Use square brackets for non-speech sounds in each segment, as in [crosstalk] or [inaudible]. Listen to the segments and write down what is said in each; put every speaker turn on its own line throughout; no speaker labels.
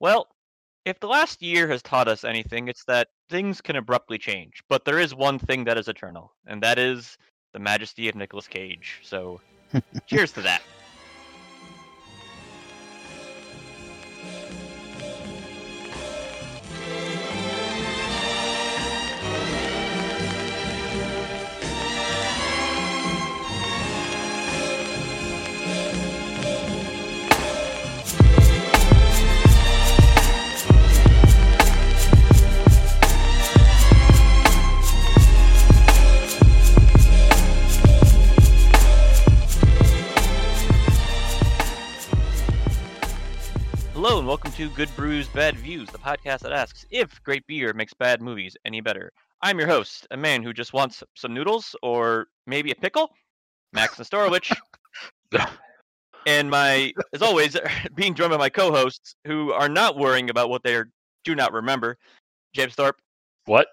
Well, if the last year has taught us anything, it's that things can abruptly change. But there is one thing that is eternal, and that is the majesty of Nicolas Cage. So, cheers to that. Hello, and welcome to Good Brews, Bad Views, the podcast that asks if great beer makes bad movies any better. I'm your host, a man who just wants some noodles or maybe a pickle, Max Nestorowicz. and my, as always, [laughs] being joined by my co hosts who are not worrying about what they are, do not remember, James Thorpe
What?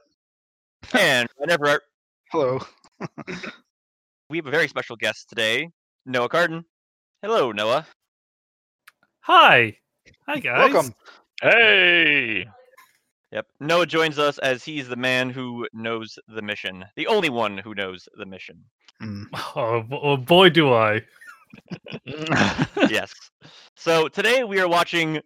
and Ryan Everett.
Hello.
We have a very special guest today, Noah Carden. Hello, Noah.
Hi. Hi guys.
Welcome.
Hey!
Yep. Noah joins us as he's the man who knows the mission, the only one who knows the mission.
Mm.
Oh, b- oh, boy do I.
yes. So today we are watching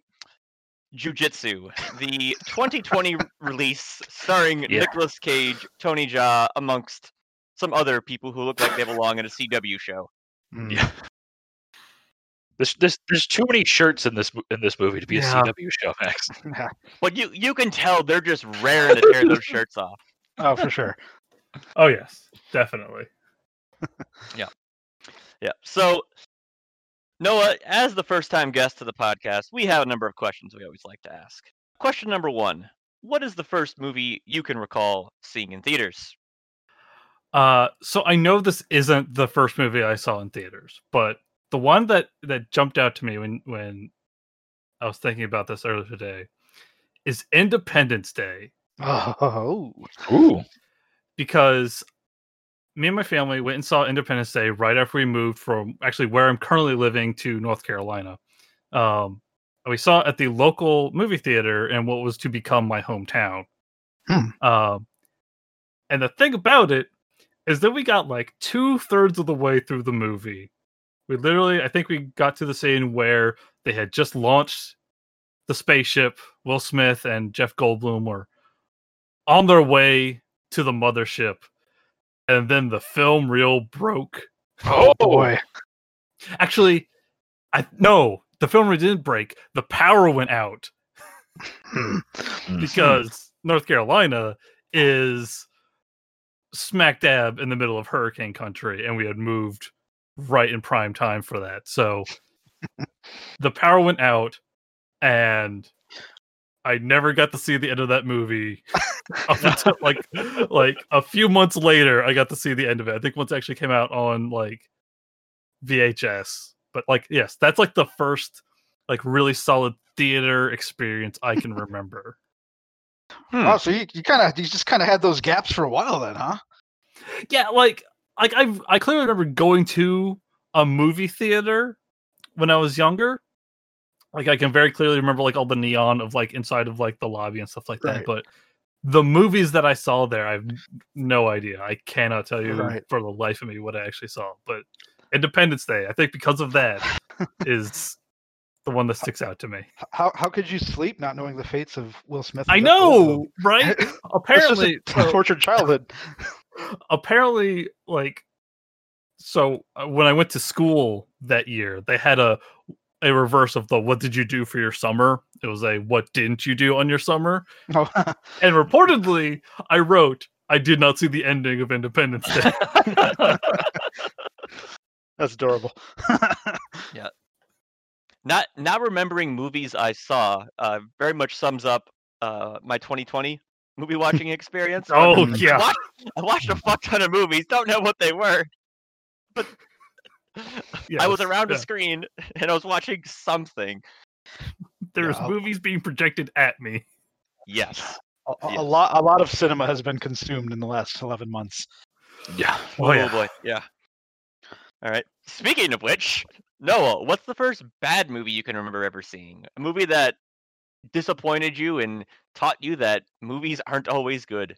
Jujitsu, the 2020 release starring
Yeah.
Nicolas Cage, Tony Jaa, amongst some other people who look like they belong in a CW show.
Mm.
Yeah. There's, there's, there's too many shirts in this mo- in this movie to be
Yeah.
a CW show, Max.
Yeah.
But you you can tell they're just raring to tear those shirts off.
[laughs] Oh, for sure.
[laughs] Oh yes, definitely.
Yeah. So Noah, as the first time guest to the podcast, we have a number of questions we always like to ask. Question number 1. What is the first movie you can recall seeing in theaters?
Uh so I know this isn't the first movie I saw in theaters, but the one that that jumped out to me when when I was thinking about this earlier today is Independence Day
Oh.
Ooh.
because me and my family went and saw Independence Day right after we moved from actually where I'm currently living to North Carolina. Um we saw it at the local movie theater in what was to become my hometown.
Hmm.
Um, and the thing about it is that we got like two thirds of the way through the movie. We literally, I think we got to the scene where they had just launched the spaceship. Will Smith and Jeff Goldblum were on their way to the mothership. And then the film reel broke.
Oh,
boy.
Actually, I no, the film reel didn't break. The power went out.
Hmm.
Mm.
because North Carolina is smack dab in the middle of hurricane country, and we had moved right in prime time for that. So the power went out, and I never got to see the end of that movie. up until, like, like a few months later, I got to see the end of it. I think once it actually came out on like VHS. But like, yes, that's like the first like really solid theater experience I can remember.
Hmm.
Oh, so you, you kind of you just kind of had those gaps for a while then, huh?
yeah like like i i clearly remember going to a movie theater when i was younger like i can very clearly remember like all the neon of like inside of like the lobby and stuff like that
Right.
but the movies that i saw there i've no idea i cannot tell you
Right.
for the life of me what i actually saw but independence day i think because
[laughs]
of that is the one that sticks out to me
H- How how could you sleep not knowing the fates of Will Smith? and
i
Jeff
know
Goldblum?
right
[laughs] It's just
apparently
a
so-
tortured
[laughs]
childhood.
apparently like so uh, when i went to school that year they had a a reverse of the what did you do for your summer it was a what didn't you do on your summer
No.
and reportedly i wrote i did not see the ending of independence
[laughs]
day
[laughs] That's adorable.
not not remembering movies I saw uh, very much sums up uh, my 2020 movie watching experience. I
[laughs] oh
[laughs]
Um,
yeah
watched, I watched a fuck ton of movies, don't know what they were, but I was
yes,
around a
yeah.
screen [laughs] and I was watching something.
there's
Yeah.
movies being projected at me
Yes.
A, a-
Yeah.
a lot a lot of cinema has been consumed in the last eleven months.
yeah.
oh yeah
boy. Yeah. All right. Speaking of which, Noah, what's the first bad movie you can remember ever seeing? A movie that disappointed you and taught you that movies aren't always good.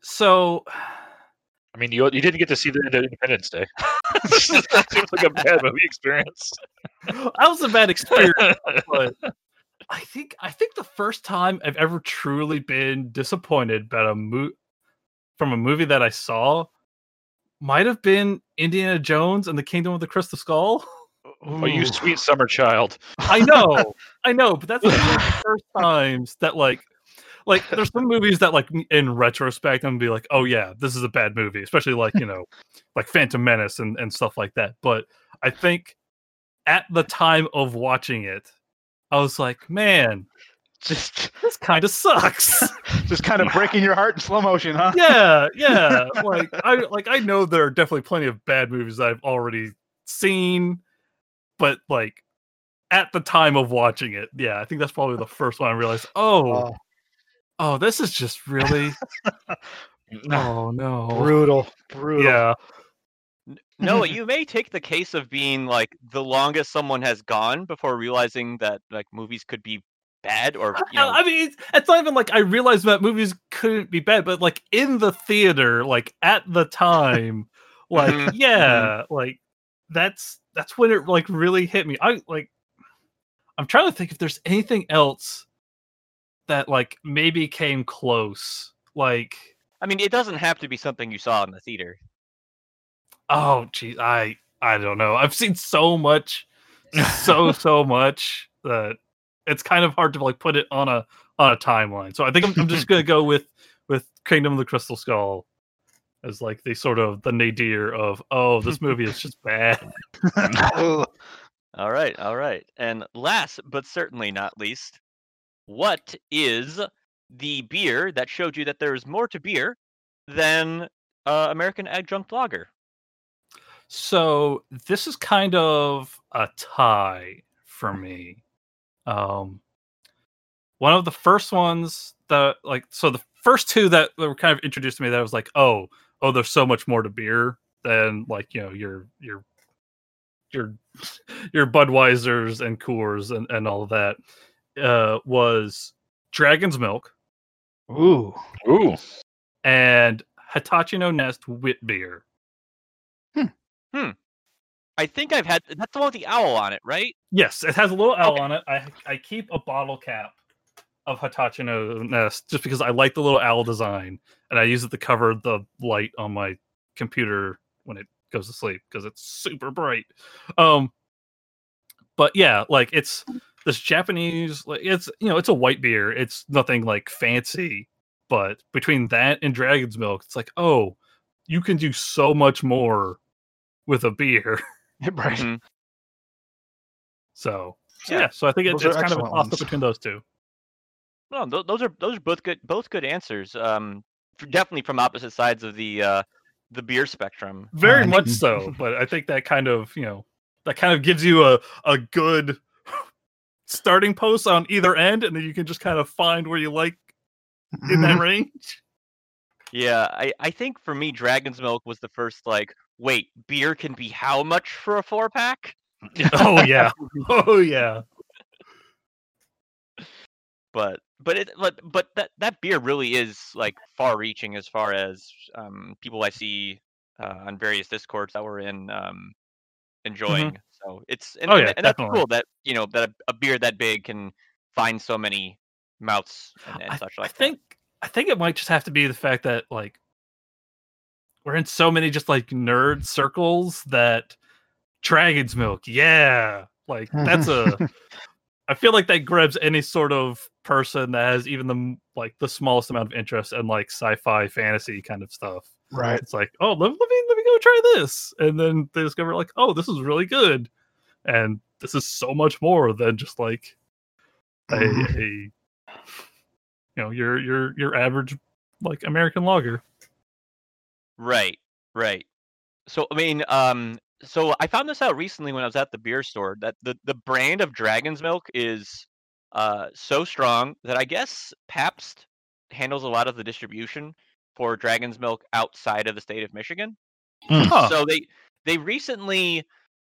So
I mean, you you didn't get to see the end of
[laughs]
Independence Day. that seems like a bad movie experience.
that was a bad experience. but I think I think the first time I've ever truly been disappointed about a mo- from a movie that I saw might have been Indiana Jones and the Kingdom of the Crystal Skull. [laughs]
Oh, you sweet summer child.
I
[laughs]
know, I know, but that's like one of the first times that like like there's some movies that like in retrospect I'm gonna be like, oh yeah, this is a bad movie, especially like you know, like Phantom Menace and, and stuff like that. But I think at the time of watching it, I was like, man,
Just,
this kind of sucks.
just kind of breaking your heart in slow motion, huh?
yeah, yeah. Like I like I know there are definitely plenty of bad movies that I've already seen, but like at the time of watching it, yeah, I think that's probably the first one I realized, oh,
Oh.
oh, this is just really oh no.
Brutal, brutal.
Yeah.
No,
[laughs]
you may take the case of being like the longest someone has gone before realizing that like movies could be bad or you know
[laughs] I mean, it's, it's not even like I realized that movies couldn't be bad, but like in the theater, like at the time, like
Mhm,
yeah, like that's that's when it like really hit me. I like I'm trying to think if there's anything else that like maybe came close. Like
I mean it doesn't have to be something you saw in the theater.
oh geez, I I don't know. I've seen so much, so so much that it's kind of hard to like put it on a on a timeline. So I think I'm, I'm just gonna go with with Kingdom of the Crystal Skull as like the sort of the nadir of oh this movie is just bad.
[laughs] Ugh.
All right, all right. And last but certainly not least, what is the beer that showed you that there is more to beer than uh, American Adjunct Lager?
So this is kind of a tie for me. Um, one of the first ones that like so the first two that that were kind of introduced to me that I was like oh oh there's so much more to beer than like you know your your your [laughs] your Budweisers and Coors and and all of that uh, was Dragon's Milk
Ooh. [laughs]
Ooh,
and Hitachi no Nest Wit Beer.
I think I've had that's the one with the owl on it, right?
Yes, it has a little owl
Okay.
on it. I I keep a bottle cap of Hitachi no Nest just because I like the little owl design, and I use it to cover the light on my computer when it goes to sleep because it's super bright. Um, but yeah, like it's this Japanese, like it's you know it's a white beer. It's nothing like fancy, but between that and Dragon's Milk, it's like oh, you can do so much more with a beer.
Right.
Mhm.
So, so
Yeah.
yeah. so I think it,
Those
it's
are
kind of a
excellent
toss up
ones.
between those two.
No, tho- those are those are both good both good answers. Um, f- definitely from opposite sides of the uh, the beer spectrum.
Very
Fine. [laughs]
much so, but I think that kind of you know that kind of gives you a a good [laughs] starting post on either end, and then you can just kind of find where you like
[laughs]
in that range.
Yeah, I, I think for me, Dragon's Milk was the first like, wait, beer can be how much for a four pack?
oh yeah, [laughs] oh yeah.
But but it but but that that beer really is like far reaching as far as um, people I see uh, on various discords that we're in um, enjoying. So it's and,
Mm-hmm. Oh,
and
yeah,
tha- and that's
definitely.
cool that you know that a, a beer that big can find so many mouths and, and
I,
such
I
like that.
think I think it might just have to be the fact that like we're in so many just like nerd circles that Dragon's Milk, yeah, like that's a. I feel like that grabs any sort of person that has even the m- like the smallest amount of interest in like sci-fi, fantasy kind of stuff.
Right.
It's like, oh, let, let me let me go try this, and then they discover like, oh, this is really good, and this is so much more than just like a,
Mhm.
a you know your your your average like American logger.
Right, right. So I mean, um, so I found this out recently when I was at the beer store that the the brand of Dragon's Milk is uh so strong that I guess Pabst handles a lot of the distribution for [laughs] Dragon's Milk outside of the state of Michigan.
Hmm.
Huh.
So they they recently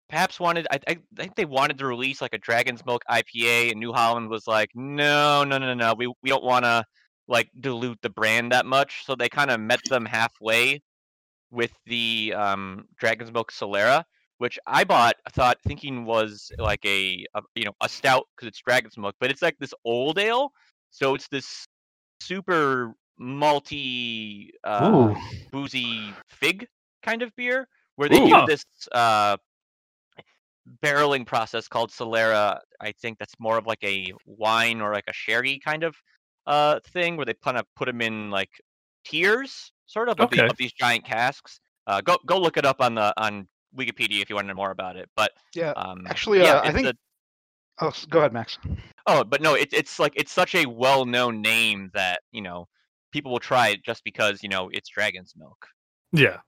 Paps wanted. I, I I think they wanted to release like a Dragon's Milk IPA, and New Holland was like, no, no, no, no, we we don't want to like dilute the brand that much. So they kind of met them halfway with the um, Dragon's Milk Solera, which I bought, thought thinking was like a, a you know a stout because it's Dragon's Milk, but it's like this old ale, so it's this super malty, uh,
Ooh.
boozy fig kind of beer where they
Ooh.
do
Huh.
this uh, barreling process called Solera. I think that's more of like a wine or like a sherry kind of uh, thing where they kind of put them in like tiers, sort of, of, the-
Okay.
of these giant casks. Uh, go go look it up on the on Wikipedia if you want to know more about it. But
Yeah,
um,
actually,
yeah,
uh, I
it's
think-
a-
Oh, s- go ahead, Max.
oh, but no, it's it's like it's such a well-known name that you know people will try it just because you know it's Dragon's Milk.
Yeah.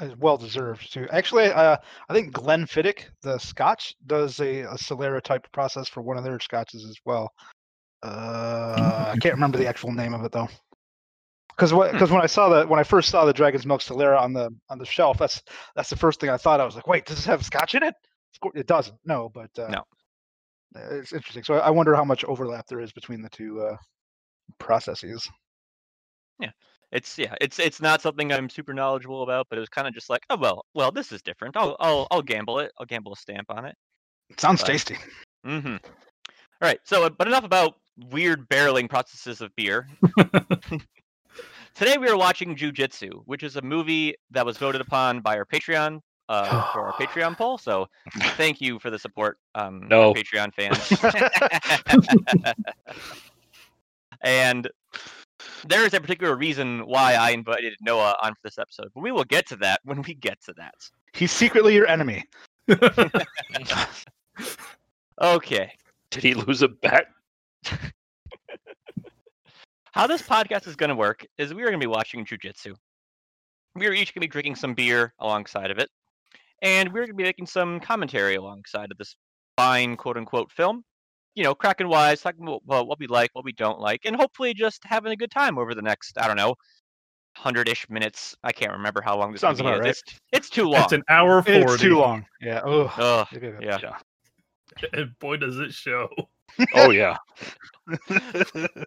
Uh, Well deserved too. Actually, uh, I think Glenfiddich, the Scotch, does a, a Solera type process for one of their Scotches as well. Mm, Uh, I can't remember the actual name of it though. Because because when I saw the when I first saw the Dragon's Milk Solera on the on the shelf, that's that's the first thing I thought. I was like, wait, does this have Scotch in it? Of cour- It doesn't. No, but uh,
No.
uh, It's interesting. So I I wonder how much overlap there is between the two uh, processes.
It's yeah, it's it's not something I'm super knowledgeable about, but it was kind of just like, oh well, well this is different. I'll I'll I'll gamble it. I'll gamble a stamp on it.
sounds
But-
tasty.
Mm-hmm. All right. So, uh, but enough about weird barreling processes of beer. Today we are watching Jujitsu, which is a movie that was voted upon by our Patreon uh, for our Patreon poll. So, thank you for the support, um,
No.
our Patreon fans. [laughs] and there is a particular reason why I invited Noah on for this episode, but we will get to that when we get to that.
He's secretly your enemy.
Okay.
Did he lose a bet?
[laughs] How this podcast is going to work is we are going to be watching jujitsu. We are each going to be drinking some beer alongside of it, and we're going to be making some commentary alongside of this fine quote unquote film. You know, cracking wise, talking about well, what we like, what we don't like, and hopefully just having a good time over the next, I don't know, 100 ish minutes. I can't remember how long this
Sounds
movie is.
about right.
It's, it's too long.
It's an hour 40.
It's too long. Yeah. Ugh.
Ugh,
Maybe I-
yeah.
[laughs] And boy, does it show.
Oh yeah.
The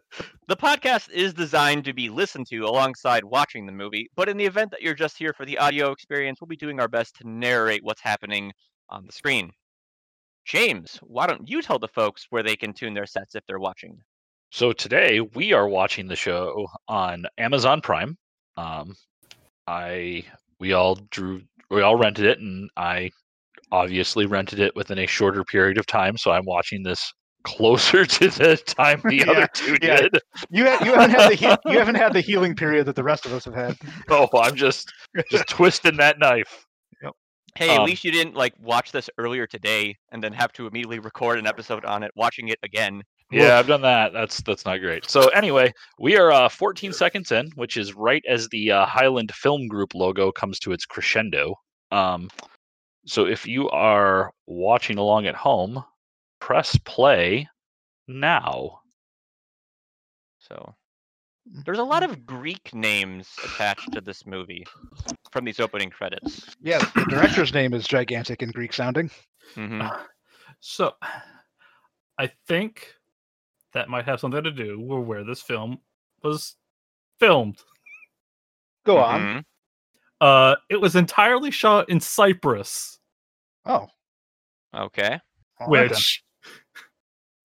podcast is designed to be listened to alongside watching the movie, but in the event that you're just here for the audio experience, we'll be doing our best to narrate what's happening on the screen. James, why don't you tell the folks where they can tune their sets if they're watching?
So today we are watching the show on Amazon Prime. Um, I we all drew we all rented it, and I obviously rented it within a shorter period of time. So I'm watching this [laughs] closer to the
[laughs]
time the
Yeah,
other two
yeah.
did.
[laughs] You, ha- you haven't had the heal- you haven't had the healing period that the rest of us have had.
Oh, I'm just just twisting that knife.
Hey, at
Um,
least you didn't like watch this earlier today and then have to immediately record an episode on it, watching it again.
Yeah, I've done that. That's that's not great. So anyway, we are uh, 14 seconds in, which is right as the uh, Highland Film Group logo comes to its crescendo. Um, so if you are watching along at home, press play now.
So there's a
Mm-hmm.
lot of Greek names attached to this movie from these opening credits.
Yeah, the director's name is gigantic and Greek sounding.
hmm
Mm.
So I think that might have something to do with where this film was filmed.
Go on.
Mhm.
Uh, it was entirely shot in Cyprus,
Oh,
Okay.
all right then.
which,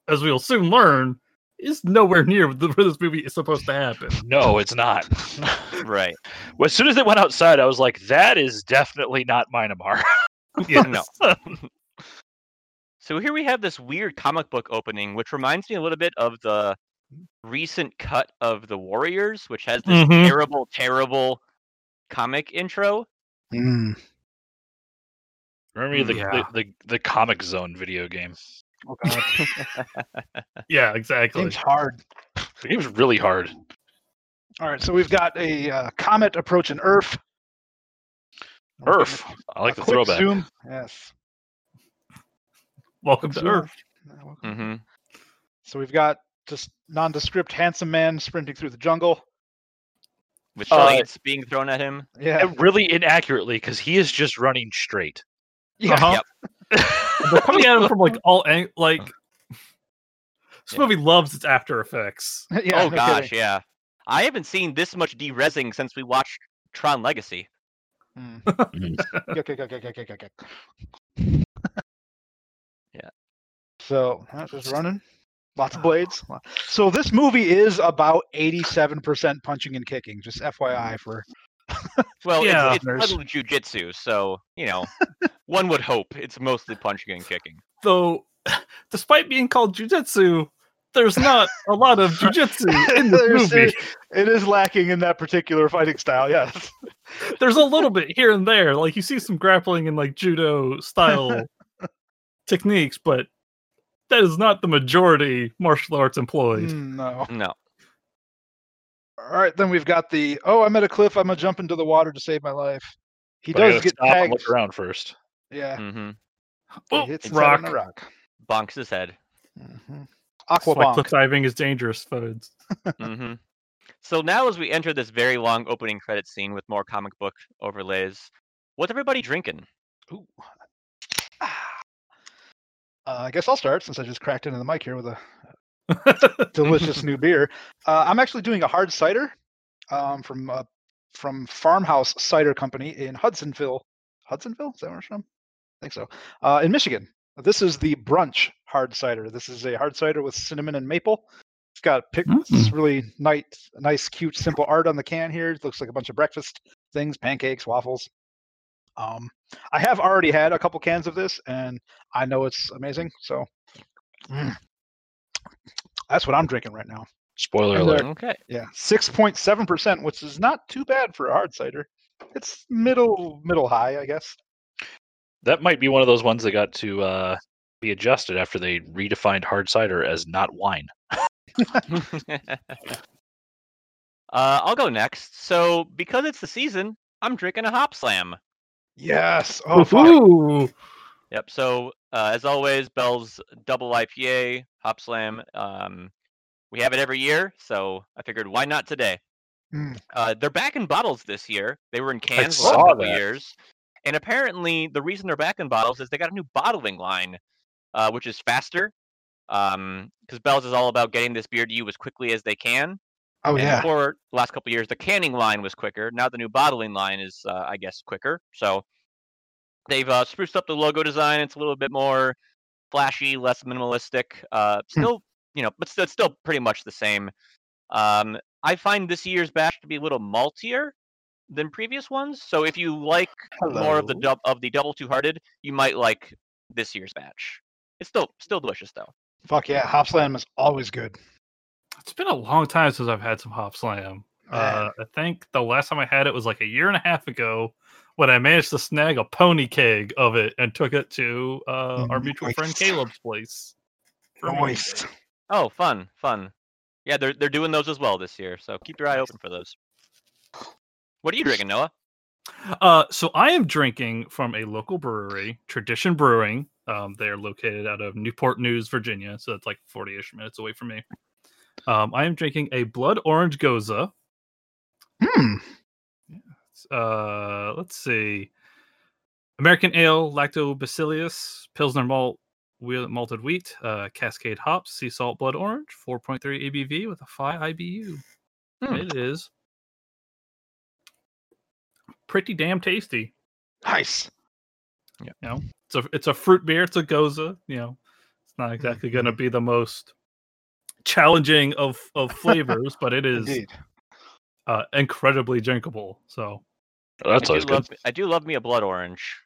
as we'll soon learn, is nowhere near the- where this movie is supposed to happen.
No, it's not. [laughs]
Right.
Well, as soon as they went outside, I was like, "That is definitely not Minamar."
No.
[laughs]
So here we have this weird comic book opening, which reminds me a little bit of the recent cut of The Warriors, which has this
Mhm.
Mm-hmm.
terrible, terrible comic intro.
Mm,
[laughs] Remember the,
Yeah.
the, the the Comic Zone video game?
oh God,
yeah, exactly.
seems hard.
The game's really hard.
All right, so we've got a uh, comet approaching Earth. We're getting
Earth. I like
a
the
quick
throwback.
Zoom. Yes.
Welcome to
Zoom.
Earth.
Yeah, welcome.
Mm-hmm.
So we've got just nondescript handsome man sprinting through the jungle.
With
Uh,
blades being thrown at him.
Yeah.
and really inaccurately because he is just running straight.
yeah.
Uh-huh.
Yep.
[laughs] They're coming at him from like all ang- like. This
Yeah.
movie loves its After Effects.
[laughs] yeah, [laughs]
oh
no
gosh,
kidding.
yeah. I haven't seen this much de-resing since we watched Tron Legacy.
Mm.
Mhm.
Yuck, yuck, yuck, yuck, yuck, yuck, yuck, yuck.
Yeah.
So that's just running. Lots of blades. Lo- So this movie is about 87% punching and kicking. Just FYI for
Well,
Yeah.
it's, it's titled jujitsu, so you know, one would hope it's mostly punching and kicking.
Though, [laughs] despite being called jujitsu, there's not a lot of
[laughs]
jujitsu in this
There's-
movie.
it is lacking in that particular fighting style. Yes.
[laughs] There's a little bit here and there. Like you see some grappling and like judo
[laughs]
style techniques, but that is not the majority martial arts employed.
Mm, No.
No,
All right, then we've got the oh, I'm at a cliff. I'm gonna jump into the water to save my life. He
But I
does
gotta
get
stop and
tagged.
look around first.
Yeah,
mm-hmm.
he
Oh,
hits his head
rock.
on a rock.
bonks his head.
Mm-hmm.
That's why cliff
Aquabonk.
diving is dangerous, folks.
hmm So now, as we enter this very long opening credit scene with more comic book overlays, what's everybody drinking?
Ooh. Ah. Uh, I guess I'll start since I just cracked into the mic here with a delicious new beer. Uh, I'm actually doing a hard cider um, from uh, from Farmhouse Cider Company in Hudsonville. Hudsonville? Is that where it's from? I think so. Uh, in Michigan. This is the brunch hard cider. This is a hard cider with cinnamon and maple. It's got pic- this really nice, nice, cute, simple art on the can here. It looks like a bunch of breakfast things, pancakes, waffles. Um, I have already had a couple cans of this, and I know it's amazing. So mm. that's what I'm drinking right now.
Spoiler
And
alert.
there-
Okay, [laughs]
Yeah, six point seven percent, which is not too bad for a hard cider. It's middle middle high, I guess.
That might be one of those ones that got to uh, be adjusted after they redefined hard cider as not wine.
uh, I'll go next. So because it's the season, I'm drinking a hop slam.
Yes. Oh, fuck.
Ooh.
Yep. So uh, as always, Bell's double IPA hop slam. Um, we have it every year, so I figured why not today.
Mm.
Uh, they're back in bottles this year. They were in cans
Hmm. saw
last couple
that.
years, and apparently the reason they're back in bottles is they got a new bottling line, uh, which is faster. Because Bell's is all about getting this beer to you as quickly as they can.
Oh
And
yeah.
Before the last couple years, the canning line was quicker. Now the new bottling line is, uh, I guess, quicker. So they've uh, spruced up the logo design. It's a little bit more flashy, less minimalistic. Uh,
Hmm.
still, you know, but still, it's still pretty much the same. Um, I find this year's batch to be a little maltier than previous ones. So if you like more of the
Hello.
dub- of the double two hearted, you might like this year's batch. It's still still delicious though.
Fuck yeah, Hopslam is always good.
It's been a long time since I've had some Hop Slam. Uh, I think the last time I had it was like a year and a half ago when I managed to snag a pony keg of it and took it to uh, our mutual friend
Nice.
Caleb's place. for a meal
Moist.
break.
Oh, fun, fun. Yeah, they're they're doing those as well this year, so keep your eye open for those. What are you drinking, Noah?
Uh, so I am drinking from a local brewery, Tradition Brewing. Um, they are located out of Newport News, Virginia, so that's like 40-ish minutes away from me. Um, I am drinking a blood orange goza.
Hmm.
uh let's see american ale lactobacillus pilsner malt wheel, malted wheat uh cascade hops sea salt blood orange 4.3 abv with a 5 ibu
Hmm.
it is pretty damn tasty
Nice.
it's a it's a fruit beer it's a goza you know it's not exactly going to be the most challenging of of flavors but it is
Indeed.
uh, incredibly drinkable so
Oh, That's
I
always
do
good.
love I do love me a blood orange.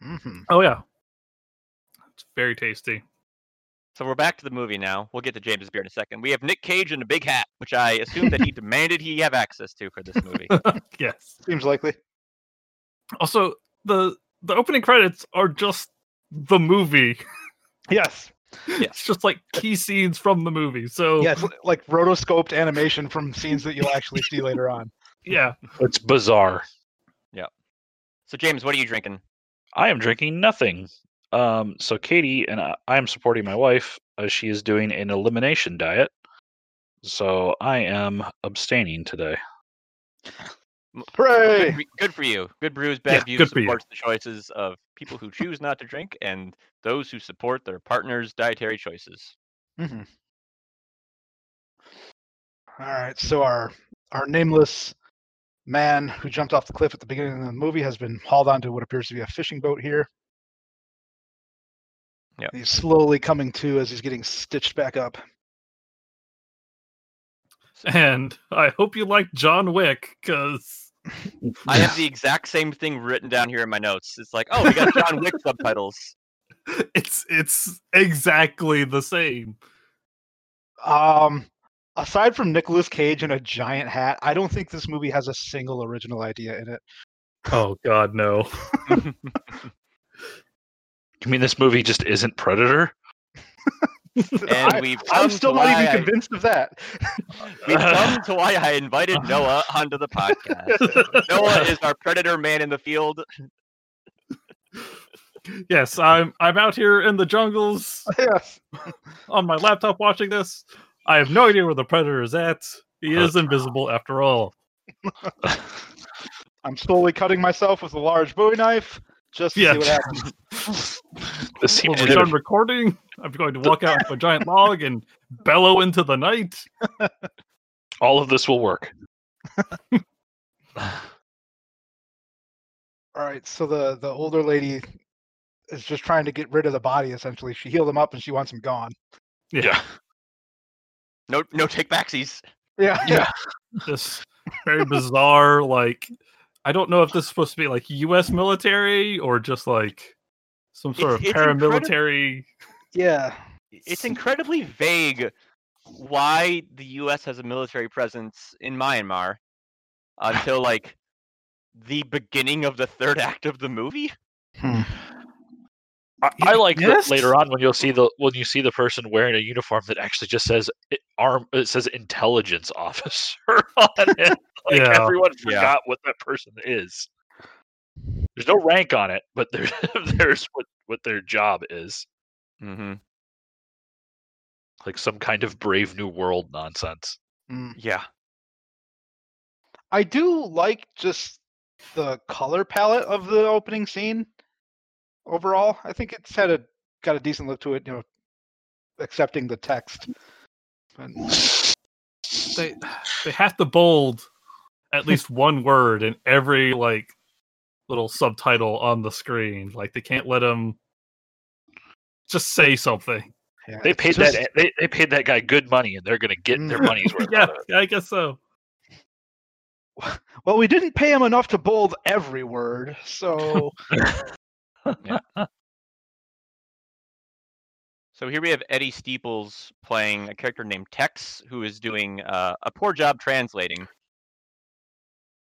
hmm
oh yeah it's very tasty
So we're back to the movie now. We'll get to James's beer in a second. We have Nick Cage in a big hat, which I assume that he demanded he have access to for this
[laughs]
movie.
yes
Seems likely.
Also, the the opening credits are just the movie. [laughs]
Yes.
It's just like key scenes from the movie. So
Yeah, it's li- like rotoscoped animation from scenes that you'll actually see later on.
yeah.
[laughs] It's bizarre.
So James, what are you drinking?
I am drinking nothing. Um, so Katie and I, I am supporting my wife. Uh, she is doing an elimination diet, so I am abstaining today.
M- Good
Hooray!
for, good for you. Good brews, bad
Yeah,
views
good for you.
supports the choices of people who choose not to drink, and those who support their partner's dietary choices. Mm-hmm.
Mhm. All right. So our our nameless man who jumped off the cliff at the beginning of the movie has been hauled onto what appears to be a fishing boat here.
Yep.
He's slowly coming to as he's getting stitched back up.
And I hope you like John Wick because
I
[laughs]
have the exact same thing written down here in my notes. It's like, oh, we got John Wick subtitles.
it's it's exactly the same.
Um, aside from Nicolas Cage in a giant hat, I don't think this movie has a single original idea in it. [laughs]
Oh God, [laughs] no.
You mean this movie just isn't Predator?
And
I,
we've come
I'm
to
still not
why I-
even convinced of that. [laughs]
We've come to why I [laughs] invited Noah onto the podcast. Noah is our predator man in the field.
yes, I'm I'm out here in the jungles
yes.
on my laptop watching this. I have no idea where the predator is at. He is invisible after all.
I'm slowly cutting myself with a large Bowie knife just to
Yeah.
see what happens.
This seems
When we're done recording, I'm going to walk out to a giant log and bellow into the night.
all of this
[laughs]
will work.
All right, so the the older lady is just trying to get rid of the body. Essentially, she healed him up and she wants him gone.
yeah.
No, no take backsies.
[laughs] Yeah,
Yeah.
This very bizarre, like I don't know if this is supposed to be like US military or just like some
It's-
sort of
it's
paramilitary.
yeah.
It's incredibly vague why the U.S. has a military presence in Myanmar until like the beginning of the third act of the movie.
I, I like that
Yes.
later on when you'll see the when you see the person wearing a uniform that actually just says it, arm it says intelligence officer [laughs] on
[laughs]
it. Like
Yeah.
everyone
Yeah.
forgot what that person is. There's no rank on it, but there, [laughs] there's what what their job is.
Mm-hmm.
Like some kind of brave new world nonsense.
Mm.
Yeah.
I do like just the color palette of the opening scene. Overall, I think it's had a got a decent look to it. You know, accepting the text. But-
They they have to bold at least one word in every like little subtitle on the screen. Like they can't let them just say something.
yeah,
They
it's
paid
just-
that e they, they paid that guy good money, and they're gonna get their
Mm.
money's worth.
[laughs] Yeah,
out of it.
I guess so.
Well, we didn't pay him enough to bold every
[laughs]
word, so
So here we have Eddie Steeples playing a character named Tex, who is doing uh, a poor job translating.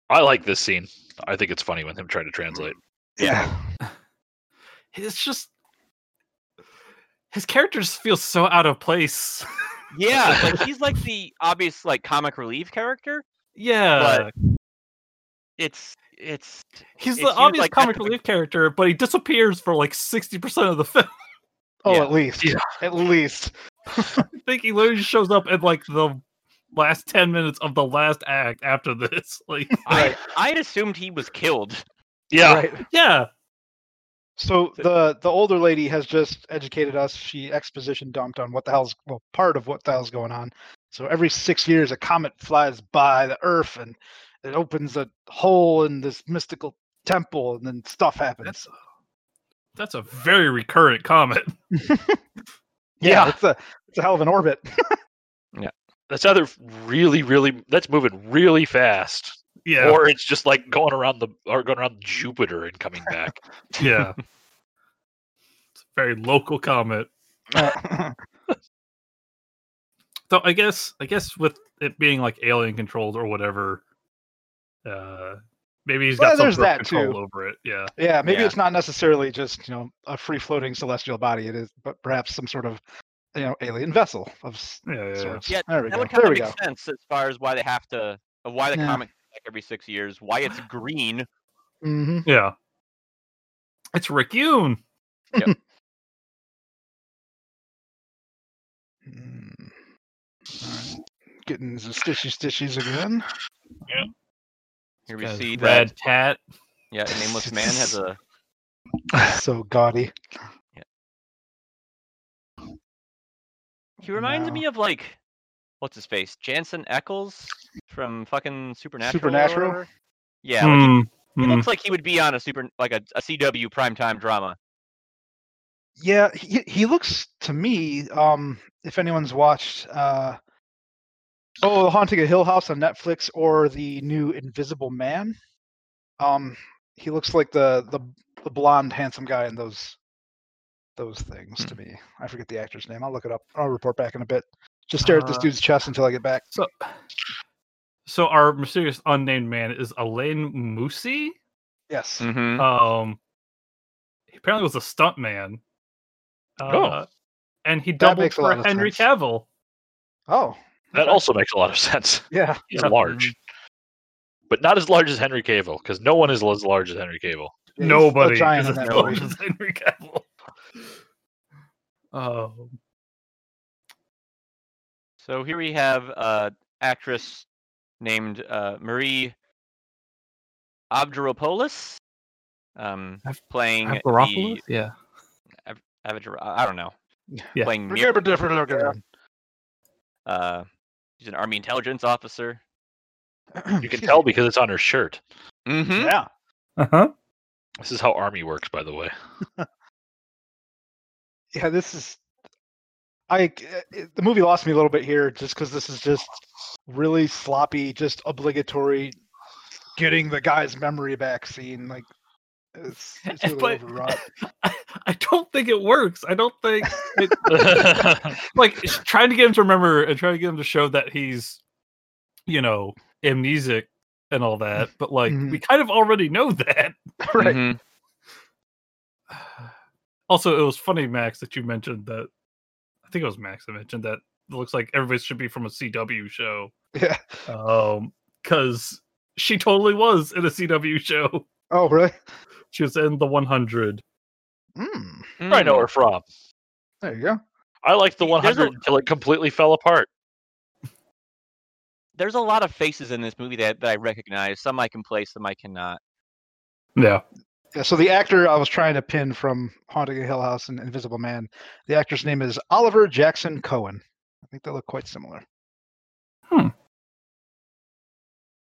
I like this scene. I think it's funny when him trying to translate.
yeah.
It's just his character just feels so out of place.
Yeah,
[laughs]
like he's like the obvious like comic relief character.
Yeah,
It's it's
he's
it's
the
used
obvious
like
comic
that-
relief character, but he disappears for like sixty percent of the film. [laughs]
Oh,
Yeah.
at least,
Yeah.
at least.
I think he literally shows up in like the last ten minutes of the last act after this. [laughs] Like,
I I'd assumed he was killed.
Yeah,
Right.
yeah,
So the the older lady has just educated us. She exposition dumped on what the hell's well part of what the hell's going on. So every six years, a comet flies by the Earth and it opens a hole in this mystical temple, and then stuff happens.
that's that's a very recurrent comment. [laughs]
yeah.
it's a it's a hell of an orbit. [laughs]
that's either really, really that's moving really fast,
Yeah,
or it's just like going around the or going around Jupiter and coming back.
yeah. [laughs] It's a very local comment.
[laughs]
So I guess I guess with it being like alien controlled or whatever, uh maybe he's
Well,
got some
there's
sort of
that,
control
too.
over it. Yeah.
yeah, maybe
Yeah.
it's not necessarily just you know a free floating celestial body. It is, but perhaps some sort of you know alien vessel of s-
Yeah, yeah, yeah.
sorts.
Yeah,
there we
That
go.
would kind
There
of
we
make
go.
sense as far as why they have to uh, why the
Yeah.
comic comes back every six years, why
[gasps]
it's green.
hmm
Yeah. It's Rick Yoon.
Mm. Alright. Getting the stitchy stitchies again.
Here we
Got his
see that
red tat.
[laughs]
yeah, a nameless man has a
so gaudy.
He reminds
No.
me of like, what's his face, Jansen Eccles from fucking Supernatural. or
Supernatural?
whatever. Yeah, like,
Hmm,
he
hmm.
looks like he would be on a super like a, a CW primetime drama.
Yeah, he he looks to me. Um, if anyone's watched, uh, oh, The Haunting of Hill House on Netflix or the new Invisible Man, um, he looks like the the the blonde handsome guy in those those things to me. I forget the actor's name. I'll look it up. I'll report back in a bit. Just stare at this
Uh,
dude's chest until I get back.
So, so our mysterious unnamed man is Alain Moussi.
Yes.
Mm-hmm.
Um, he apparently was a stunt man.
Oh.
Uh, and he doubled
makes a
for
lot of
Henry
sense.
Cavill.
Oh,
That
Okay.
also makes a lot of sense.
yeah.
He's
Yeah.
large, but not as large as Henry Cavill, because no one is as large as Henry Cavill.
he's a
Nobody
giant
is
in
as
that
large
movie.
as [laughs] Henry Cavill. Um,
So here we have an uh, actress named uh, Marie Abduropoulos, um,
Ab-
playing
Avgeropoulos?
the
Yeah.
Avgero- I don't know,
Yeah.
playing Mir-
Remember different looking.
uh, she's an army intelligence officer.
[clears throat]
You
Hmm, Excuse
can
me.
tell because it's on her shirt.
Mm-hmm.
Yeah. [laughs]
Uh huh.
This is how army works, by the way. [laughs]
yeah this is i c- uh, it- the movie lost me a little bit here just because this is just really sloppy just obligatory getting the guy's memory back scene like
[laughs]
it's, it's really
But-
overwrought
[laughs]
[laughs]
I, I don't think it works. I don't think it, like it's trying to get him to remember and trying to get him to show that he's, you know, amnesic and all that. But like
Mm-hmm.
we kind of already know that.
right
Mm-hmm.
Mhm.
[sighs] Also, it was funny, Max, that you mentioned that. I think it was Max that mentioned that. It looks like everybody should be from a CW show.
yeah
Um, because she totally was in a CW show. [laughs]
oh really
She was in the 100.
mm,
Where I know
Mm.
her from.
there you go
I liked the
There's a-
100 until it completely fell apart.
There's a lot of faces in this movie that, that I recognize. Some I can place, some I cannot.
Yeah.
yeah so the actor i was trying to pin from haunting a hill house and invisible man the actor's name is oliver jackson cohen i think they look quite similar
Hmm.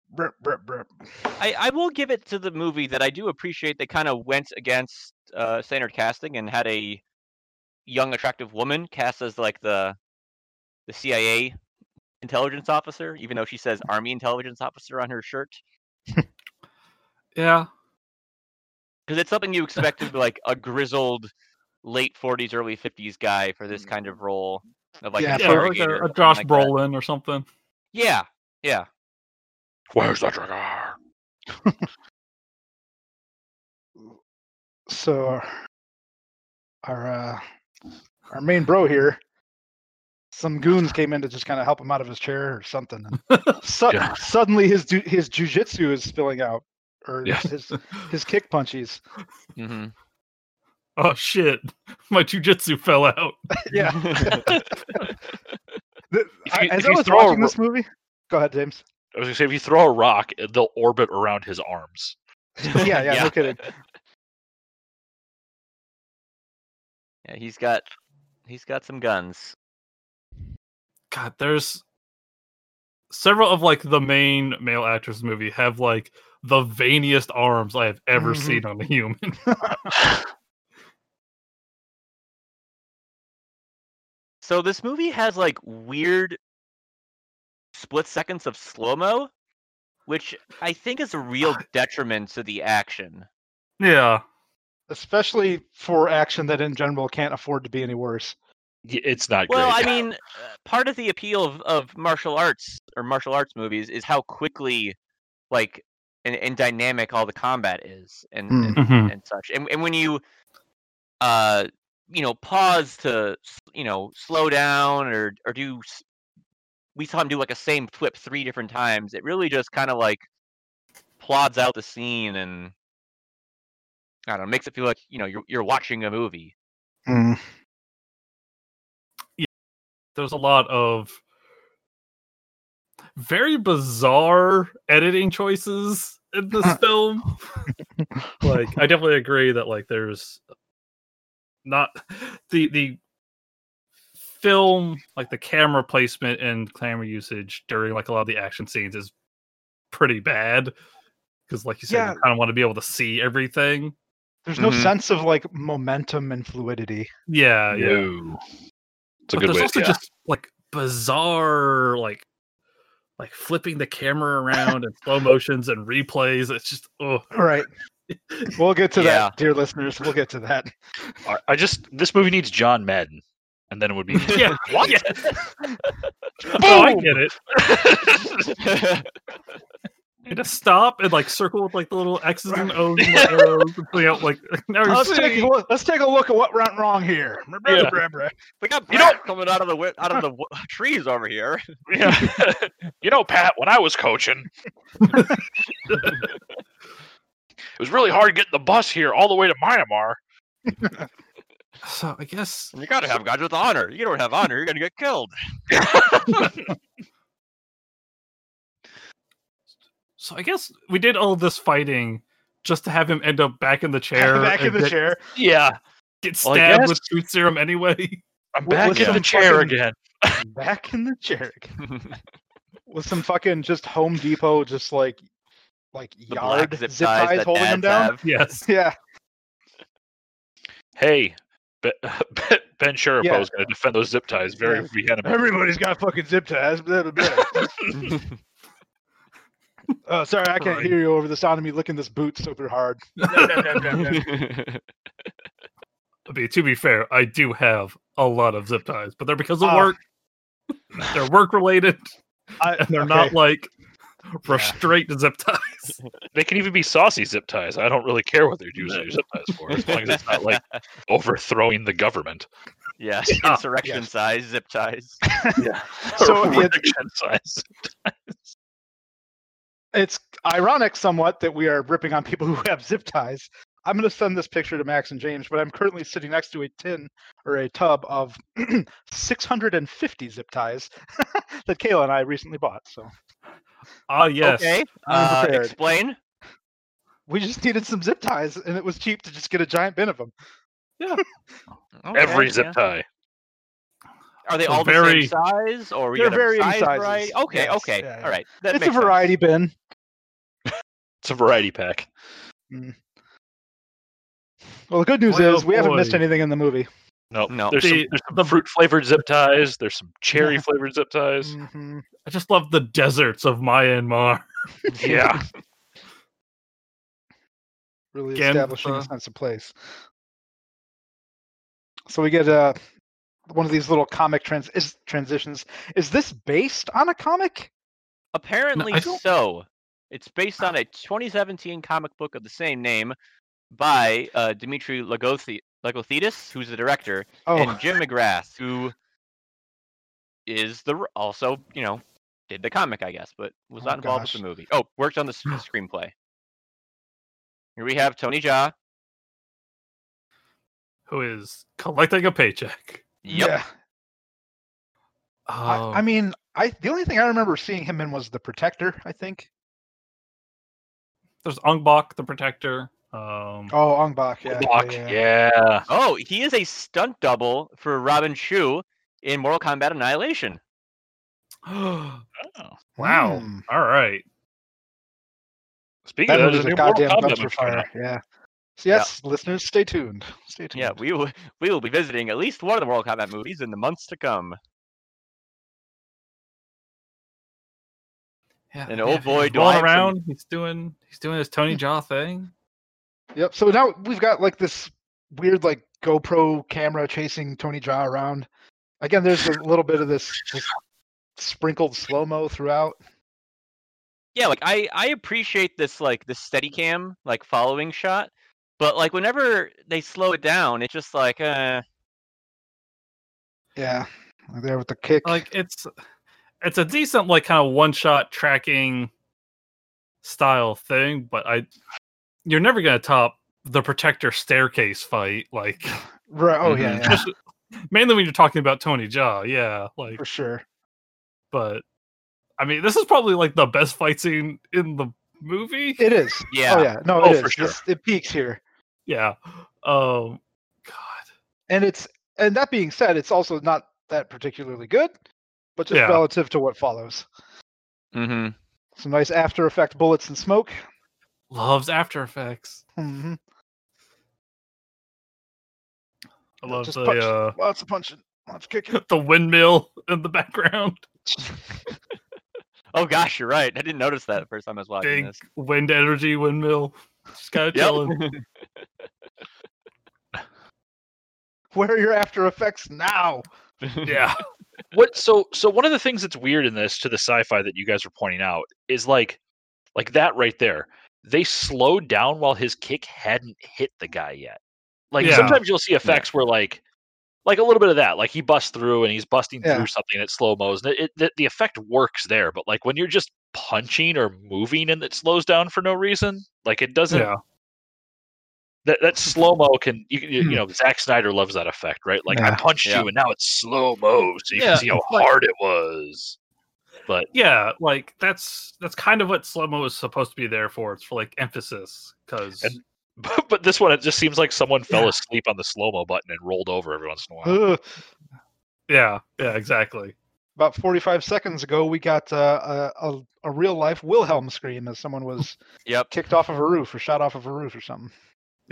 Brr, brr, brr.
I, I will give it to the movie that I do appreciate. They kind of went against uh, standard casting and had a young, attractive woman cast as like the the CIA intelligence officer, even though she says Army intelligence officer on her shirt.
Yeah.
Because it's something you expect to be like a grizzled late 40s, early 50s guy for this kind of role of like, an
Yeah,
yeah or like
interrogator or
a, a
something
Josh
like that.
Brolin or something.
Yeah, yeah.
Where's the trigger?
so our our, uh, our main bro here some goons came in to just kind of help him out of his chair or something
[laughs]
and su-
Yeah.
suddenly his ju- his jujitsu is spilling out or
Yeah. [laughs]
his his kick punches
Mm-hmm.
Oh shit! [laughs] My jujitsu fell out.
[laughs]
yeah The-
If
I-
you-
as
if
i
you
was
throw a
watching
ro-
this movie go ahead
[laughs]
james
I was gonna say, if you throw a rock, it- they'll orbit around his arms.
yeah, yeah no kidding
Yeah, he's got he's got some guns.
God, there's several of like the main male actors in the movie have like the veiniest arms I have ever
Mhm.
seen on a human.
So this movie has like weird split seconds of slow mo, which I think is a real detriment to the action.
yeah,
especially for action that in general can't afford to be any worse
Y- It's not
Well, I
great.
mean, uh, part of the appeal of, of martial arts or martial arts movies is how quickly, like, and, and dynamic all the combat is, and
Mm.
Mm-hmm.
and
Mm-hmm.
and such. And and when you uh you know pause to s- you know slow down or or do s- we saw him do like a same flip three different times. It really just kind of like plods out the scene and I don't know, makes it feel like you know you're you're watching a movie. [laughs]
there's a lot of very bizarre editing choices in this film. like I definitely agree that like there's not [laughs] the the film like the camera placement and camera usage during like a lot of the action scenes is pretty bad because like you said
Yeah.
you kind of want to be able to see everything
There's no
Mm-hmm.
Mhm.
sense of like momentum and fluidity.
yeah yeah
No. It's a
but
good
there's
way.
also
yeah.
just like bizarre like like flipping the camera around and slow motions and replays it's just oh
All
[laughs]
right. We'll get to
Yeah.
that, dear listeners. We'll get to
[laughs]
that.
I- I just this movie needs John Madden, and then it would be
yeah
what?
yeah. oh i get it and to stop and like circle with like the little x's and o's
[laughs]
and the arrows and bring out like [laughs] now you're
Let's take,
seeing-
a look, let's take a look at what went wrong here.
Yeah.
[laughs]
we got
You know-
Brad coming out of the wi- out of the w- [laughs] trees over here. [laughs]
[laughs]
yeah. you know, Pat, when I was coaching, it was really hard getting the bus here all the way to Myanmar.
so i guess
You gotta have guys with honor. You don't have honor, you're gonna get killed.
so i guess we did all this fighting just to have him end up back in the
[laughs]
chair
Back in
and
the
get,
chair.
[laughs]
Yeah,
get
Well, I
stabbed
guess-
with truth serum anyway [laughs]
I'm
With-
back
with
in the
some
chair
fucking-
again.
[laughs]
Back in the chair. with some fucking just Home Depot, just like like
The
yard
black
zip, ties,
that
holding him
dads
down.
have.
yes
[laughs] Yeah,
Hey, Be- [laughs] Be- Ben Sherappo
Yeah.
is going to defend those zip ties very
Yeah.
vehemently.
everybody's got fucking zip ties. Blah, blah, blah.
[laughs]
uh, sorry, I can't
Right.
hear you over the sound of me licking this boot
[laughs]
super hard.
I mean, to be fair, I do have a lot of zip ties, but they're because of
Ah.
work. they're work related,
[laughs] I,
and they're
okay.
not like restraint zip ties.
[laughs]
They can even be saucy zip ties. I don't really care what they're using your zip ties for, as long as it's not like overthrowing the government.
yes,
Ah,
insurrection
yes.
size zip ties.
Yeah.
So
[laughs] So
it-
size.
It's ironic somewhat that we are ripping on people [laughs] who have zip ties. I'm going to send this picture to Max and James, but I'm currently sitting next to a tin or a tub of [clears throat] 650 zip ties [laughs] that Kayla and I recently bought. So
Ah, yes.
Okay.
I'm
Uh,
prepared.
explain.
we just [laughs] needed some zip ties, and it was cheap to just get a giant bin of them.
Every
Okay,
zip
yeah.
tie.
Are they
They're
all the
very-
same size, or we
They're
got a
varying
size
sizes,
variety? Okay,
yes,
okay,
yeah, yeah.
all right. That
it's a
makes sense.
variety bin.
It's a variety pack.
Well, the good news
Well,
is we haven't missed
boy.
anything in the movie.
No,
No.
There's, some,
The-
there's some fruit flavored zip ties. There's some cherry
[laughs]
Yeah.
flavored zip ties.
Mhm.
I just love the deserts of Myanmar. [laughs]
Yeah.
Really
Again,
establishing
uh,
a sense of place. So we get uh, one of these little comic trans- is, transitions. Is this based on a comic?
Apparently
don't-
so. It's based on a 2017 comic book of the same name by uh, Dimitri Lagothe- Lagothidis, who's the director,
Oh, [laughs]
and Jim McGrath, who is the r- also you know did the comic, I guess, but was
Oh,
not involved
gosh.
with the movie. Oh, worked on the s-
[gasps]
screenplay. Here we have Tony Jaa.
Who is collecting a paycheck?
Yep.
yeah.
Oh,
I, I mean, I the only thing I remember seeing him in was The Protector. I think.
there's Ong Bak, the protector. Um,
Oh, Ong Bak. Yeah. yeah,
Block,
yeah.
yeah.
Oh, he is a stunt double for Robin Shu in Mortal Kombat Annihilation.
Oh.
wow.
Hmm.
[gasps] All right.
Speaking
That
of
movie's
those,
a goddamn dumpster
fire.
fire. Yeah. So
Yeah.
yes, listeners, stay tuned. Stay tuned.
Yeah, we will, we will be visiting at least one of the Mortal Kombat movies in the months to come.
Yeah,
And oh boy,
he's
do I
rolling
have some-
around. He's doing he's doing his
Hmm.
Tony Jaw thing.
Yep. So now we've got like this weird like GoPro camera chasing Tony Jaa around. Again, there's a little bit of this like, sprinkled slow mo throughout.
yeah like i i appreciate this like this steady cam like following shot but like whenever they slow it down it's just like uh
Yeah. Like there with the kick.
like it's it's a decent like kind of one shot tracking style thing but i you're never gonna top the protector staircase fight like
right. Oh yeah,
mm-hmm.
Mhm.
yeah.
[laughs] mainly when you're talking about tony Jaa, yeah like
For sure.
but i mean this is probably like the best fight scene in the movie.
It is.
Yeah.
Oh yeah. No,
Oh,
it is.
for sure.
This- it peaks here,
Yeah. Um. God.
and it's and that being said, it's also not that particularly good, but just
Yeah.
relative to what follows.
Mm-hmm.
Some nice after effect bullets and smoke.
Loves After Effects.
hmm
I love
Just
the
punch.
uh,
Lots of punching. Lots of kicking.
[laughs]
[laughs]
the windmill in the background. [laughs]
Oh gosh, you're right. I didn't notice that the first time I was watching
Big
this.
wind energy windmill. Just kind of chilling.
Yep.
Where are your after effects now?
yeah.
what so so one of the things that's weird in this to the sci-fi that you guys were pointing out is like like that right there they slowed down while his kick hadn't hit the guy yet like
Yeah.
sometimes you'll see effects where like like a little bit of that like he busts through and he's busting
Yeah.
through something at slow mo's and it, it, the, the effect works there but like when you're just punching or moving and it slows down for no reason like it doesn't
Yeah.
that,
[laughs]
that slow mo can you, can- you
Hmm.
you know Zack Snyder loves that effect, right? Like I
Yeah.
punched
Yeah.
you and now it's slow mo, so you
Yeah,
can see how
it's like-
hard it was. [laughs]
Yeah. Like that's that's kind of what slow mo is supposed to be there for. It's for like emphasis because
And- But, but this one, it just seems like someone fell
Yeah.
asleep on the slow mo button and rolled over every once in a
[laughs]
while.
Ugh.
yeah yeah exactly
About 45 seconds ago, we got uh, a, a, a real life Wilhelm scream as someone was
Yep.
kicked off of a roof or shot off of a roof or something.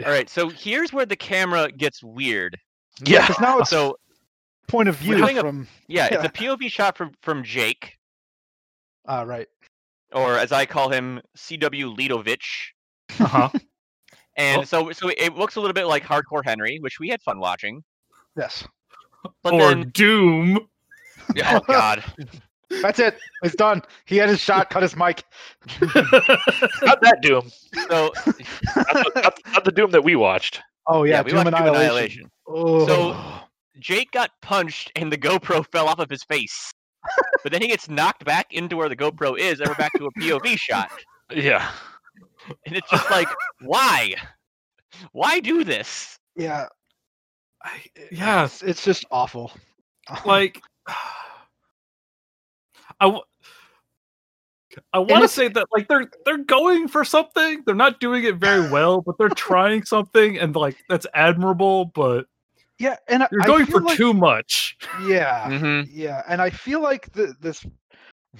All right. So here's where the camera gets weird.
Yeah,
Because now it's
So
point of
we're
view
doing a-
from.
yeah, it's
Oh, Yeah.
a POV shot from from Jake,
Ah, right.
or as I call him, CW Lidovich.
uh-huh
[laughs] And so so it looks a little bit like Hardcore Henry, which we had fun watching.
Yes.
But
or [laughs]
then
doom
oh god.
That's it. It's done. He had his shot, cut his mic.
not that Doom,
So
not the, not the- not the Doom that we watched.
Oh, yeah.
yeah, we
Doom
watched Doom
Annihilation.
Annihilation.
Oh.
So- Jake got punched and the GoPro [laughs] fell off of his face. but then he gets knocked back into where the GoPro is, and we're back to a POV shot.
Yeah,
And it's just [laughs] like, why? Why do this?
yeah.
I, yeah
Yes. It's just awful.
like [sighs] i w- i want to
it's-
say that like they're they're going for something they're not doing it very well but they're trying something and like that's admirable but
Yeah. And I,
you're
I
going
feel
for
like,
too much
Yeah.
Mm-hmm.
Yeah, and I feel like the, this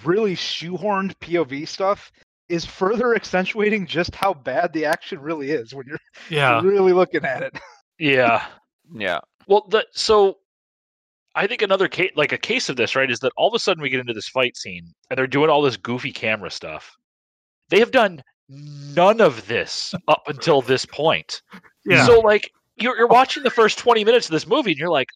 really shoehorned POV stuff is further [laughs] accentuating just how bad the action really is when you're [laughs]
yeah
really looking at it.
yeah.
Yeah.
Well, the, so I think another case, like a case of this, right, is that all of a sudden we get into this fight scene and they're doing all this goofy camera stuff. They have done none of this up until this point.
yeah
So like you're you're watching the first 20 minutes of this movie and you're like,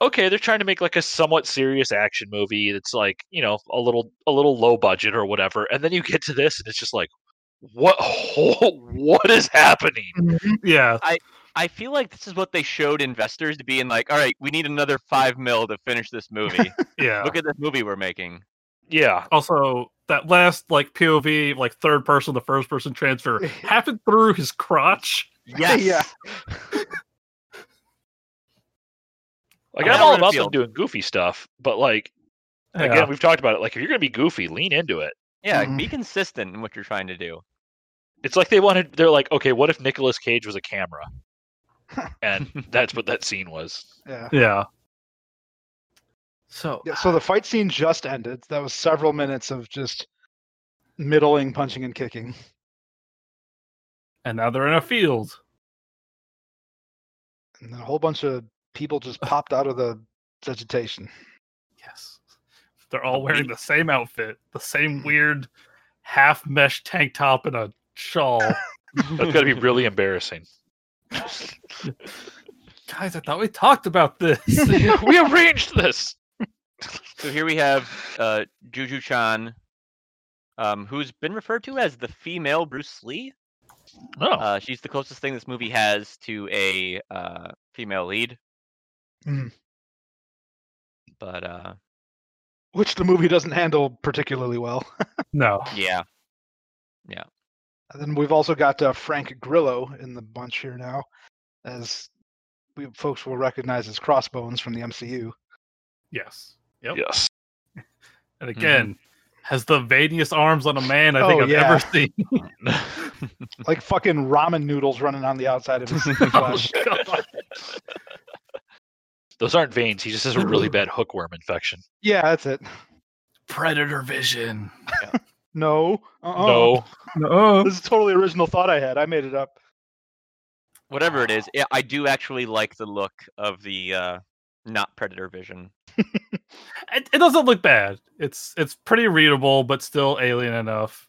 okay, they're trying to make like a somewhat serious action movie that's like, you know, a little a little low budget or whatever. And then you get to this and it's just like what [laughs] what is happening?
yeah
I feel like this is what they showed investors to be in like, all right, we need another five mil to finish this movie.
yeah
Look at this movie we're making. [laughs]
Yeah.
also that last like pov like third person to first person [laughs] transfer happened through his crotch
Yes.
yeah.
Like
Yeah,
I'm all
Renfield.
about them doing goofy stuff, but like again,
Yeah.
we've talked about it. Like if you're gonna be goofy, lean into it.
Yeah.
Mhm.
Be consistent in what you're trying to do.
It's like they wanted they're like, okay, what if Nicolas Cage was a camera?
[laughs]
and that's what that scene was.
[laughs] Yeah.
Yeah. So
Yeah, so the fight scene just ended. That was several minutes of just middling, punching, and kicking.
and now they're in a field.
And then a whole bunch of people just popped out of the vegetation.
Yes. Mm. They're all wearing the same outfit, the same weird half mesh tank top and a [laughs] shawl.
That's gotta
[laughs]
be really embarrassing. [laughs]
Guys, I thought we talked about [laughs] this.
we arranged this.
So here we have uh, Juju Chan, um, who's been referred to as the female Bruce Lee.
Oh.
Uh, she's the closest thing this movie has to a uh, female lead.
Mhm.
But uh,
Which the movie doesn't handle particularly well.
No.
yeah,
And then we've also got uh, Frank Grillo in the bunch here now, as we folks will recognize as
[laughs]
Crossbones from the MCU.
Yes. Yep.
Yes.
And again, has the veiniest arms on a man I think
Oh,
I've
yeah.
ever seen.
like fucking ramen noodles running on the outside of
[laughs]
his
Oh,
flesh.
Those aren't veins. He just has a really bad hookworm infection.
yeah, that's it.
[laughs] Predator vision.
No.
Oh.
Uh-uh.
No.
[laughs]
No.
This is totally original thought I had. I made it up.
Whatever it is, yeah, I do actually like the look of the uh, not Predator Vision.
It, it doesn't look bad. It's it's pretty readable, but still alien enough.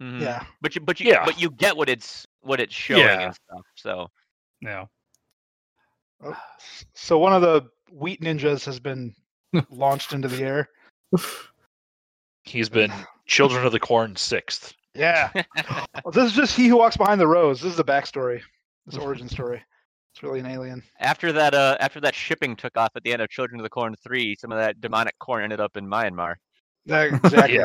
Hmm.
Mhm.
Yeah.
but you, but you,
Yeah.
but you get what it's what it's showing
Yeah.
and stuff. So
No.
Oh, So one of the wheat ninjas has
[laughs]
been launched into the air.
He's been Children of the Corn sixth. [laughs]
Yeah. Well, this is just he who walks behind the rose. This is the backstory. This
[laughs]
origin story. It's really an alien.
after that, uh, after that shipping took off at the end of Children of the Corn three, some of that demonic corn ended up in Myanmar.
Yeah, Exactly.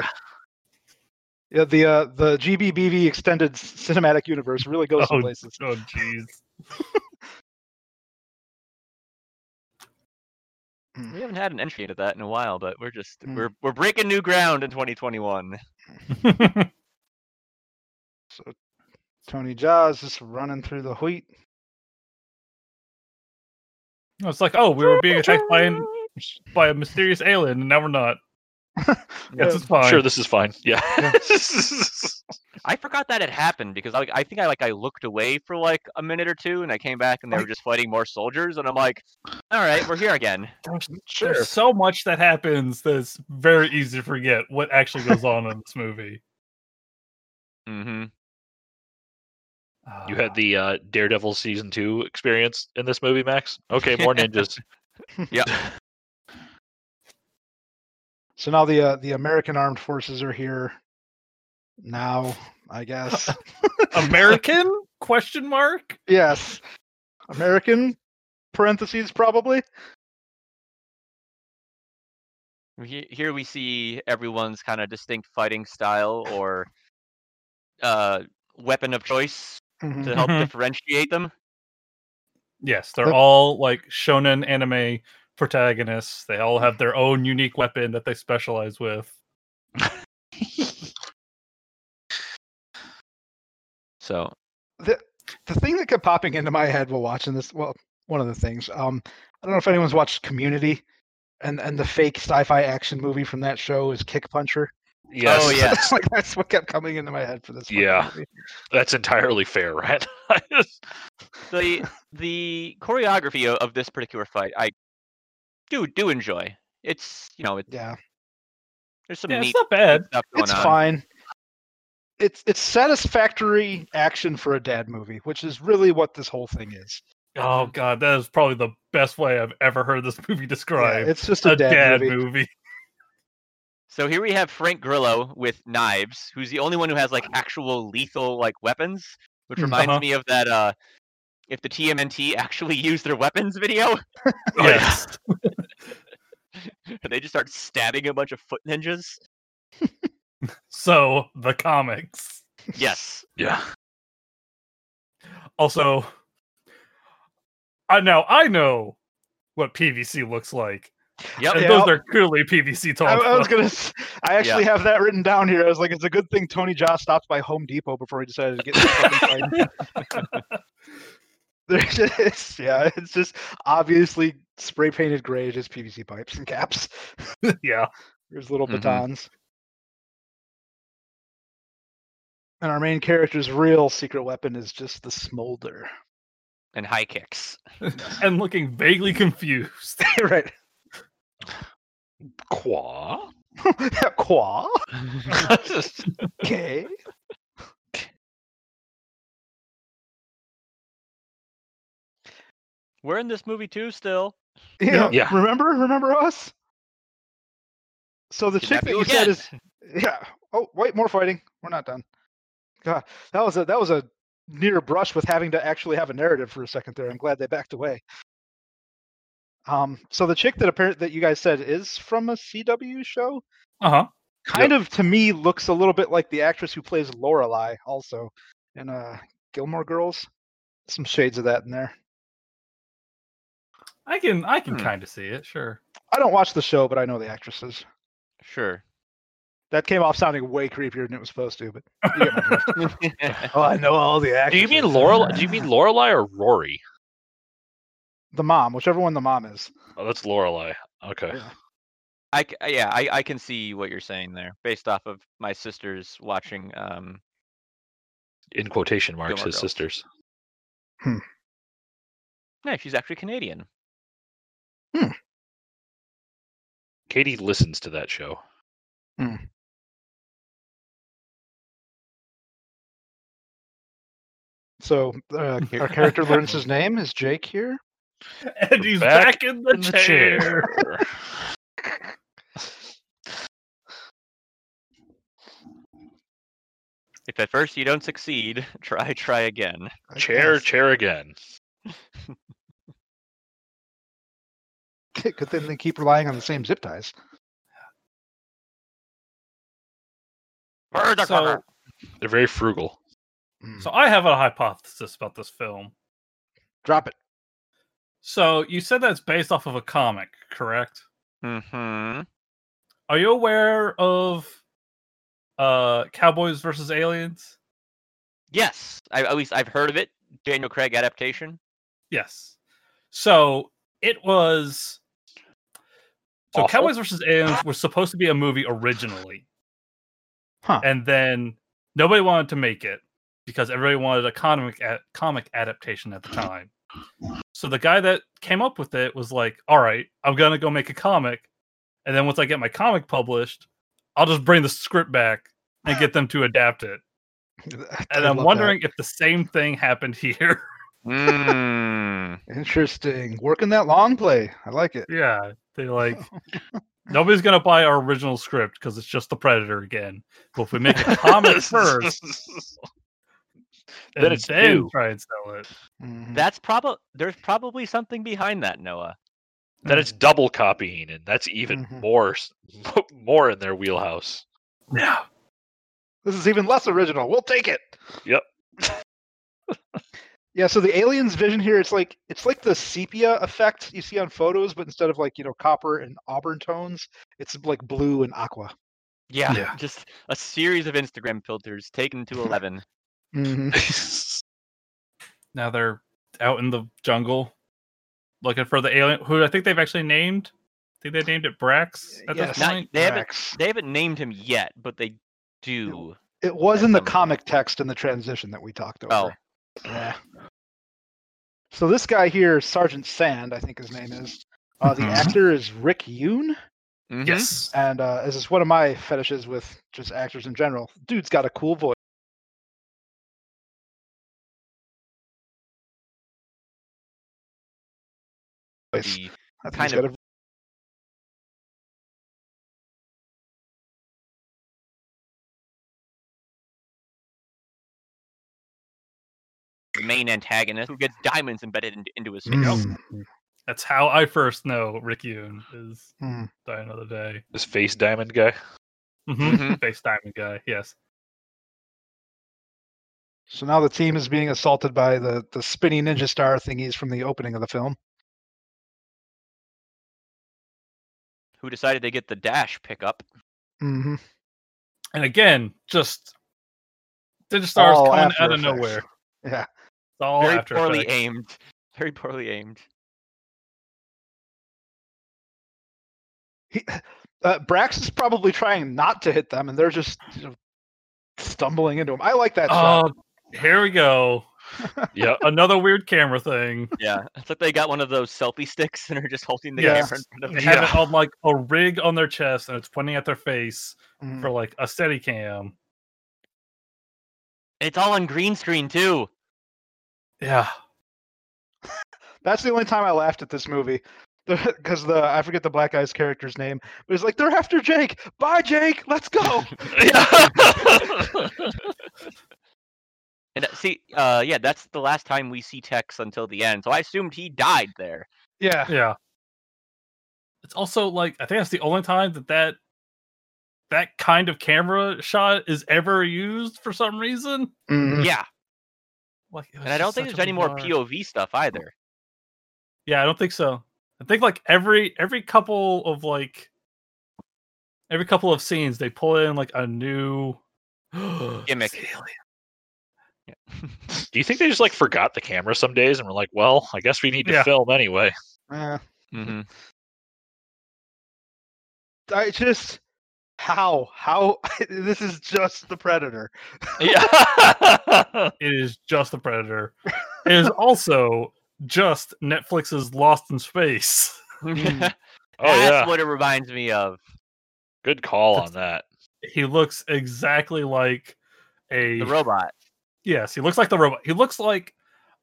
yeah. the uh, the GBBV extended s- cinematic universe really goes
Oh,
some places.
Oh jeez.
We haven't had an entry into that in a while, but we're just
Mm.
we're we're breaking new ground in 2021.
Tony Jaws just running through the wheat.
it's like, oh, we were being attacked by an, by a mysterious alien, and now we're not. Yes, it's fine.
Sure, this is fine. Yeah.
Yeah.
I forgot that had happened because I I think I like I looked away for like a minute or two and I came back and they were just fighting more soldiers and I'm like, all right, we're here again.
Sure.
There's so much that happens that it's very easy to forget what actually goes on in this movie.
Mm-hmm.
[laughs] you
Ah.
had the uh, Daredevil season two experience in this movie, Max. Okay,
[laughs]
more ninjas.
So now the uh, the American armed forces are here. Now, I guess.
American question mark.
yes. American parentheses probably.
Here we see everyone's kind of distinct fighting style or uh, weapon of choice
Mhm.
to help
Mhm.
differentiate them.
Yes, they're
Yep.
all like shonen anime protagonists. They all have their own unique weapon that they specialize with.
So
the thing that kept popping into my head while watching this well one of the things um i don't know if anyone's watched community and and the fake sci-fi action movie from that show is kick puncher
Yes.
Oh, yeah.
that's like that's what kept coming into my head for this fucking
Yeah.
movie.
That's entirely fair, right? [laughs]
the the choreography o- of this particular fight, I do do enjoy. It's you know it,
yeah
there's some
Yeah,
neat
it's not bad.
stuff going
it's
on.
fine it's it's satisfactory action for a dad movie which is really what this whole thing is
Oh god, that is probably the best way I've ever heard this [laughs] movie
Yeah,
described.
it's just a, dad, movie, [laughs]
So here we have Frank Grillo with knives, who's the only one who has like actual lethal like weapons, which
Mm,
reminds
uh-huh.
me of that uh if the TMNT actually [laughs] used their weapons video,
[laughs]
[laughs]
Yes.
and they just start stabbing a bunch of foot ninjas.
So the comics.
Yes.
yeah.
Also, I now I know what PVC looks like.
Yep.
And
Yeah.
those are clearly PVC
I,
talks.
I was gonna s- i actually have that written down here i was like it's a good thing tony josh stopped by home depot before he decided to get in the fucking fight. [laughs] There's just, yeah, it's just obviously spray painted gray, just PVC pipes and caps.
[laughs] yeah.
There's little
Mhm.
batons. And our main character's real secret weapon is just the smolder.
And high kicks.
And looking vaguely confused.
[laughs] right. [laughs]
Qua.
Qua? Okay.
We're in this movie too still.
Yeah.
Yeah.
Remember? Remember us? So the chick
Kidnap
that
you [laughs]
you said
again.
is yeah. Oh wait, more fighting. We're not done. God, that was a that was a near brush with having to actually have a narrative for a second there. I'm glad they backed away. Um, so the chick that apparent that you guys said is from a CW show,
Uh-huh.
kind of to me looks a little bit like the actress who plays Lorelai also in uh Gilmore Girls. Some shades of that in there.
I can I can
Hmm.
[laughs] kind of see it, sure.
[laughs] I don't watch the show, but I know the actresses.
Sure. [laughs]
That came off sounding way creepier than it was supposed to, but you get my drift.
[laughs]
oh, I know all the actors.
Do you mean
[laughs]
Laurel? Do you mean Lorelai or Rory?
the mom, whichever one the mom is?
Oh, that's Lorelai. Okay.
Yeah.
I c- uh, yeah, I, I can see what you're saying there, based off of my sisters watching. Um,
In quotation marks,
Gilmore
his
Girls.
sisters.
no, she's actually Canadian.
Katie listens to that show.
So
[laughs]
uh,
Here-
our character learns his name is Jake here.
And he's
Back
back, in the, chair. [laughs]
[laughs]
If at first you don't succeed, [laughs] try try again.
I
chair,
guess.
chair again.
[laughs] Good thing they keep relying on the same zip ties.
So,
They're very frugal.
Mm.
so I have a hypothesis about this film.
Drop it.
So you said that's based off of a comic, correct?
hmm
Are you aware of uh Cowboys versus Aliens?
Yes, I, at least I've heard of it. Daniel Craig adaptation.
Yes. So it was. So
Awful.
Cowboys versus Aliens was supposed to be a movie originally,
Huh.
and then nobody wanted to make it because everybody wanted a comic a- comic adaptation at the time. So the guy that came up with it was like, "All right, I'm gonna go make a comic, and then once I get my comic published, I'll just bring the script back and get them to adapt it."
[laughs] I
And
love
I'm
that.
wondering if the same thing happened [laughs] here.
Mm.
Interesting. Working that long play. I like it.
Yeah, they like nobody's gonna buy our original script because it's just the Predator again. But if we make a
[laughs]
comic first,
Then
then
it's
it's then
new.
try and sell it.
[laughs]
Mhm.
That's probably there's probably something behind that, Noah.
then it's double copying, and that's even
Mhm.
more s- [laughs] more in their [laughs] wheelhouse.
Yeah,
This is even less original. We'll take it.
Yep.
[laughs] yeah, so the alien's vision here, it's like it's like the sepia effect you see on photos, but instead of like, you know, copper and auburn tones, it's like blue and aqua.
Yeah,
Yeah.
[laughs] just a series of Instagram filters taken to eleven.
Mhm.
now they're out in the jungle looking for the alien who I think they've actually named. I think they named it Brax at
Yes.
this
Not-
point.
they haven't
Rex.
they haven't named him yet, but they do.
It was
at
in the
some point.
comic text in the transition that we talked over.
Oh,
Yeah. So this guy here, Sergeant Sand, I think his name is. Uh, the
Mm-hmm.
Mhm.
actor is Rick Yoon,
mhm.
Yes.
and uh, this is one of my fetishes with just actors in general. Dude's got a cool voice. Voice.
The-
I think
kind
he's got
of-
a-
the main antagonist who gets diamonds embedded in, into his face.
Mm,
That's how I first know Rick Yoon is
mm.
Die Another Day.
this face diamond guy.
Mm-hmm.
Mhm.
Face diamond guy, yes.
So now the team is being assaulted by the the spinning ninja star thingies from the opening of the film.
Who decided to get the dash pickup?
Mm-hmm.
And again, just Ninja Stars
All
coming
After
out of
Effects.
nowhere.
[laughs]
It's
Yeah.
all
Very
after
poorly
Effects.
aimed. [laughs] Very poorly aimed.
he, uh, Brax is probably trying not to hit them, and they're just you know, stumbling into him. I like that shot.
Oh, here we go.
[laughs] Yeah,
Another weird camera thing.
[laughs]
Yeah, [laughs] it's like they got one of those selfie sticks and are just holding the
Yes.
camera in front of
They
them.
have
Yeah.
it on like a rig on their chest and it's pointing at their face
Mm.
for like a steady cam.
It's all on green screen too.
Yeah.
That's the only time I laughed at this movie. [laughs] Because the I forget the black guy's character's name, but it's like they're after Jake. Bye, Jake. Let's go.
And that- see, uh, yeah, that's the last time we see Tex until the end. So I assumed he died there.
[laughs] yeah,
Yeah. It's also like I think that's the only time that that that kind of camera shot is ever used for some reason.
Mhm.
Yeah,
Like, it was
and I don't
just
think
such
there's
a
any more
bizarre-
POV stuff either.
Yeah, I don't think so. I think like every every couple of like Every couple of scenes, they pull in like a new
Gimmick.
It's alien.
[laughs] Do you think they just like forgot the camera some days and were like, well, I guess we need to
Yeah.
film anyway?
Yeah.
Mm-hmm.
[laughs] hmm
I just how how [laughs] this is just the predator.
Yeah.
[laughs] It is just the Predator. it is also just Netflix's Lost in Space.
Mm. [laughs]
That's
oh yeah.
what it reminds me of.
Good call on that.
He looks exactly like a
The robot.
Yes, he looks like the robot. He looks like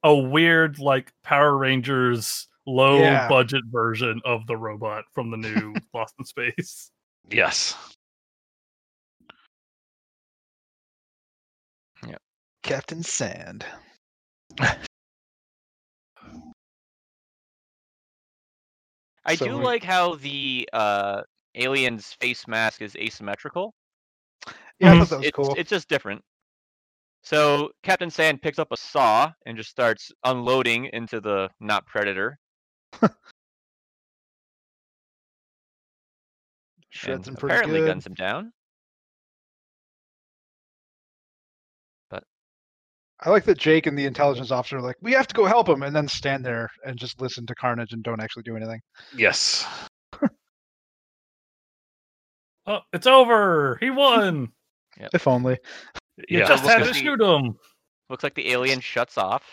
a weird, like Power Rangers low
Yeah.
budget version of the robot from the new Lost in Space.
Yes.
Captain Sand.
I
So
do
we-
like how the uh, alien's face mask is asymmetrical.
Yeah, I
Mhm.
thought that was
it's,
cool.
it's just different. So Captain Sand picks up a saw and just starts unloading into the not predator.
Shreds him
and
pretty
apparently
good.
guns him down.
I like that Jake and the intelligence officer are like, we have to go help him, and then stand there and just listen to carnage and don't actually do anything.
Yes.
Oh, it's over.
[laughs]
He won.
If only.
You
Yeah.
just
look
had
at
to
the-
shoot
[sighs]
him.
Looks like the alien shuts off.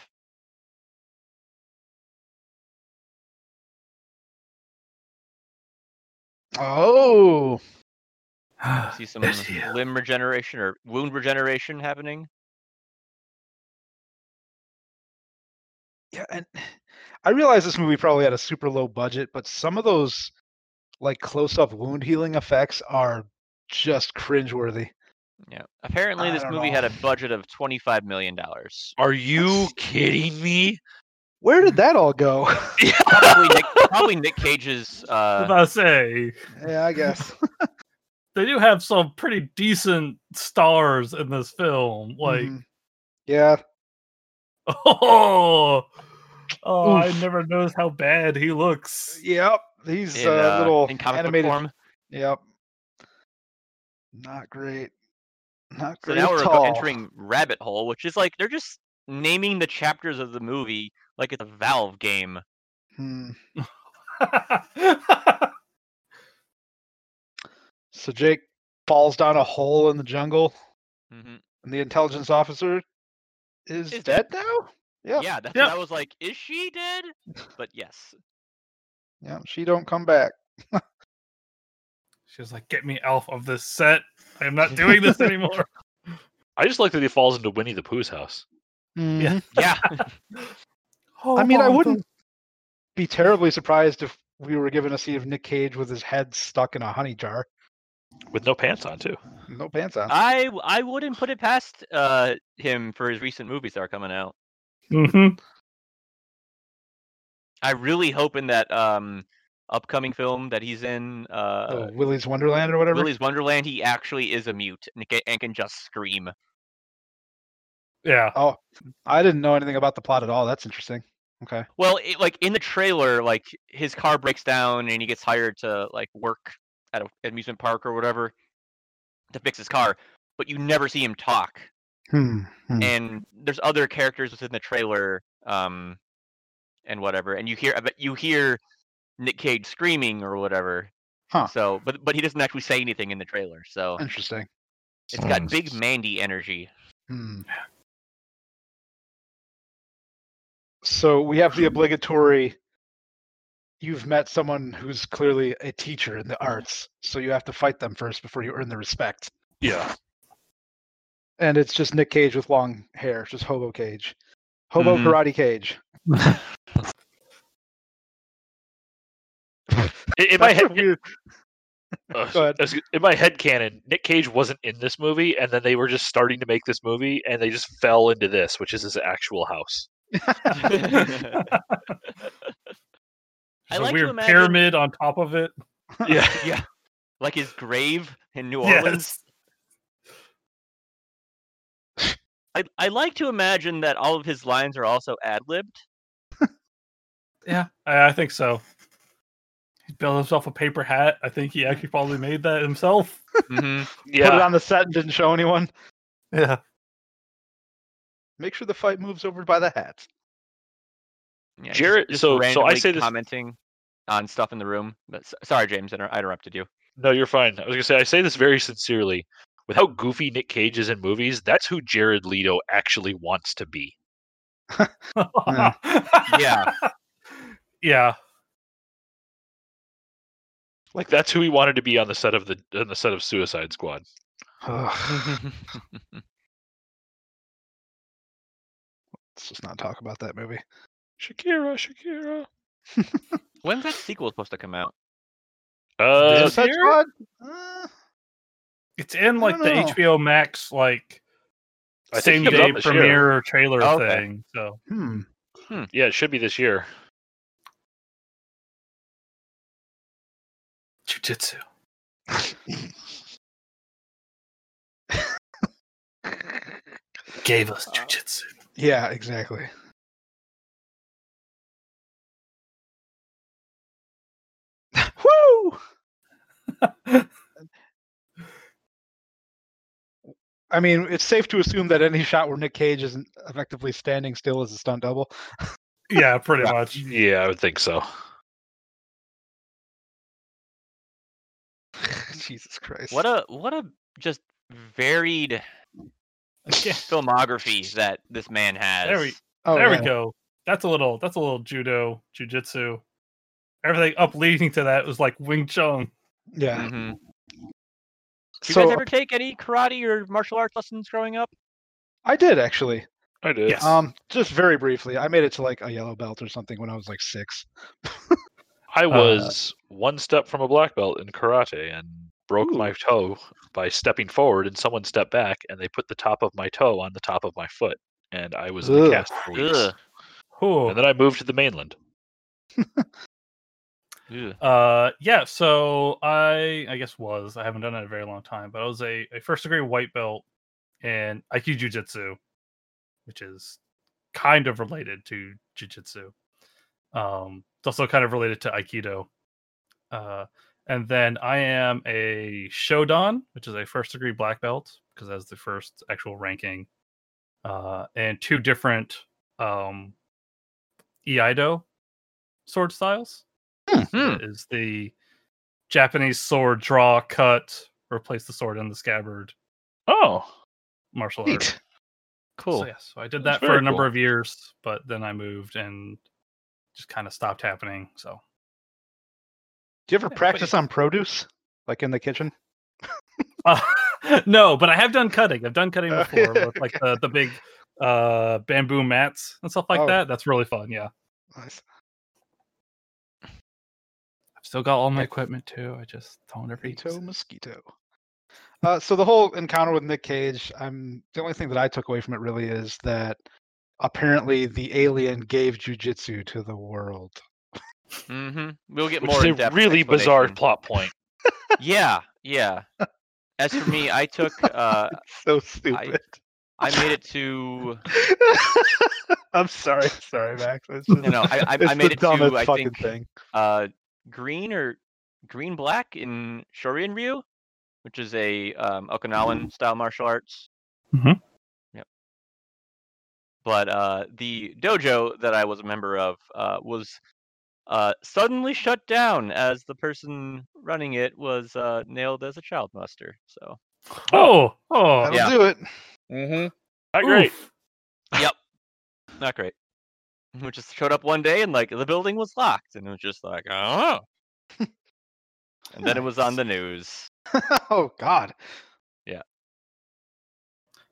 Oh, Uh,
See some
Bless you.
limb regeneration or wound regeneration happening.
yeah, and I realize this movie probably had a super low budget, but some of those like close-up wound healing effects are just cringeworthy.
Yeah. Apparently,
I
this
don't
movie
know.
had a budget of twenty-five million dollars.
Are you kidding me?
Where did that all go?
Probably Nick, probably Nick Cage's.
I was
Uh,
about to say
[laughs] yeah, I [laughs] guess.
they do have some pretty decent stars in this film. Like, [laughs]
Mhm. yeah,
oh, oh, I
Oof.
never noticed how bad he looks. [laughs]
yep. He's
in,
uh,
uh,
little
in comic book
animated.
form.
Yep. Not great. Not
So
great.
now
at
we're go-
all.
entering rabbit hole, which is like they're just naming the chapters of the movie like it's a Valve game.
Hmm.
yeah,
So Jake falls down a hole in the jungle,
Mhm.
and the intelligence officer is
Is
dead
dead.
now. Yeah.
Yeah, that's
Yeah.
what I was like, is she dead? But yes.
Yeah, she don't come back.
she was like, "Get me off of this set. I am not doing
[laughs]
this anymore."
I just like that he falls into Winnie the Pooh's house.
Mhm.
Yeah.
Oh
I mean, I
my
wouldn't be terribly surprised if we were given a scene of Nick Cage with his head stuck in a honey jar,
With no pants on too.
no pants
[laughs]
on.
I w- I wouldn't put it past uh him for his recent movies that are coming out.
Mhm.
I really hope in that um upcoming film that he's in uh
Oh, Willy's Wonderland or whatever.
Willy's Wonderland, he actually is a mute and can, and can just scream.
Yeah.
I didn't know anything about the plot at all. That's interesting. Okay.
Well, it, like in the trailer, like his car breaks down and he gets hired to like work at a amusement park or whatever to fix his car, but you never see him talk.
Hmm. Hmm.
And there's other characters within the trailer, um, and whatever, and you hear, but you hear Nick Cage screaming or whatever.
Huh.
So, but but he doesn't actually say anything in the trailer, so
Interesting.
it's got big Mandy energy. [laughs]
Hmm. So we have the obligatory you've met someone who's clearly a teacher in the arts, so you have to fight them first before you earn the respect.
Yeah.
And it's just Nick Cage with long hair, just hobo cage. Hobo
Mhm.
Mm-hmm.
karate cage.
In,
[laughs]
in my
That's a
head, [laughs]
weird-
uh,
go ahead.
as- in my head canon, Nick Cage wasn't in this movie, and then they were just starting to make this movie, and they just fell into this, which is his actual house.
I
There's a
like to
weird
imagine,
pyramid on top of it.
Yeah.
yeah, like his grave in New Orleans.
Yes.
I, I like to imagine that all of his lines are also ad libbed.
Yeah, I, I think so. built himself a paper hat. I think he actually probably made that himself.
hmm
[laughs] Yeah.
Put it on the set and didn't show anyone.
Yeah.
Make sure the fight moves over by the hat.
Yeah,
Jarrett- so- so I
randomly
say this-
commenting on stuff in the room. But s- sorry, James, inter- I interrupted you.
No, you're fine. I was gonna say I say this very sincerely. With how goofy Nick Cage is in movies, that's who Jared Leto actually wants to be. Hmm.
Yeah.
[laughs] Yeah.
Like that's who he wanted to be on the set of the on the set of Suicide Squad. Mm-hmm.
Ugh, Let's just not talk about that movie.
Shakira, Shakira.
[laughs] When's that sequel supposed to come out?
Uh,
This
Suicide
year?
Squad? Uh,
It's in
I
like
don't
the
know.
HBO Max like
I
same
think it comes out
day
this year.
premiere trailer
Oh, okay.
thing. So
hmm.
yeah, it should be this year.
jujitsu.
Uh, hmm. [laughs]
Gave us jujitsu.
Yeah, exactly. [laughs] Woo! I mean, it's safe to assume that any shot where Nick Cage isn't effectively standing still is a stunt double. [laughs]
Yeah, pretty much.
Yeah, I would think so.
Jesus Christ.
What a [laughs] what a just varied filmography that this man has.
There we
Oh,
there
yeah.
we go. That's a little that's a little judo, jujitsu. Everything up leading to that was like Wing Chun.
Yeah.
Mhm. Did you
So
guys ever take any karate or martial arts lessons growing up?
I did actually.
I did.
Yes.
Um, just very briefly, I made it to like a yellow belt or something when I was like six.
Uh,
I was one step from a black belt in karate and broke my toe by stepping forward, and someone stepped back, and they put the top of my toe on the top of my foot, and I was in the
Ugh.
cast for weeks.
Ugh.
Cool.
And then I moved to the mainland.
Ugh.
Uh yeah, so I I guess was I haven't done it in a very long time, but I was a, a first degree white belt in Aikido Jujitsu, which is kind of related to Jujitsu. Um, it's also kind of related to Aikido. Uh, and then I am a Shodan, which is a first degree black belt because that's the first actual ranking. Uh, and two different um, Eido sword styles
Hmm.
is the Japanese sword draw, cut, replace the sword in the scabbard
Oh,
martial art.
Neat.
cool.
So, yeah, so I did that
That's
for a
very
number
cool.
of years, but then I moved and just kind of stopped happening. So [laughs]
Do you ever
Yeah, but-
practice on produce, like in the kitchen?
Uh, no, but I have done cutting. I've done cutting
Oh,
before
yeah,
with like the, the big uh bamboo mats and stuff like
Oh.
that. That's really fun. Yeah.
Nice.
I've still got all my equipment too. I just don't ever use
Mosquito,
it.
mosquito. Uh, so the whole encounter with Nick Cage, I'm the only thing that I took away from it really is that apparently the alien gave jujitsu to the world.
hmm We'll get
Which
more
is a
in-depth
really bizarre
explanation.
plot [laughs] point.
yeah,
[laughs]
yeah. As for me, I took uh,
It's so stupid.
I made it to
[laughs] I'm sorry, sorry, Max.
[laughs]
It's just,
you know
[laughs]
I, I,
it's
I made
the
it to
dumbest
I
fucking
think
thing.
uh, green or green black in Shorin Ryu, which is a um, Okinawan style martial arts.
Mm-hmm.
Mhm.
Yep. But uh, the dojo that I was a member of uh, was uh, suddenly shut down as the person running it was uh, nailed as a child muster. So.
Oh, oh,
That'll
yeah.
do it. [laughs]
Mm-hmm.
Not great.
oof.
Not great. [laughs] We just showed up one day and like the building was locked, and it was just like, oh. and then it was on the news.
oh God.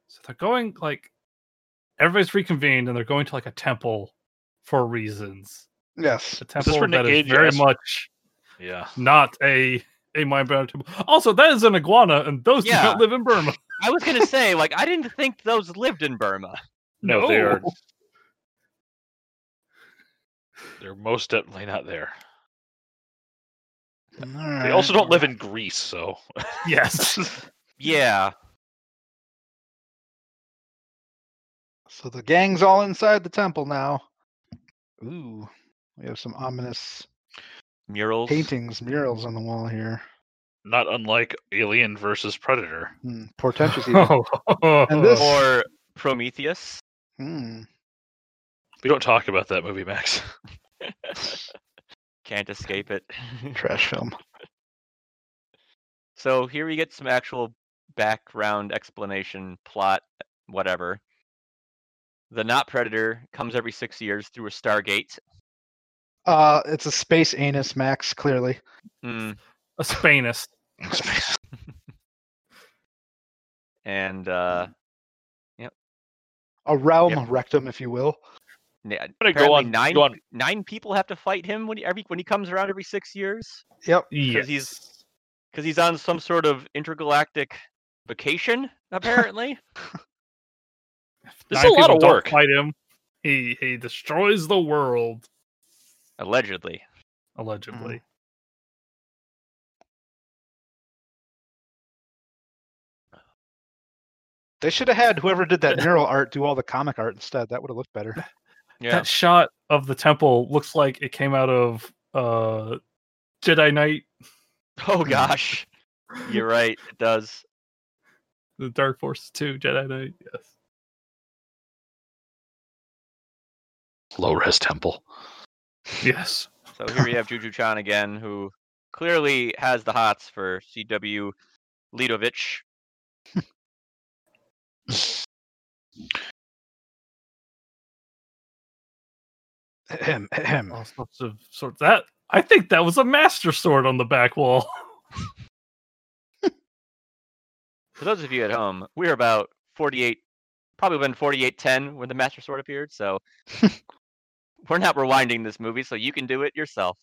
So they're going like everybody's reconvened and they're going to like a temple for reasons.
Yes.
A
this
temple
where
that
Nick
is
Cage
very
asked-
much
Yeah.
not a a mind bound temple. Also, that is an iguana, and those do
Yeah.
not live in Burma.
I was gonna say, like, I didn't think those lived in Burma.
No, they are. [laughs] They're most definitely not there. They
Uh,
also don't live in Greece, so
[laughs] Yes.
Yeah.
So the gang's all inside the temple now. Ooh, we have some ominous
Hmm. murals.
paintings, murals on the wall here.
Not unlike Alien versus Predator.
[laughs]
Hmm, portentous. even.
Oh,
And this-
Or Prometheus.
Hmm.
We don't talk about that movie, Max. [laughs]
Can't escape it. [laughs]
[laughs] Trash film.
So here we get some actual background explanation, plot, whatever. The not predator comes every six years through a stargate.
Uh, it's a space anus, Max. Clearly,
Mm,
a Spanist.
and uh,
Mm.
a realm
Yep.
rectum, if you will.
na-
I'm gonna go
apparently
on,
nine
go on.
nine people have to fight him when he, every when he comes around every six years
Yep.
Yes.
he's- because he's on some sort of intergalactic vacation apparently.
This is
Nine
a lot
people
of
don't
work.
Fight him. He he destroys the world
Allegedly,
Hmm. Mm,
allegedly.
They should have had whoever did [laughs] that mural art do all the comic art instead. That would have looked better. [laughs]
yeah.
That shot of the temple looks like it came out of uh Jedi Knight,
[laughs] Oh gosh, you're right. It does.
[laughs] the Dark Forces 2 Jedi Knight. Yes.
Low res temple.
Yes.
So here we have Juju Chan again, who clearly has the hots for CW Lidovich.
Ahem, ahem.
All sorts of sorts. That I think that was a master sword on the back wall. [laughs]
For those of you at home, we're about 48, probably been 4810 when the Master Sword appeared.
[laughs]
So we're not rewinding this movie, so you can do it yourself.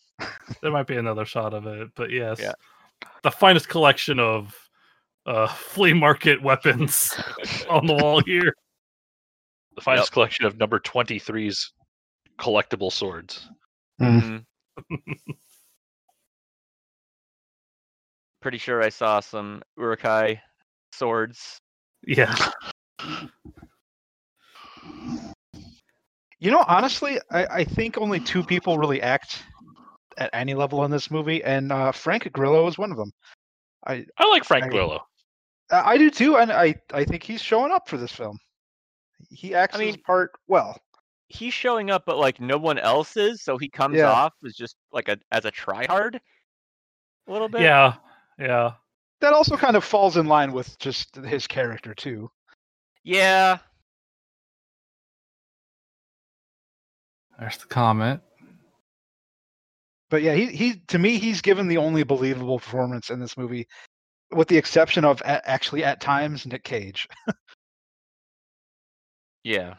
there might be another shot of it, but yes.
Yeah.
The finest collection of uh [laughs] flea market weapons on the wall here.
The finest collection of number 23's collectible swords.
Hmm. Mm.
Mhm. Pretty sure I saw some Urukai swords.
Yeah.
You know, honestly, I, I think only two people really act at any level in this movie, and uh, Frank Grillo is one of them.
I like Frank
I-
Grillo.
Uh, I I do too, and I, I think he's showing up for this film. He acts his
mean-
part well.
He's showing up, but like no one else is, so he comes
Yeah.
off as just like a as a tryhard, a little bit.
Yeah. Yeah.
That also kind of falls in line with just his character too.
Yeah.
There's the comment.
But yeah, he he to me he's given the only believable performance in this movie, with the exception of a actually at times Nick Cage.
Yeah.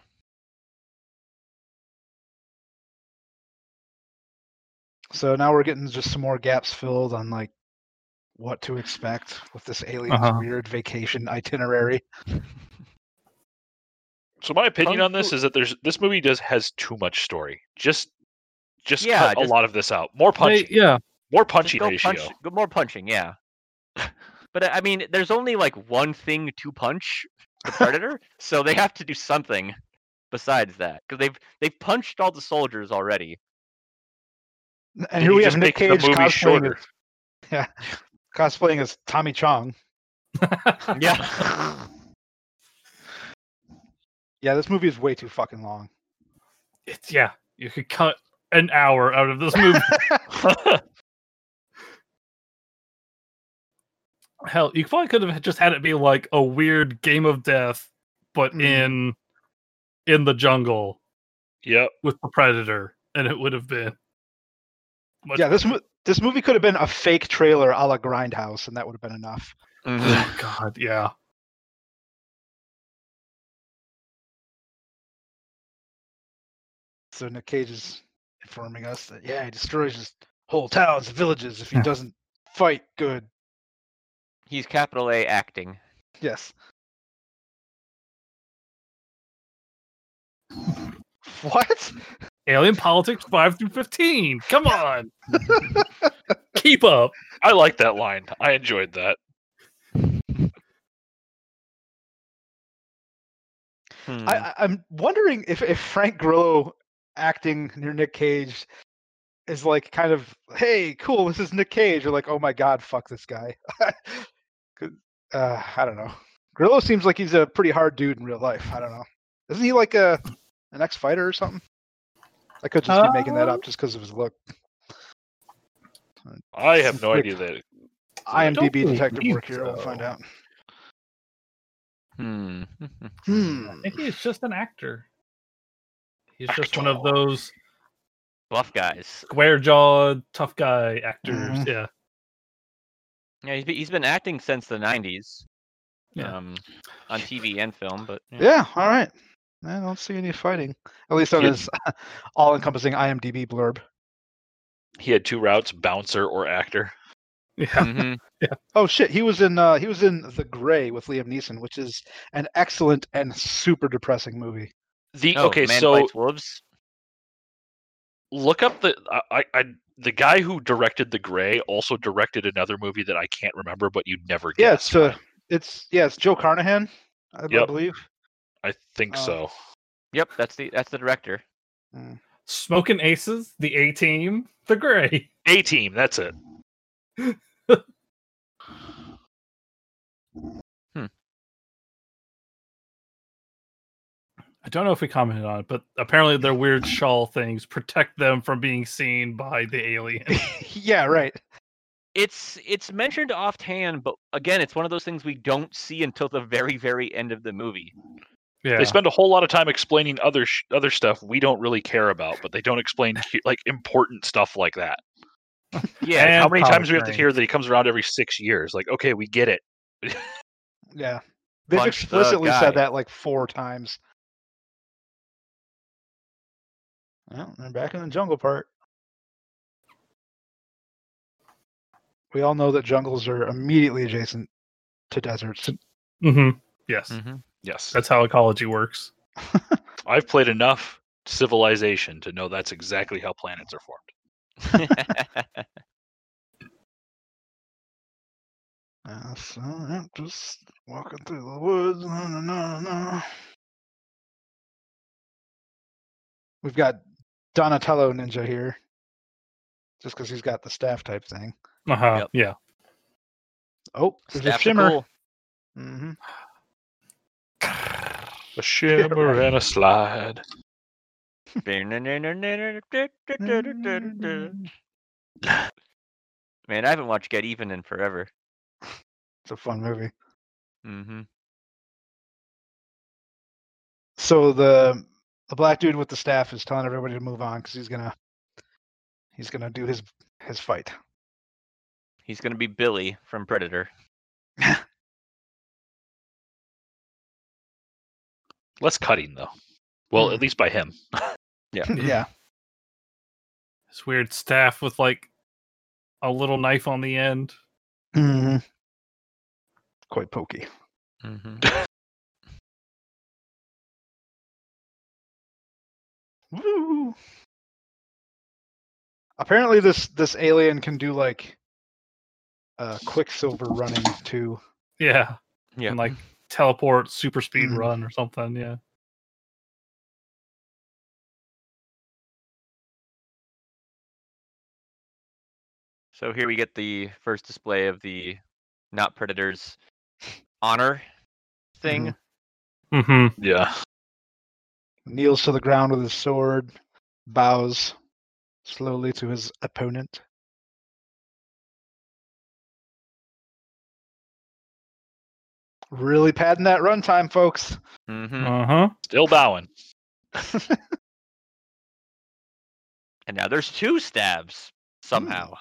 So now we're getting just some more gaps filled on like what to expect with this alien's
Uh-huh.
weird vacation itinerary.
So my opinion
Kung
on this
Fu-
is that there's this movie does has too much story. Just just
Yeah,
cut
just-
a lot of this out. More punchy.
yeah.
More
Just
punchy
go
ratio.
punch- go more punching, yeah. [laughs] but uh, I I mean, there's only like one thing to punch the predator, so they have to do something besides that because they've they've punched all the soldiers already.
N-
Did
And here
you
we have
just
Nick
make
Cage
the movie
cosplaying
shorter?
as, cosplaying as Tommy Chong.
[laughs] Yeah,
Yeah, this movie is way too fucking long.
It's yeah. You could cut an hour out of this movie. Hell, you probably could have just had it be like a weird game of death, but
Mm.
in in the jungle
yep.
with the predator, and it would have been much
yeah, this mo- this movie could have been a fake trailer a la Grindhouse, and that would have been enough.
[laughs] Mhm.
Oh, God, yeah.
So Nick Cage is informing us that yeah, he destroys his whole towns and villages if he
Yeah.
doesn't fight good.
he's capital A acting.
Yes. [laughs] what?
Alien Politics 5 through 15. Come on. Keep up.
I like that line. I enjoyed that.
Hmm.
Mm.
I, I- I'm wondering if, if Frank Grillo acting near Nick Cage is like kind of hey cool this is Nick Cage. You're like oh my god fuck this guy. [laughs] 'Cause, uh, I don't know. Grillo seems like he's a pretty hard dude in real life. I don't know. Isn't he like a an ex fighter or something? I could just be making that
Um,
up just because of his look.
I have
[laughs]
no idea that.
IMDb
don't
detective
believe
work here. We'll find
so.
out.
[laughs] Hmm.
Hmm.
I think he's just an actor.
He's just one of those
Buff guys.
square jawed tough guy actors.
Mhm.
Yeah.
Yeah, he's been, he's been acting since the '90s.
Yeah.
Um, on TV and film, [laughs] but yeah.
Yeah, all right. I don't see any fighting. At least on
Yeah.
his [laughs] all encompassing IMDb blurb.
He had two routes: bouncer or actor.
Yeah.
Mhm.
Oh shit, he was in uh he was in The Gray with Liam Neeson, which is an excellent and super depressing movie.
The
Oh,
okay,
Man
so
Bites wolves.
look up the I, I I- the guy who directed The Gray also directed another movie that I can't remember, but you'd never guess.
Yeah, it's uh it's yeah, it's Joe Carnahan, I
Yep.
believe. [laughs]
I think
uh,
so.
Yep, that's the that's the director.
Smoking Aces, the A Team, the Gray.
A Team, that's it.
I don't know if we commented on it, but apparently their weird shawl things protect them from being seen by the alien.
yeah, right.
It's it's mentioned offhand, but again, it's one of those things we don't see until the very very end of the movie.
Yeah.
They spend a whole lot of time explaining other sh- other stuff we don't really care about, but they don't explain cu- like important stuff like that.
Yeah,
Like,
And
how many times do we have to
Palestine.
hear that he comes around every six years? Like, okay, we get it.
Yeah. They've
Punch the
explicitly
guy.
said that like four times. Well, they're back in the jungle part. We all know that jungles are immediately adjacent to deserts.
Mhm. Yes.
Mhm.
Yes,
That's how ecology works.
[laughs]
I've played enough Civilization to know that's exactly how planets are formed.
Mm-hmm. [laughs]
Uh, so yeah, just walking through the woods. No, no, no, no. We've got Donatello Ninja here, just because he's got the staff type thing.
Uh-huh.
Yep.
Yeah.
Oh, there's
Staff
a
to
shimmer.
cool.
hmm
[laughs]
A shimmer and a slide.
Man, I haven't watched Get Even in forever.
It's a fun movie.
Mm-hmm.
So the the black dude with the staff is telling everybody to move on because he's gonna he's gonna do his his fight. [laughs]
He's gonna be Billy from Predator.
Less cutting though. Well,
Hmm.
at least by him.
Mhm.
Yeah,
This weird staff with like a little knife on the end.
hmm quite pokey.
Mm-hmm.
Woo! Apparently, this this alien can do like uh Quicksilver running too.
Yeah.
Yeah.
And like teleport, super speed
Mhm.
run or something. Yeah.
So here we get the first display of the not Predators honor thing.
Mm-hmm.
Yeah.
Mm-hmm. Kneels to the ground with his sword, bows slowly to his opponent. Really padding that runtime, folks.
Mm-hmm.
Uh-huh.
Still bowing.
And now there's two stabs
Mm.
somehow.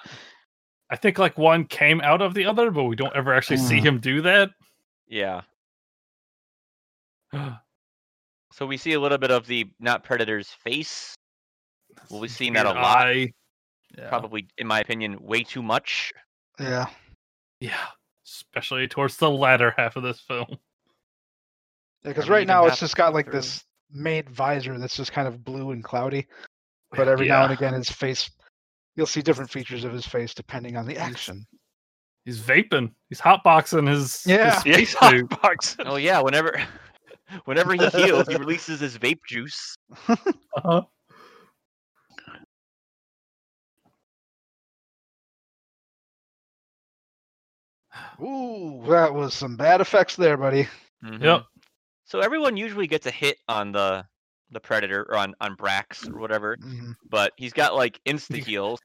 I think like one came out of the other, but we don't ever actually see
Mm.
him do that.
Yeah. So we see a little bit of the not Predator's face. Well, we've seen that a
Weird
lot.
eye. Yeah.
Probably, in my opinion, way too
[laughs]
much.
Yeah.
Yeah. Especially towards the latter half of this film.
Because
mean, you
right
can
now it's
pass
just got like
through.
this main visor that's just kind of blue and cloudy. But every now
Yeah.
and again, his face, you'll see different features of his face depending on the action.
He's vaping. He's hotboxing his
Yeah.
his space
[laughs]
[laughs]
suit.
box.
Oh yeah, whenever [laughs] whenever he heals, he releases his vape juice.
Uh-huh.
Ooh, that was some bad effects there, buddy.
Yep.
Mm-hmm. So everyone usually gets a hit on the the predator or on on Brax or whatever,
Mhm.
but he's got like insta
[laughs]
heals.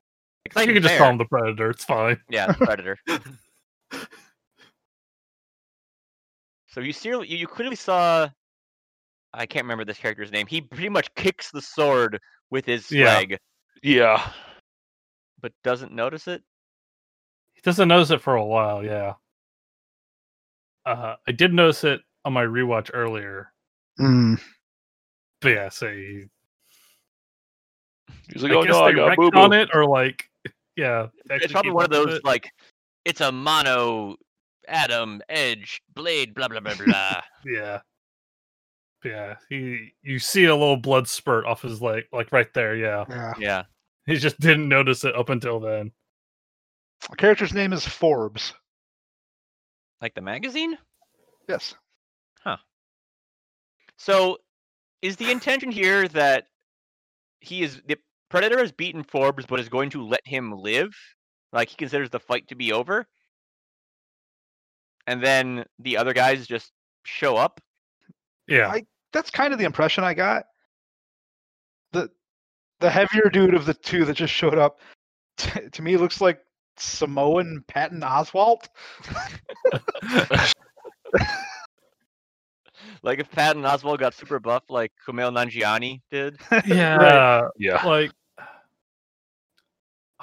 It's
You
not
can
even
just
fair.
call him the Predator. It's fine.
Yeah,
[laughs]
the predator. so you see, you clearly saw. I can't remember this character's name. He pretty much kicks the sword with his
Yeah.
leg,
Yeah.
but doesn't notice it.
He doesn't notice it for a while, yeah. Uh, I did notice it on my rewatch earlier.
Mm.
But yeah, say
He's like,
I
oh
guess
no,
they
I got
wrecked
boo
on
boo.
it or like [laughs] yeah.
It's
actually
probably
keep
one of
up with
those
it.
like, it's a mono, atom, edge, blade, blah blah blah blah.
[laughs]
blah.
Yeah. Yeah. He you see a little blood spurt off his leg, like right there, yeah.
Yeah.
yeah.
He just didn't notice it up until then.
The character's name is Forbes.
Like the magazine?
Yes.
So, is the intention here that he is the predator has beaten Forbes, but is going to let him live? Like he considers the fight to be over, and then the other guys just show up.
Yeah.
I- That's kind of the impression I got. The the heavier dude of the two that just showed up [laughs] t- to me looks like Samoan Patton Oswalt.
Like if Patton Oswald got super buff, like Kumail Nanjiani did.
yeah.
Yeah.
like [sighs]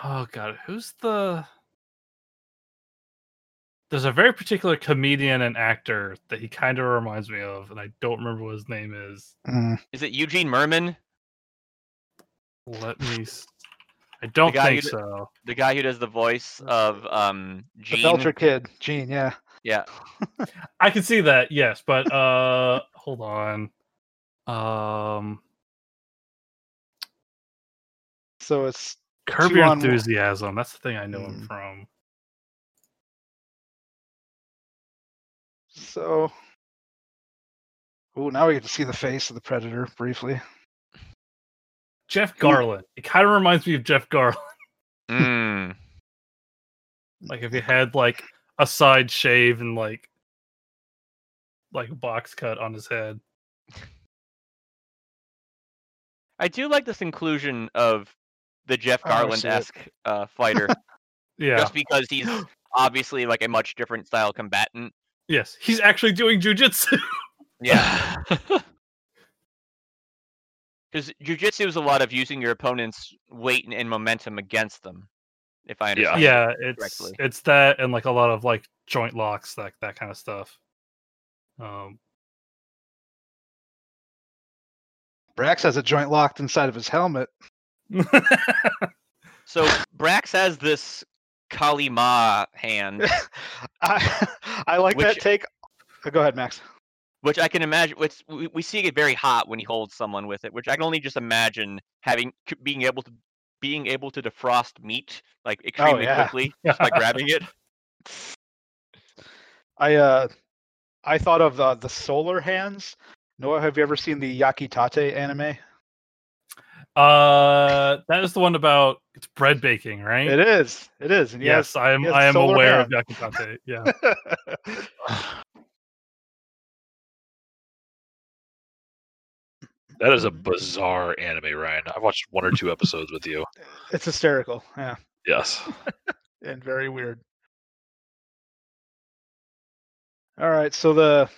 oh god who's the there's a very particular comedian and actor that he kind of reminds me of and i don't remember what his name is
Mm.
Is it Eugene Merman,
let me s- i don't
guy
think
who d-
so
the guy who does the voice of um
The
Gene?
Belcher kid, Gene. Yeah.
Yeah,
i can see that yes but uh [laughs] hold on um
So it's
curb
Two
your
on one.
enthusiasm that's the thing i know him
Mm.
from
so. Oh, now we get to see the face of the predator briefly.
jeff garland it kind of reminds me of jeff garland [laughs]
Mm,
Like if you had like a side shave and like like a box cut on his head.
I do like this inclusion of the Jeff
I wanna
Garland
see it.
esque uh, fighter.
Yeah.
just because he's obviously like a much different style combatant.
yes. He's actually doing jujitsu.
Yeah. Because jujitsu is a lot of using your opponent's weight and, and momentum against them, if I
Yeah.
understand.
[laughs] yeah, it's
correctly.
it's that and like a lot of like joint locks, that that kind of stuff. Um
Brax has a joint locked inside of his
[laughs]
helmet.
So Brax has this Kali Ma
[laughs]
hand,
I, I like
Which-
that take. Uh, Go ahead, Max.
which I can imagine. Which we, we see it get very hot when he holds someone with it, which I can only just imagine having c- being able to being able to defrost meat like extremely
yeah.
quickly just
[laughs]
by grabbing it.
I uh, I thought of uh, the solar hands. Noah, have you ever seen the Yakitate anime?
uh that is the one about it's bread baking, right?
It is. It is. And yes.
Yes, I am
he has
I am
solar
aware of
[laughs]
Yakutante. Yeah.
That is a bizarre anime, Ryan. I've watched one or two episodes with you.
it's hysterical. Yeah,
Yes.
and very weird. All right, so the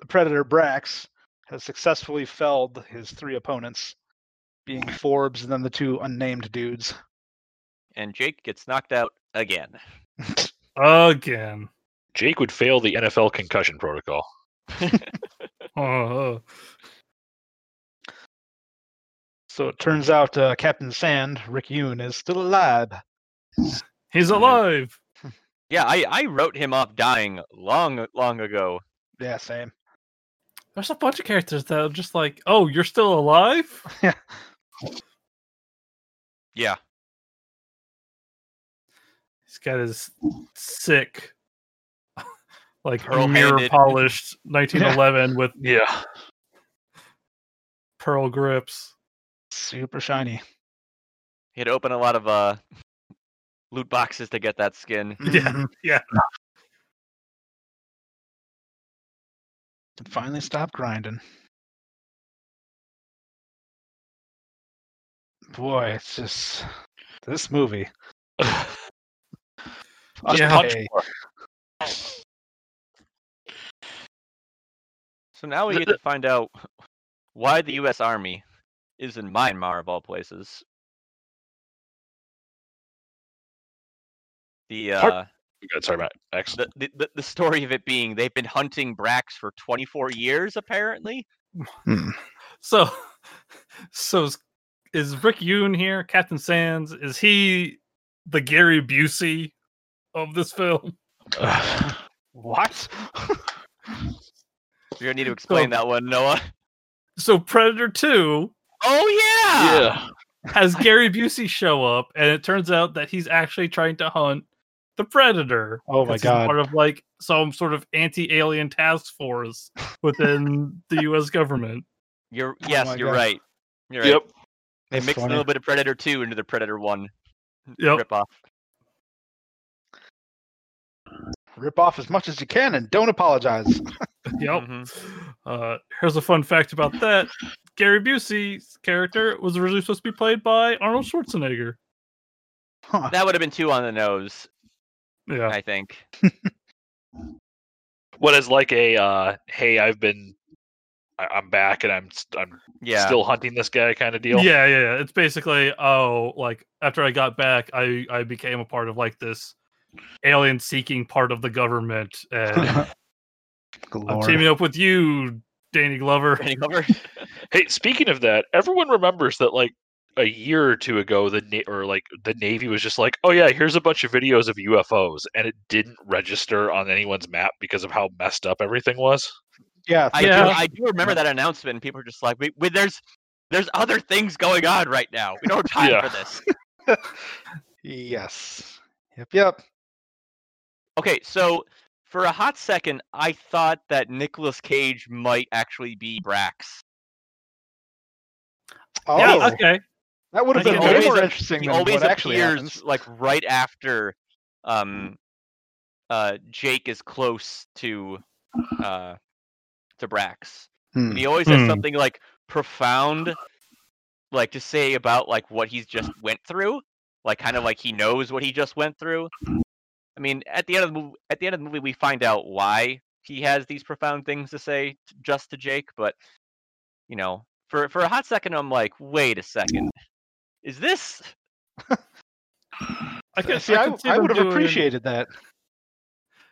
the predator Brax has successfully felled his three opponents, being Forbes and then the two unnamed dudes. [laughs]
And Jake gets knocked out again.
Again.
Jake would fail the NFL concussion protocol.
Oh,
So it turns out uh, Captain Sand, Rick Yoon, is still alive.
he's alive.
Yeah, I, I wrote him off dying long, long ago.
Yeah, same.
There's a bunch of characters that are just like, oh, you're still alive?
Yeah.
He's got his sick, [laughs] like
Pearl-handed.
[laughs]
mirror polished 1911 with
Yeah.
pearl grips.
Super shiny.
He had to open a lot of uh, loot boxes to get that skin.
[laughs]
Mm-hmm.
Yeah.
Mhm. Finally, stop grinding. Boy, it's just this movie.
Just
Yeah.
punch
Okay.
more.
So now we
The-
get to find out [laughs] why the U.S. Army is in Myanmar of all places. The
Part-
uh,
Good, Sorry about it. Excellent.
the, the the- the story of it being they've been hunting Brax for 24 years apparently.
So, [laughs] so is, is Rick Yoon here? Captain Sands is he the Gary Busey of this film? [laughs]
What?
You're gonna need to explain that one, Noah. [laughs]
So Predator Two
Oh
Ah.
yeah,
yeah.
has Gary Busey show up, and it turns out that he's actually trying to hunt the Predator.
Oh my
This is
god!
Part of like some sort of anti-alien task force within the U.S. government.
You're
Oh
yes,
my
you're
God.
right. You're right.
Yep.
They
That's
mixed a
funny.
little bit of Predator 2 into the Predator 1
Yep.
ripoff.
Rip off as much as you can and don't
[laughs]
apologize.
Yep. Uh, here's a fun fact about that: Gary Busey's character was originally supposed to be played by Arnold Schwarzenegger.
Huh.
That would have been two on the nose,
Yeah.
I think.
What is like a uh, hey, I've been, I, I'm back and I'm s- I'm
Yeah. [laughs]
still hunting this guy kind of deal.
Yeah, yeah, yeah. It's basically, oh, like after I got back, I I became a part of like this alien seeking part of the government, and
[laughs]
I'm
Lord.
teaming up with you, Danny Glover.
Running over.
Hey, speaking of that, everyone remembers that like a year or two ago, the Na- or like the Navy was just like, oh yeah, here's a bunch of videos of UFOs, and it didn't register on anyone's map because of how messed up everything was.
yeah,
I, do,
Yeah.
I do remember that announcement. And people are just like, we, we, there's there's other things going on right now. We don't have time
Yeah.
for this.
yes. Yep, yep.
Okay, so for a hot second, I thought that Nicolas Cage might actually be Brax.
Oh,
Yeah, okay.
that would have
Like,
been
he
way
always
more
ap-
interesting
He
than
always
what actually
appears
happens.
like right after um uh Jake is close to uh to Brax.
Hmm.
And he always has
Hmm.
something like profound like to say about like what he's just went through like kind of like he knows what he just went through i mean at the end of the movie at the end of the movie we find out why he has these profound things to say t- just to jake but you know for for a hot second i'm like wait a second is this
I can
See, I,
can see
I
them
would have
doing-
appreciated that.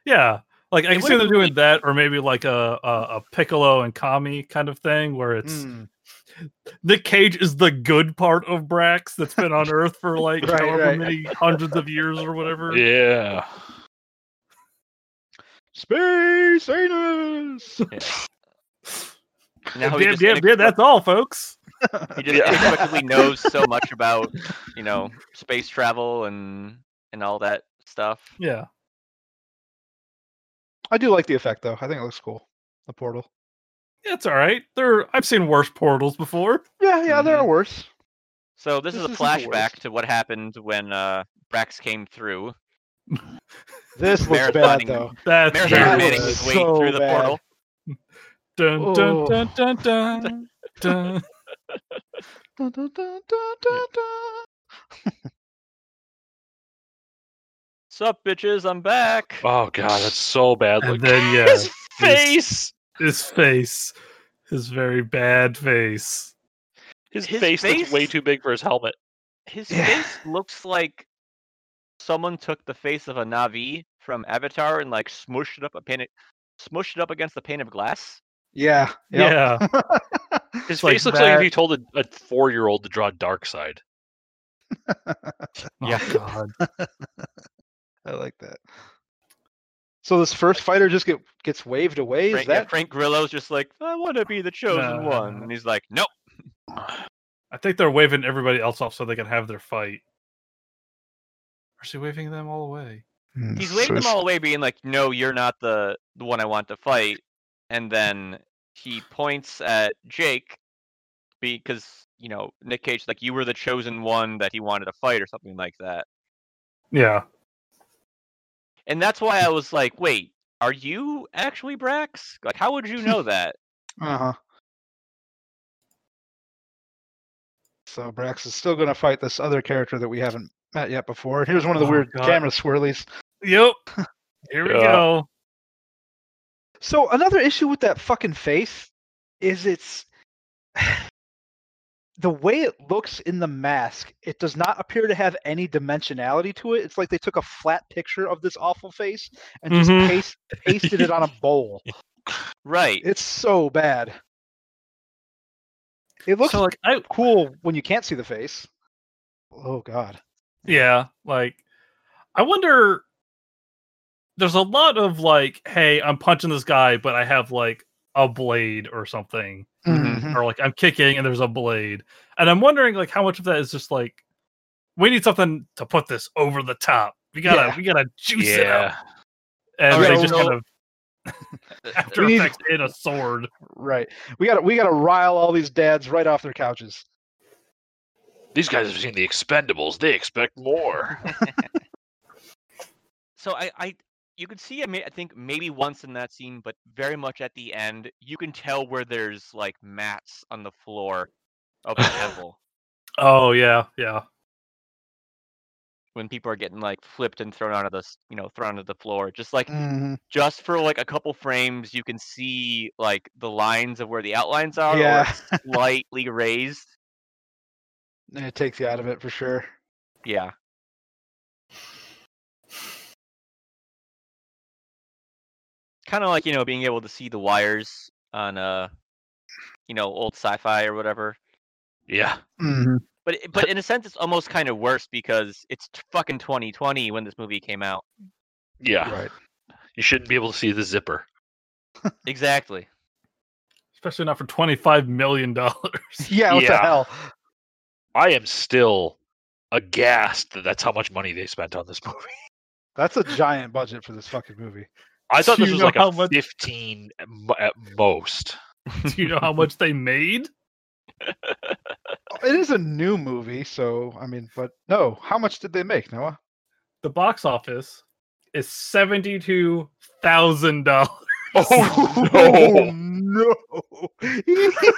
Yeah, like I
It
can see
would've
them
been
doing that, or maybe like a a, a Piccolo and Kami kind of thing, where it's
Hmm.
Nick Cage is the good part of Brax that's
[laughs]
been on Earth for like
Right,
however
right.
many hundreds of years or whatever.
Yeah.
Space anus.
now he
Dib,
just
dib, dib,
inex-
that's all, folks.
he just
Yeah.
inexplicably knows so much about you know space travel and and all that stuff
Yeah.
I do like the effect though. I think it looks cool. The portal.
Yeah, It's all right. There, I've seen worse portals before.
Yeah, yeah, there
Mhm.
are worse.
So this, is a
This isn't the
flashback
worst.
to what happened when uh, Brax came through.
This looks bad
Marathoning.
though.
That's
Marathon
that
very
manning
was
his
worse.
way
so
through the
bad.
portal.
Dun, dun,
Oh.
dun, dun, dun, dun.
Dun, dun, dun, dun, dun, dun.
Sup, bitches, I'm back.
Oh god, that's so bad.
And
Look
then
[gasps]
yeah,
his face.
his face, his very bad face.
His,
His
face,
face?
that's way too big for his
[laughs]
helmet.
His
Yeah.
face looks like someone took the face of a Navi from Avatar and like smushed it up a pane, smushed it up against the pane of glass.
Yeah. yep.
Yeah,
His
Like
face looks like if
that.
you told a, a four year old to draw Dark Side. [laughs]
Oh,
Yeah.
God.
I like that. So this first fighter just get gets waved away. Is
Frank, yeah,
that
Frank Grillo's just like, I want to be the chosen
No.
one, and he's like, Nope.
I think they're waving everybody else off so they can have their fight. Or is he waving them all away?
He's waving them all away, being like, "No, you're not the the one I want to fight." And then he points at Jake because you know Nick Cage, like, you were the chosen one that he wanted to fight, or something like that.
Yeah.
And that's why I was like, "Wait, are you actually Brax? Like, how would you know that?
Uh huh. So Brax is still going to fight this other character that we haven't met yet before. Here's one of the
Oh,
weird
God.
camera swirlies.
Yep. Here we
Yeah.
go.
So another issue with that fucking face is it's [sighs] the way it looks in the mask. It does not appear to have any dimensionality to it. It's like they took a flat picture of this awful face and just
Mhm.
paste, pasted it on a
[laughs]
bowl.
Right.
It's so bad. It looks
So like I
cool when you can't see the face. Oh god.
Yeah, like I wonder there's a lot of like, hey, I'm punching this guy, but I have like a blade or something.
Mhm.
Or like I'm kicking and there's a blade. And I'm wondering like how much of that is just like we need something to put this over the top. We gotta
Yeah.
we gotta juice it
yeah.
up. And
All
they
right,
just
so-
kind of [laughs] after
need-
effects in a sword.
Right. We got to we got to rile all these dads right off their couches.
These guys have seen the Expendables. They expect more.
so I, I you can see I, may, I think maybe once in that scene but very much at the end you can tell where there's like mats on the floor of the temple
Oh yeah, yeah.
when people are getting like flipped and thrown out of the s- you know thrown onto the floor just like
Mm.
just for like a couple frames you can see like the lines of where the outlines are or
Yeah.
it's slightly raised
And it takes you out of it for sure.
yeah kind of like you know being able to see the wires on uh you know old sci-fi or whatever
[laughs] yeah.
But it- but in a sense, it's almost kind of worse because it's t- fucking 2020 when this movie came out.
Yeah.
Right.
You shouldn't be able to see the zipper.
Exactly.
Especially not for twenty five million [laughs] dollars.
Yeah, what the
Yeah.
hell?
I am still aghast that that's how much money they spent on this [laughs] movie.
That's a giant budget for this fucking movie.
I thought
Do
this
you
was
know
like
how
a
much-
15 at mo- at
[laughs]
most.
Do you know how much they made?
It is a new movie, so I mean, but no, how much did they make, Noah?
the box office is seventy two thousand dollars.
[laughs] Oh no.
no. [laughs]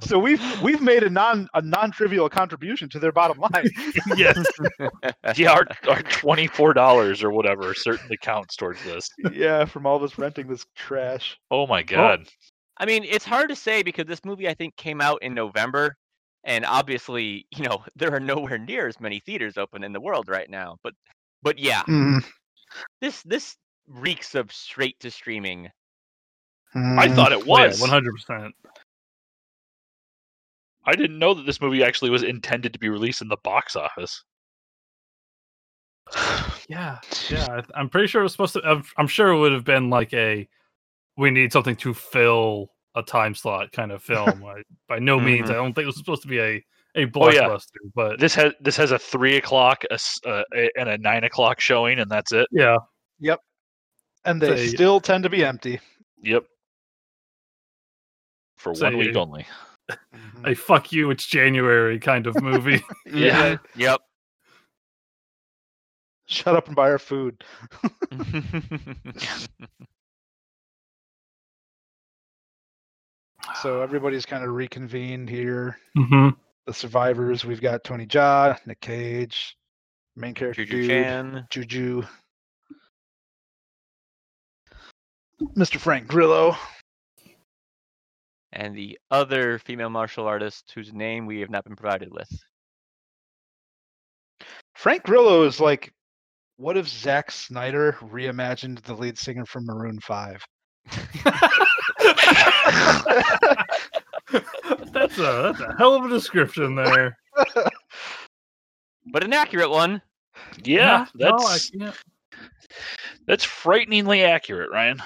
so we've we've made a non a non trivial contribution to their bottom line.
[laughs] yes,
Yeah, our, our $24 or whatever certainly counts towards this.
yeah, from all of us renting this trash.
Oh my god.
I mean, it's hard to say because this movie I think came out in November, and obviously, [laughs] you know, there are nowhere near as many theaters open in the world right now. But but yeah, this this reeks of straight to streaming.
I thought it was.
mm, oh, one hundred percent.
I didn't know that this movie actually was intended to be released in the box office. [laughs]
Yeah, yeah. I th- I'm pretty sure it was supposed to. I'm, I'm sure it would have been like a, we need something to fill a time slot kind of
[laughs]
film. I, by no means, I don't think it was supposed to be a a
Mm-hmm. Oh, yeah.
blockbuster. But
This has this has a three o'clock a s- uh, a- and a nine o'clock showing, and that's it.
yeah,
and they
Say-
still tend to be empty.
Yep. For
So
one week
you-
only.
a fuck you, it's January kind of
[laughs]
movie.
Yeah.
Yep.
Shut up and buy our food. So everybody's kind of reconvened here.
hmm
Mm-hmm.
The survivors. We've got Tony Jaa, Nick Cage, main character
[laughs] Juju
dude,
Chan.
Juju, Mr. Frank Grillo.
and the other female martial artist whose name we have not been provided with.
Frank Grillo is like, what if Zack Snyder reimagined the lead singer from Maroon Five?
[laughs] that's a that's a hell of a description there.
But an accurate one.
[laughs] Yeah,
no, I
that's
can't.
that's frighteningly accurate, Ryan.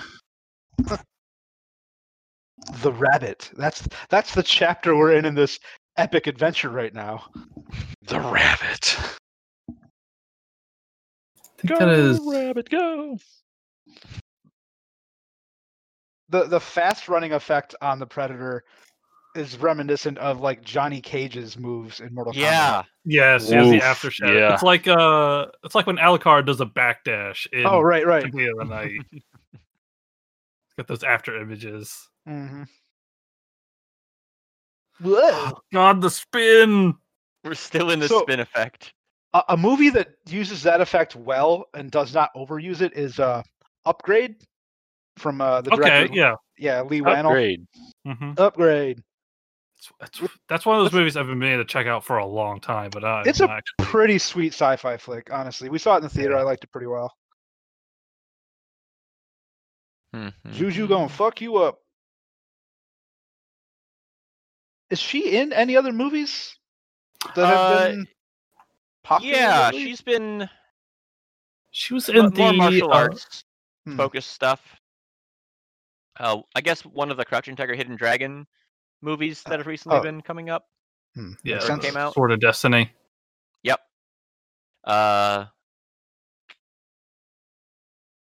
the Rabbit. That's that's the chapter we're in in this epic adventure right now.
The rabbit.
I think that is.
rabbit, go.
the the fast running effect on the predator is reminiscent of like Johnny Cage's moves in Mortal Kombat.
Yeah.
Yes, yes, the
Oof,
aftershadow.
yeah.
It's like uh, it's like when Alucard does a backdash in
Oh right, right.
[laughs]
Symphony of the Night. Got those after images.
Mm-hmm. Whoa.
Oh,
[laughs] God, the spin.
We're still in the
So-
spin effect.
a, a movie that uses that effect well and does not overuse it is uh upgrade from uh the
Okay,
director
yeah.
yeah lee wannell
Upgrade.
hmm
upgrade
That's, that's, that's one of those movies I've been meaning to check out for a long time, but uh, I,
It's
it's
a-
not,
pretty sweet sci-fi flick honestly we saw it in the theater i liked it pretty well
Hmm,
juju
Mm-hmm.
gonna fuck you up is she in any other movies that have
Uh,
been popular
Yeah,
lately?
she's been
she was
mo-
in
more
the
martial
uh,
arts
hmm.
focused stuff. Uh, I guess one of the Crouching Tiger, Hidden Dragon movies that have recently
oh.
been coming up.
Hmm, makes
yeah,
Or
sense.
came out.
Sword of Destiny. [laughs]
Uh,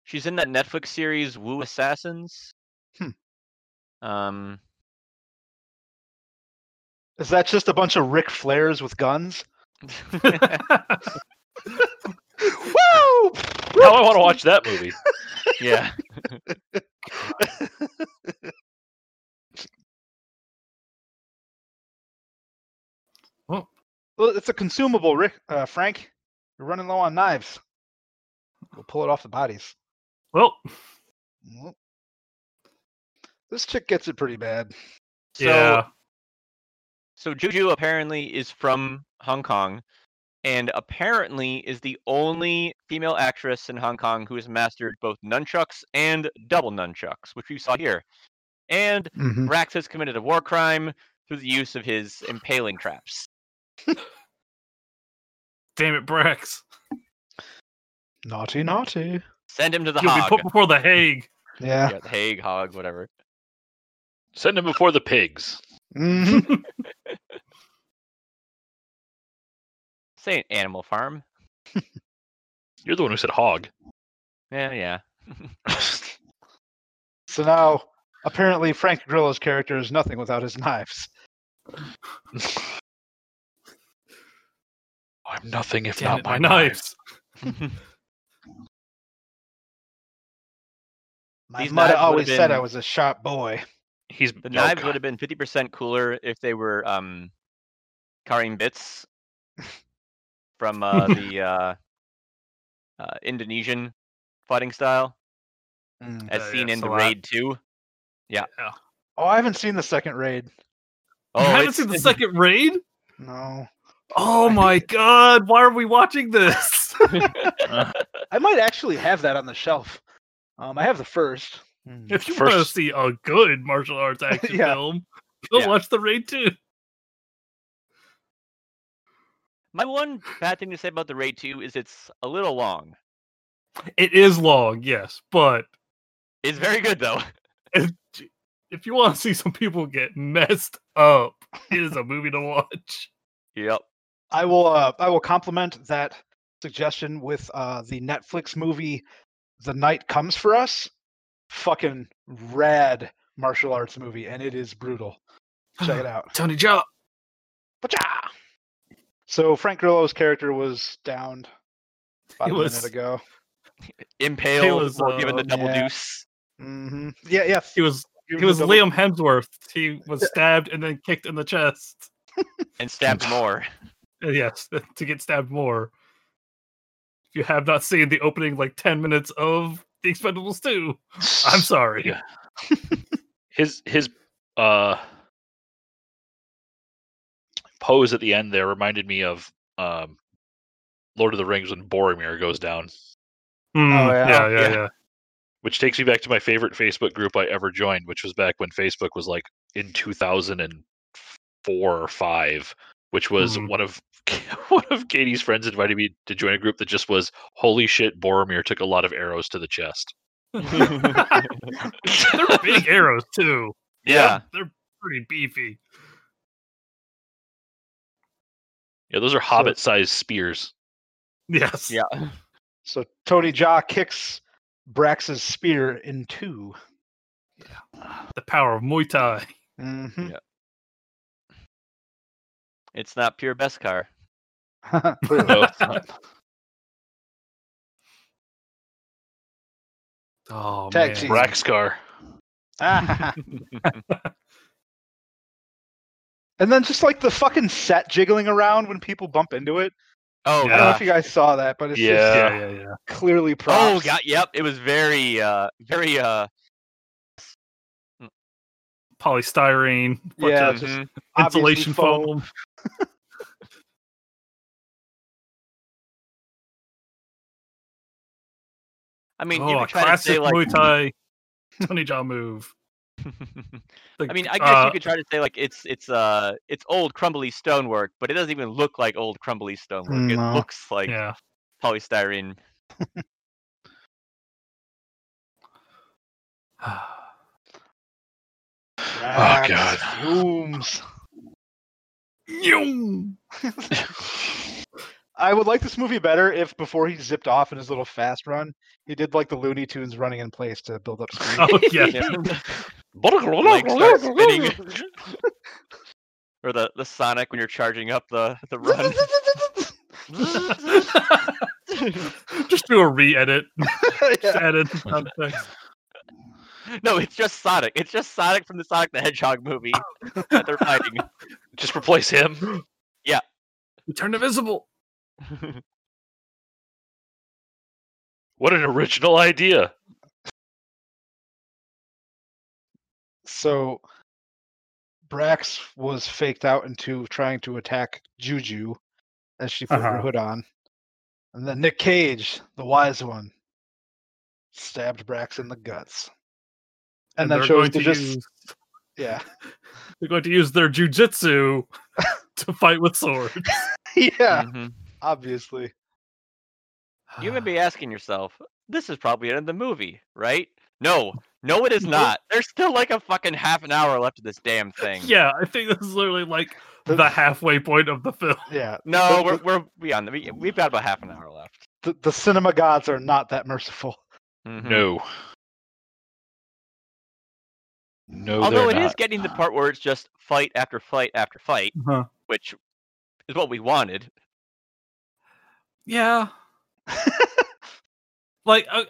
she's in that Netflix series Woo Assassins.
Hmm. [laughs]
Um, [laughs]
is that just a bunch of Ric Flairs
[laughs]
with guns Woo!
Now I want to watch
[laughs]
that movie.
yeah.
Well, it's a consumable, Rick. Uh, Frank, you're running low on knives. We'll pull it off the bodies.
well,
Well, This chick gets it pretty bad.
So,
yeah.
So Juju apparently is from Hong Kong, and apparently is the only female actress in Hong Kong who has mastered both nunchucks and double nunchucks, which we saw here. And
Hmm.
Rax has committed a war crime through the use of his impaling traps.
Damn it, Brax.
Naughty, naughty.
Send him to the
You'll be
Hague.
put [laughs] before the Hague.
Yeah.
[laughs] Yeah, the Hague, Hague, whatever.
Send him before the pigs.
Mhm.
Say an Animal Farm.
You're the one who said hog.
Yeah, yeah.
so now, apparently, Frank Grillo's character is nothing without his
[laughs]
knives.
I'm nothing if
Damn
not
it,
my
my
knife.
knives.
[laughs]
My
These
mother
knives would've
always said I
been-
was a sharp boy.
He's
The
oh,
knives
God.
would have been fifty percent cooler if they were um, carrying bits from uh,
[laughs]
the uh, uh, Indonesian fighting style,
Mm.
as
Yeah, yeah,
seen in the
Salat.
Raid Two.
Oh, I haven't seen the second raid.
Oh,
[laughs] I haven't
it's- [laughs]
seen the second raid.
No.
Oh my [laughs] god! Why are we watching this? [laughs]
Uh,
[laughs]
I might actually have that on the shelf. Um, I have the first. Mm.
if you want to
First-
see a good
[laughs]
martial arts action
Yeah.
film, go
Yeah.
watch the raid too.
my one bad thing to say about the Raid Two is it's a little long.
It is long, yes, but
It's very good though. [laughs]
if you want to see some people get messed up, it is a movie to watch.
Yep.
I will uh, I will compliment that suggestion with uh, the Netflix movie The Night Comes for Us. Fucking rad martial arts movie and it is brutal. Check it
[laughs]
out.
Tony Jaa.
Pacha! So Frank Grillo's character was downed about
He
a
was-
minute ago.
Impale
was,
or given the
uh,
double
yeah.
deuce.
hmm Yeah, yeah.
He was he was Liam Hemsworth. He was stabbed and then kicked in the chest.
And stabbed
[laughs]
more.
Uh, Yes, [laughs] to get stabbed more. If you have not seen the opening like ten minutes of The Expendables Two, I'm sorry.
Yeah. his his uh pose at the end there reminded me of um Lord of the Rings when Boromir goes down,
Mm,
yeah,
yeah, yeah,
yeah.
yeah.
which takes me back to my favorite Facebook group I ever joined, which was back when Facebook was like in 2004 or 5, which was
Mhm.
one of [laughs] one of Katie's friends invited me to join a group that just was holy shit Boromir took a lot of arrows to the chest.
[laughs] They're big arrows too.
Yeah.
they're pretty beefy.
Yeah, those are hobbit-sized spears.
Yes.
Yeah.
So Tony Jaa kicks Brax's spear in 2
The power of Muay Thai.
Mm-hmm. [laughs]
It's not pure best car.
No, it's not.
Oh
Tag
man.
team.
Oh,
Raxcar.
[laughs] and then just like the fucking set jiggling around when people bump into it.
Oh,
Yeah.
I don't know
God.
if you guys saw that, but it's
Yeah.
just
yeah, yeah, yeah.
clearly
Oh,
props.
God. Yep. It was very, uh, very, uh,
Polystyrene. bunch
Yeah,
of
just
mhm.
Obviously
insulation foam.
I mean, you
oh, a
could try to
classic
say, like,
Muay
[laughs]
Thai Tony Jaa move.
I
Like, [laughs]
mean, I guess
uh,
you could try to say like it's it's uh it's old crumbly stonework, but it doesn't even look like old crumbly stonework.
No.
It looks like
yeah.
polystyrene.
[sighs] Oh,
Racks,
God.
zooms.
Yum.
I would like this movie better if before he zipped off in his little fast run, he did like the Looney Tunes running in place to build
[laughs]
up speed.
Oh yeah.
Yeah. Like start spinning, [laughs] or the the Sonic when you're charging up the the run.
[laughs]
[laughs]
Just do a re-edit.
[laughs]
[laughs]
Just
Yeah.
add in some context.
no, it's just Sonic. It's just Sonic from the Sonic the Hedgehog movie that they're
[laughs]
fighting.
[laughs]
[laughs]
Just replace him.
You turn invisible.
What an original idea.
So Brax was faked out into trying to attack Juju as she put her
Uh-huh.
hood on. And then Nick Cage, the wise one, stabbed Brax in the guts. And, then
they're
chose
going
to
to
just
use
[laughs]
[laughs]
yeah.
they're going to use their
[laughs]
jujitsu to fight with swords.
yeah,
Mhm.
Mm-hmm.
obviously.
You
[sighs]
may be asking yourself, this is probably the end of the movie, right? No, no, it is not. There's still like a fucking half an hour left of this damn thing.
Yeah, I think this is literally like
The-
the halfway point of the film.
Yeah.
No,
The-
we're
the-
we're beyond. the- We, we've got about half an hour left.
The, the cinema gods are not that merciful.
Mhm.
No. No,
Although
they're
it is
not.
getting to the part where it's just fight after fight after fight, which is what we wanted.
Yeah. like, uh,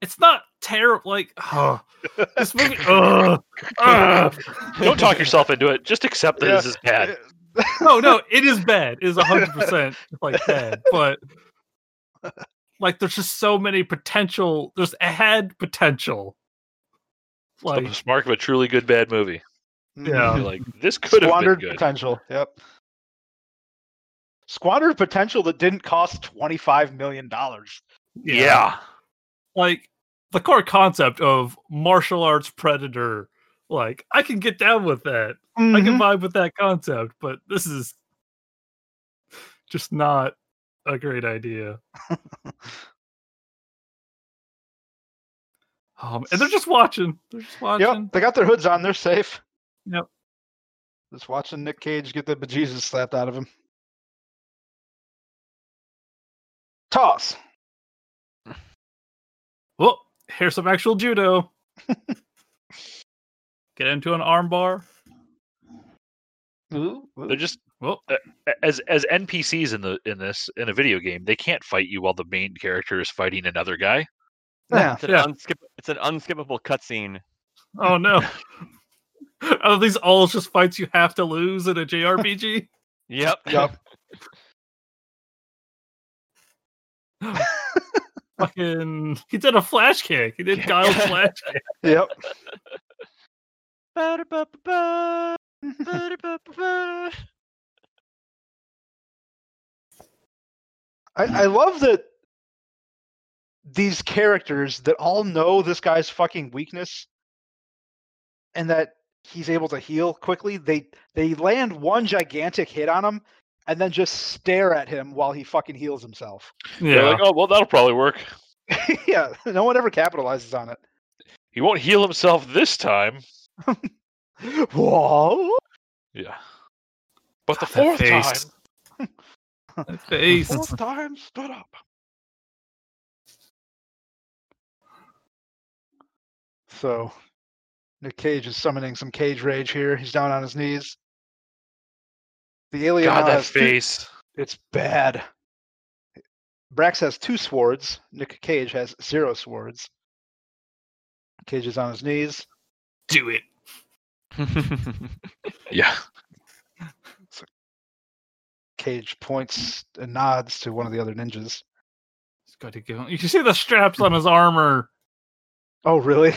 it's not terrible. Like, oh, this movie. ugh, ugh.
[laughs]
Don't talk yourself into it. Just accept that
Yeah.
this is
[laughs]
bad.
No, no, it is bad. It is hundred percent like bad, but like, there's just so many potential. There's had potential. Like,
It's the mark of a truly good bad movie.
Mm.
Yeah.
You're like this could have been
Squandered
good.
potential. Yep. Squandered potential that didn't cost twenty five million dollars.
Yeah.
like the core concept of martial arts predator. Like, I can get down with that. I can vibe with that concept, but this is just not a great idea. um, and they're just watching. They're just watching.
Yep, they got their hoods on. They're safe.
Yep.
Just watching Nick Cage get the bejesus slapped out of him. Toss.
Well, Oh, here's some actual judo. Get into an armbar.
Ooh, ooh.
They're just
Well,
as as NPCs in the in this in a video game, they can't fight you while the main character is fighting another guy.
yeah.
[laughs] It's an,
Yeah.
unskip- it's an unskippable cutscene.
oh no. [laughs] Are these all just fights you have to lose in a JRPG?
Yep.
Yep.
Fucking, he did a flash kick. He did Guile flash kick.
[laughs]
Yep.
[laughs] Ba-da-ba-ba-ba, ba-da-ba-ba-ba.
I, I love that these characters that all know this guy's fucking weakness and that he's able to heal quickly they they land one gigantic hit on him and then just stare at him while he fucking heals himself
They're like, oh well, that'll probably work.
[laughs] yeah no one ever capitalizes on
He won't heal himself this time.
it whoa
Yeah. But the
That
fourth time,
face. [laughs] That face.
fourth time, stood up.
so nick cage is summoning some cage rage here he's down on his knees the alien
God,
now
that
has two-
face.
It's bad. Brax has two swords. Nick Cage has zero swords. Cage is on his knees.
do it.
Yeah.
Cage points and nods to one of the other ninjas.
He's got to give him. You can see the straps on his armor.
Oh, really?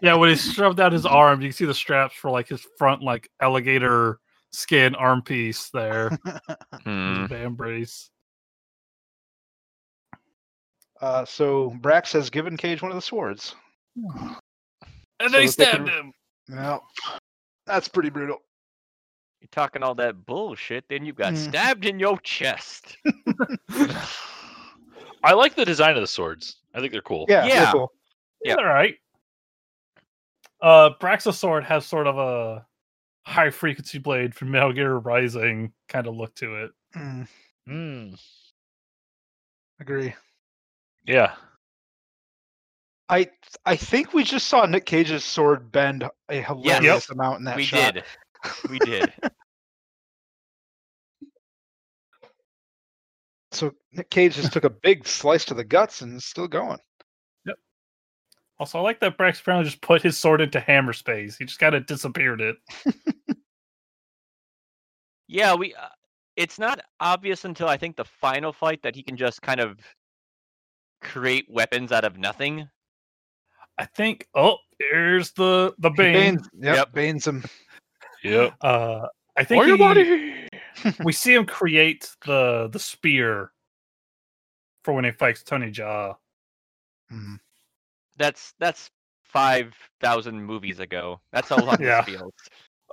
Yeah, when [laughs] he shoved out his arm, you can see the straps for like his front, like alligator skin arm piece there. [laughs]
Hmm.
His band brace.
Uh, so Brax has given Cage one of the swords.
And
So
they
that they
stabbed
can-
him.
Yeah, that's pretty brutal.
[laughs] You're talking all that bullshit, then you got
Mm.
stabbed in your chest.
I like the design of the swords. I think they're cool.
Yeah, they're
Yeah.
cool.
Yeah.
All right. Uh, Braxosword has sort of a high frequency blade from Metal Gear Rising kind of look to it.
Mm,
Mm,
agree.
yeah.
I I think we just saw Nick Cage's sword bend a hilarious
Yep.
amount in that
we
shot.
did. We did.
So Nick Cage just took a big slice to the guts and is still going.
Also, I like that Brax apparently just put his sword into hammer space. He just kind of disappeared it.
Yeah, we. Uh, it's not obvious until I think the final fight that he can just kind of create weapons out of nothing.
I think. Oh, here's the the [laughs] bane.
Banes, yep,
Yep.
Banes him.
Yep.
Uh, I think
Or your
[laughs]
he-
body.
we see him create the the spear for when he fights Tony Jaa. [laughs]
Mm.
That's that's five thousand movies ago. That's how long
Yeah.
this
[laughs]
feels.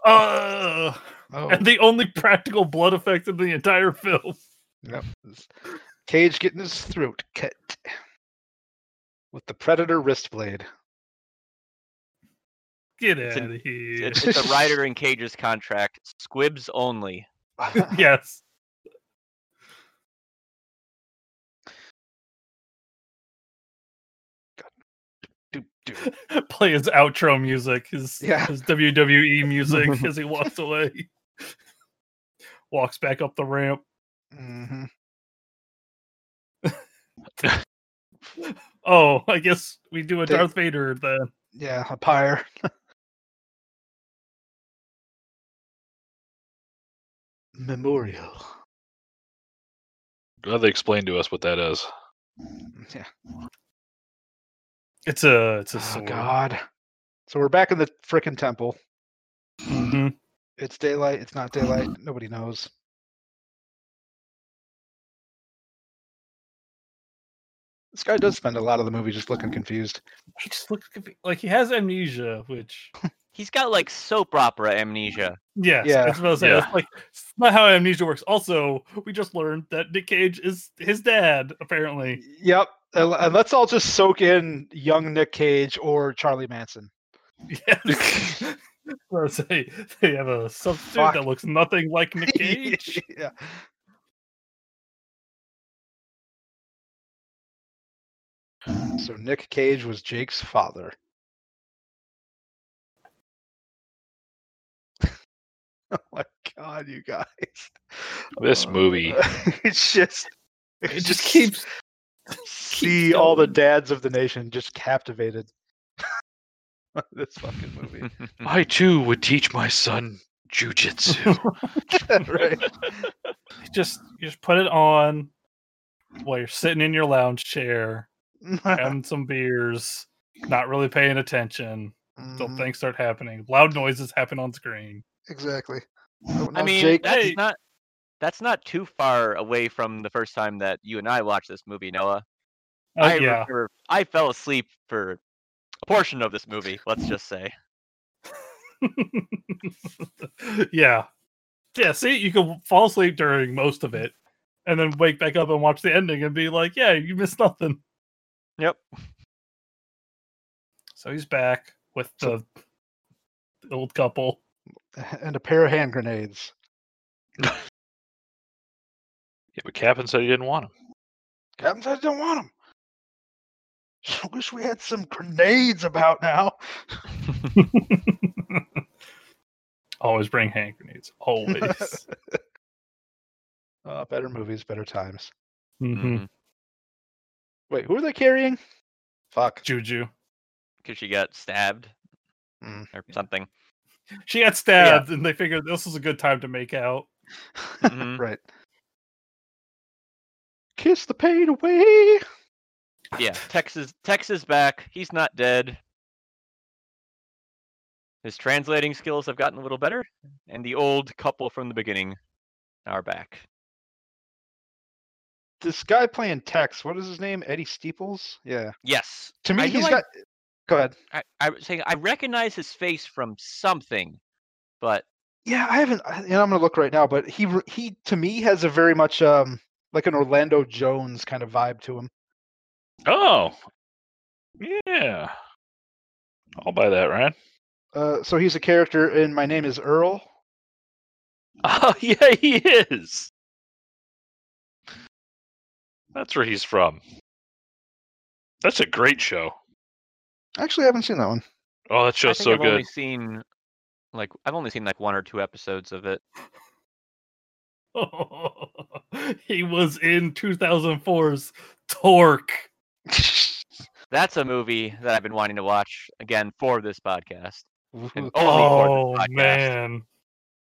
Uh,
Oh,
and the only practical blood effect of the entire film. [laughs]
yep. This- Cage getting his throat cut with the Predator wrist
[laughs]
blade. [laughs]
Get
It's
out
an-
of here! [laughs]
It's, it's a Rider and Cage's contract. Squibs only.
yes.
Doop, doop.
[laughs] Play his outro music, his
Yeah.
his WWE music as he walks away. Walks back up the ramp.
Mhm.
Oh, I guess we do a
Take-
Darth Vader then.
Yeah, a pyre. Memorial.
Glad they explained to us what that is.
Yeah.
It's a it's a
Oh
sword.
God. So we're back in the frickin' temple.
Mhm.
It's daylight. It's not daylight. Nobody knows. This guy does spend a lot of the movie just looking confused.
He just looks confu- like he has amnesia, which
He's got like soap opera
[laughs]
amnesia. [laughs]
Yes,
Yeah,
that's what I was saying.
yeah.
It's like it's not how amnesia works. Also, we just learned that Nick Cage is his dad, apparently.
Yep. And and let's all just soak in young Nick Cage or Charlie Manson.
[laughs] Yes. Or say they have a substitute
Fuck.
that looks nothing like Nick Cage.
[laughs] yeah. So Nick Cage was Jake's father. [laughs] oh my god, you guys.
Uh,
Uh,
This movie.
[laughs] it's just
it just [laughs] keeps
see all the dads of the nation just captivated. [laughs] this fucking movie. [laughs]
I too would teach my son jujitsu.
[laughs]
right. [laughs]
just you just put it on while you're sitting in your lounge chair, having some beers, not really paying attention, till
Mhm,
things start happening. Loud noises happen on screen.
Exactly. Oh,
I
now
mean,
Jake,
that's
hey.
not that's not too far away from the first time that you and I watched this movie, Noah.
Oh
I
yeah.
remember I fell asleep for a portion of this movie, let's just
[laughs]
say.
[laughs] yeah. Yeah, see, you can fall asleep during most of it and then wake back up and watch the ending and be like, yeah, you missed nothing.
Yep.
So he's back with the old couple. [laughs]
[laughs] and a pair of hand grenades.
yeah, but Captain said he didn't want him.
Captain said don't want them. I [laughs] wish we had some grenades about now.
Always bring hand grenades. Always.
Uh, better movies, better times.
Mm-hmm.
hmm
Mhm.
Wait, who are they carrying? Fuck.
Juju.
Cause she got stabbed.
Mm.
or
[laughs]
something.
She got stabbed, and they figured this was a good time to make out. [laughs]
Mhm.
Right. Kiss the pain away.
yeah, Tex is Tex is back. He's not dead. His translating skills have gotten a little better, and the old couple from the beginning are back.
This guy playing Tex, what is his name? Eddie Steeples? Yeah.
Yes,
To me,
I
he's
knew I-
got. Go ahead.
I, I was saying I recognize his face from something, but
Yeah, I haven't, I- and I'm gonna look right now. But he, re- he to me has a very much um like an Orlando Jones kind of vibe to him.
Oh, yeah. I'll buy that, Ryan.
Uh, so he's a character in My Name Is Earl.
[laughs] Oh, yeah, he is. That's where he's from. That's a great show.
Actually, I haven't seen that one.
Oh, that
I
show's
think
so
I've
good.
only seen like I've only seen like one or two episodes of it.
he was in 2004's Torque.
That's a movie that I've been wanting to watch again for this podcast. And
Woohoo.
only for
Oh
this podcast.
man,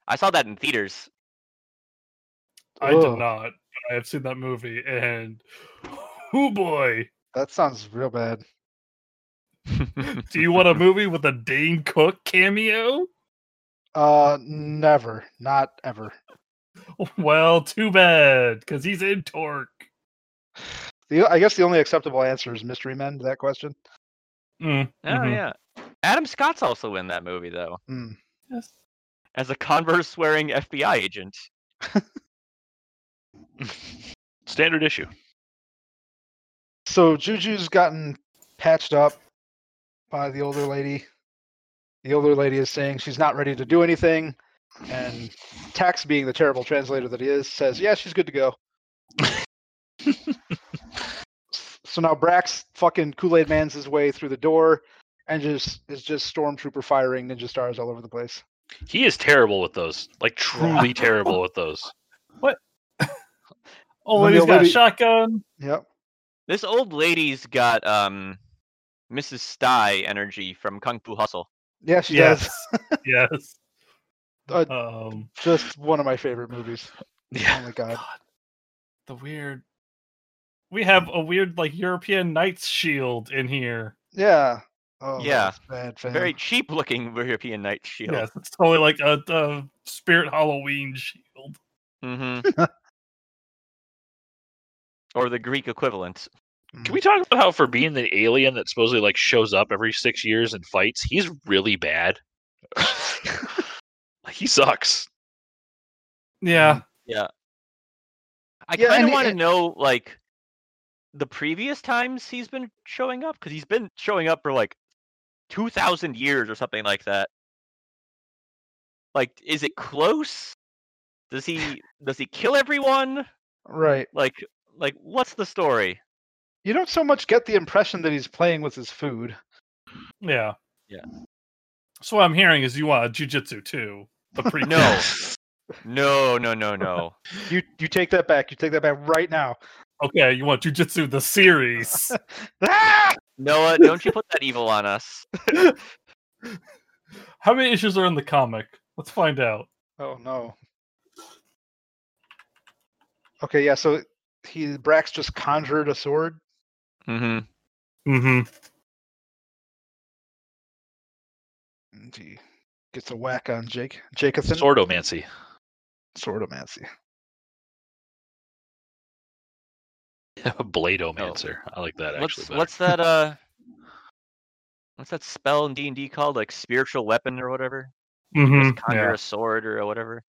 I saw that in theaters.
[laughs]
[laughs]
I did
Ugh.
not. But I have seen that movie, and [laughs] oh boy,
That sounds real bad.
do you want a movie with a Dane Cook cameo? [laughs]
Uh, never, not ever.
Well, too bad, because he's in Torque.
The I guess the only acceptable answer is Mystery Men to that question.
Mm,
Oh
mhm.
yeah. Adam Scott's also in that movie though,
Hmm.
as a Converse swearing FBI agent.
Standard issue.
So Juju's gotten patched up by the older lady. The older lady is saying she's not ready to do anything, and Tax, being the terrible translator that he is, says, "Yeah, she's good to go." S- so now Brax fucking Kool Aid Man's his way through the door, and just is just stormtrooper firing ninja stars all over the place.
He is terrible with those. Like truly [laughs] terrible with those.
Oh,
Then
and he's
the
got a
lady-
shotgun.
Yep.
This old lady's got um Mrs. Sty energy from Kung Fu Hustle.
Yeah, she does. [laughs]
Yes, yes.
Uh,
um,
Just one of my favorite movies. Oh my god.
the weird. We have a weird like European Knights shield in here.
Yeah. Oh, that
Yeah.
was Bad fan.
Very cheap looking [laughs] European Night Shield.
Yes, it's totally like a, a Spirit Halloween shield.
Mm-hmm. or the Greek equivalent.
Can we
Mm.
talk about how for being the alien that supposedly like shows up every six years and fights, he's really bad. [laughs] Like, he sucks.
Yeah,
I
Yeah,
kind
and
of
he-
want to
and-
know like the previous times he's been showing up because he's been showing up for like two thousand years or something like that. Like, is it close? Does he does he kill everyone?
Right.
Like like what's the story?
You don't so much get the impression that he's playing with his food.
Yeah.
Yeah.
So what I'm hearing is you want a jujitsu too. The pre
No.
[laughs]
No, no, no, no.
You you take that back. You take that back right now.
Okay, you want jujitsu the [laughs] series.
Ah!
Noah, don't you put that evil on us.
How many issues are in the comic? Let's find out.
Oh no. Okay, yeah, so he Brax just conjured a sword.
Mm-hmm.
Mm-hmm.
And he gets a whack on Jake. Jacobson.
Sordomancy.
Swordomancy.
Bladeomancer. I like that actually.
What's what's
better.
that uh what's that spell in D and D called? Like spiritual weapon or whatever? Just
Mm-hmm.
conjure a sword or whatever.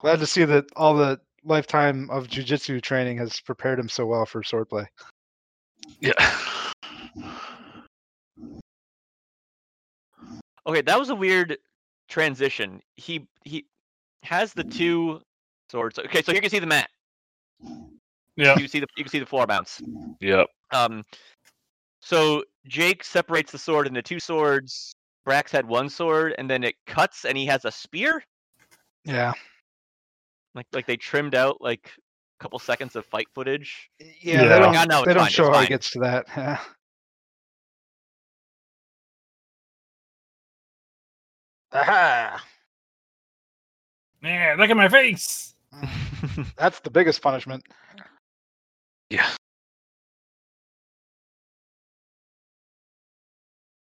Glad to see that all the lifetime of jujitsu training has prepared him so well for swordplay.
Yeah. [laughs]
Okay, that was a weird transition. He he has the two swords. Okay, so you can see the mat.
Yeah.
You can see the you can see the floor bounce.
yep.
Um so Jake separates the sword into two swords. Brax had one sword and then it cuts and he has a spear.
Yeah.
Like like they trimmed out like a couple seconds of fight footage.
Yeah,
Yeah.
they don't,
Yeah, no,
they
it's
don't
fine,
show
it's
how
fine.
he gets to that. Aha!
Man, look at my face.
[laughs]
That's the biggest punishment.
Yeah.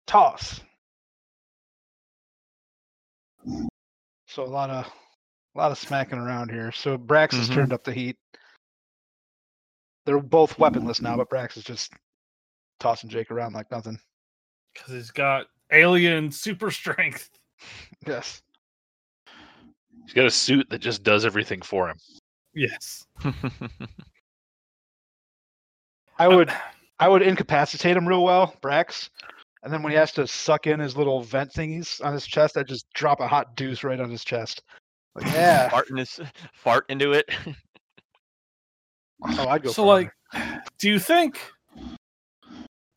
Toss. So a lot of a lot of smacking around here. So Brax has
Mhm.
turned up the heat. They're both weaponless now, but Brax is just tossing Jake around like nothing.
Because he's got alien super strength.
Yes.
He's got a suit that just does everything for him. [laughs]
Yes.
I
Oh,
would
Uh,
I would incapacitate him real well, Brax. And then when
Mm-hmm.
he has to suck in his little vent thingies on his chest, I just drop a hot deuce right on his chest.
[laughs]
Like, yeah.
fart, in his, fart into it. [laughs]
Oh, I'd go.
so
for
like do you think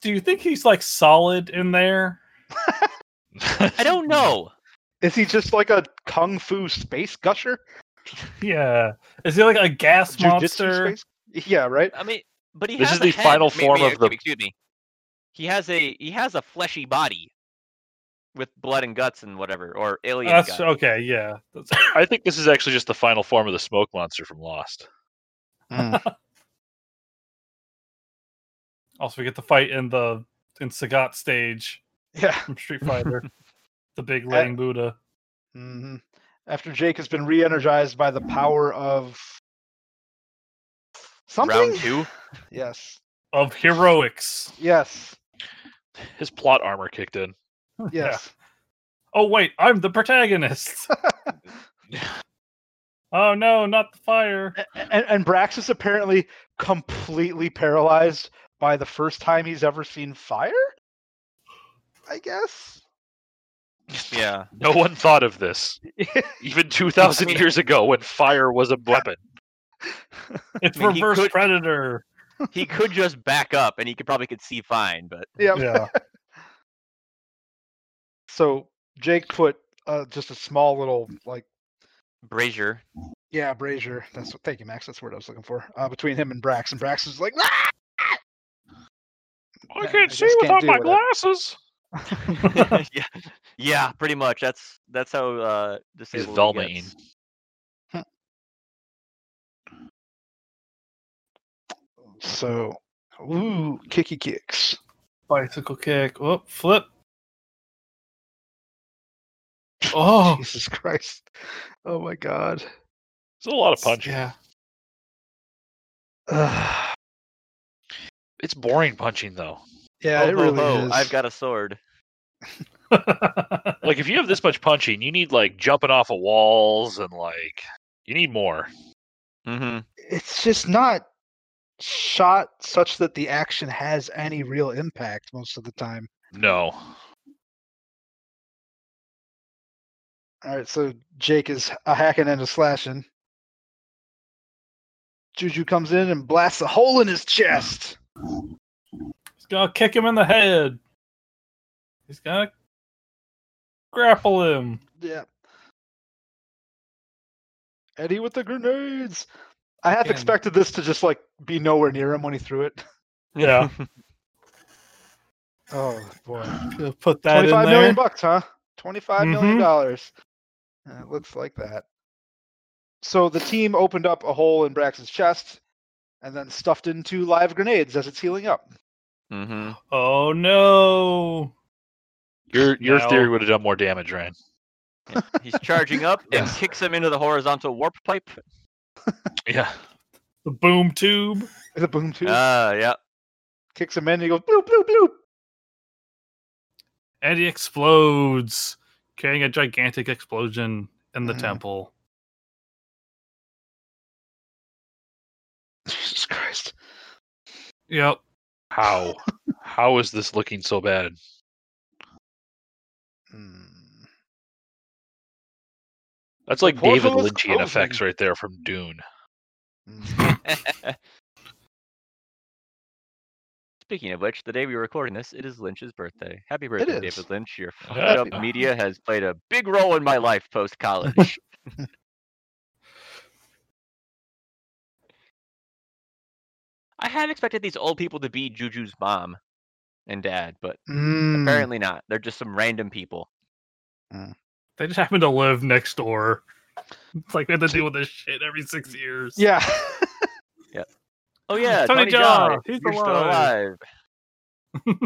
do you think he's like solid in there
I don't know.
is he just like a kung fu space gusher?
yeah is he like a gas
Jujitsu
monster
space? Yeah, right.
I mean, but he
This
has
is
a
the
head.
final
May-
form
may-
of the-
Excuse me. He has a he has a fleshy body with blood and guts and whatever, or alien
that's
guts.
okay yeah That's- [laughs]
I think this is actually just the final form of the smoke monster from Lost.
also we get the fight in the in sagat stage
Yeah.
from street fighter the big laying buddha
hmm After Jake has been re-energized by the power of something.
Round two.
Yes.
of heroics [laughs]
Yes.
His plot armor kicked in.
Yes.
oh wait i'm
[laughs]
the protagonist oh no not the fire
A- a- And, and Brax is apparently completely paralyzed by the first time he's ever seen fire. I guess.
Yeah.
No one thought of this, even 2,000
I mean-
years ago when fire was a weapon.
it's
I mean, he
reverse
could-
predator
[laughs] He could just back up, and he could probably could see fine, but
[laughs] Yep.
yeah
[laughs] So Jake put uh, just a small little like
[laughs]
brazier. [laughs]
yeah brazier. That's what. Thank you, Max. That's the word I was looking for. Uh, between him and Brax, and Brax is like, "Ah!"
I
Yeah, I
can't see
just can't
without
do
my
with
glasses.
yeah, yeah, pretty much. That's that's how uh, disabled he
Velmaine.
gets.
So, ooh, kicky kicks.
bicycle kick
[laughs]
whoop flip oh
Jesus Christ. Oh my God. [sighs]
It's a lot of punching.
yeah [laughs]
Ugh.
It's boring punching, though.
yeah,
Ho,
it
ho,
really
ho,
is.
I've got a sword.
Like, if you have this much punching, you need, like, jumping off of walls and, like, you need more.
Mm-hmm.
It's just not shot such that the action has any real impact most of the time.
No.
All right, so Jake is a hacking and a slashing. Juju comes in and blasts a hole in his chest.
He's gonna kick him in the head. He's gonna grapple him.
Yeah. Eddie with the grenades. I half
Again.
expected this to just like be nowhere near him when he threw it.
Yeah.
Oh boy.
Gonna Put that in
Twenty-five million
there.
bucks, huh? Twenty-five million
Mhm.
dollars. Uh, It looks like that. So the team opened up a hole in Braxton's chest, and then stuffed in two live grenades as it's healing up.
[laughs]
[laughs]
mm-hmm.
Oh no!
Your your
No.
theory would have done more damage, Ryan.
He's charging up and
Yes.
kicks him into the horizontal warp pipe.
Yeah.
The boom tube.
The boom tube
Uh.
Ah, yeah.
kicks him in, and he goes bloop bloop bloop. [laughs]
Eddie explodes, carrying a gigantic explosion in the
Mhm.
temple.
Jesus Christ!
Yep.
How? How is this looking so bad?
Mm.
That's like
Portal
David
was
Lynchian effects
closing.
right there from Dune.
Mm.
Speaking of which, the day we were recording this, it is Lynch's birthday. Happy birthday,
is.
David Lynch. Your fucked
Happy-
up media has played a big role in my life post college. I had expected these old people to be Juju's mom and dad, but
Mm.
apparently not. They're just some random people.
They just happen to live next door. It's like we have to deal with this shit every six years.
Yeah. [laughs]
Oh yeah,
Tony
Tony,
Jaa,
Jaa,
he's
you're still
alive.
alive.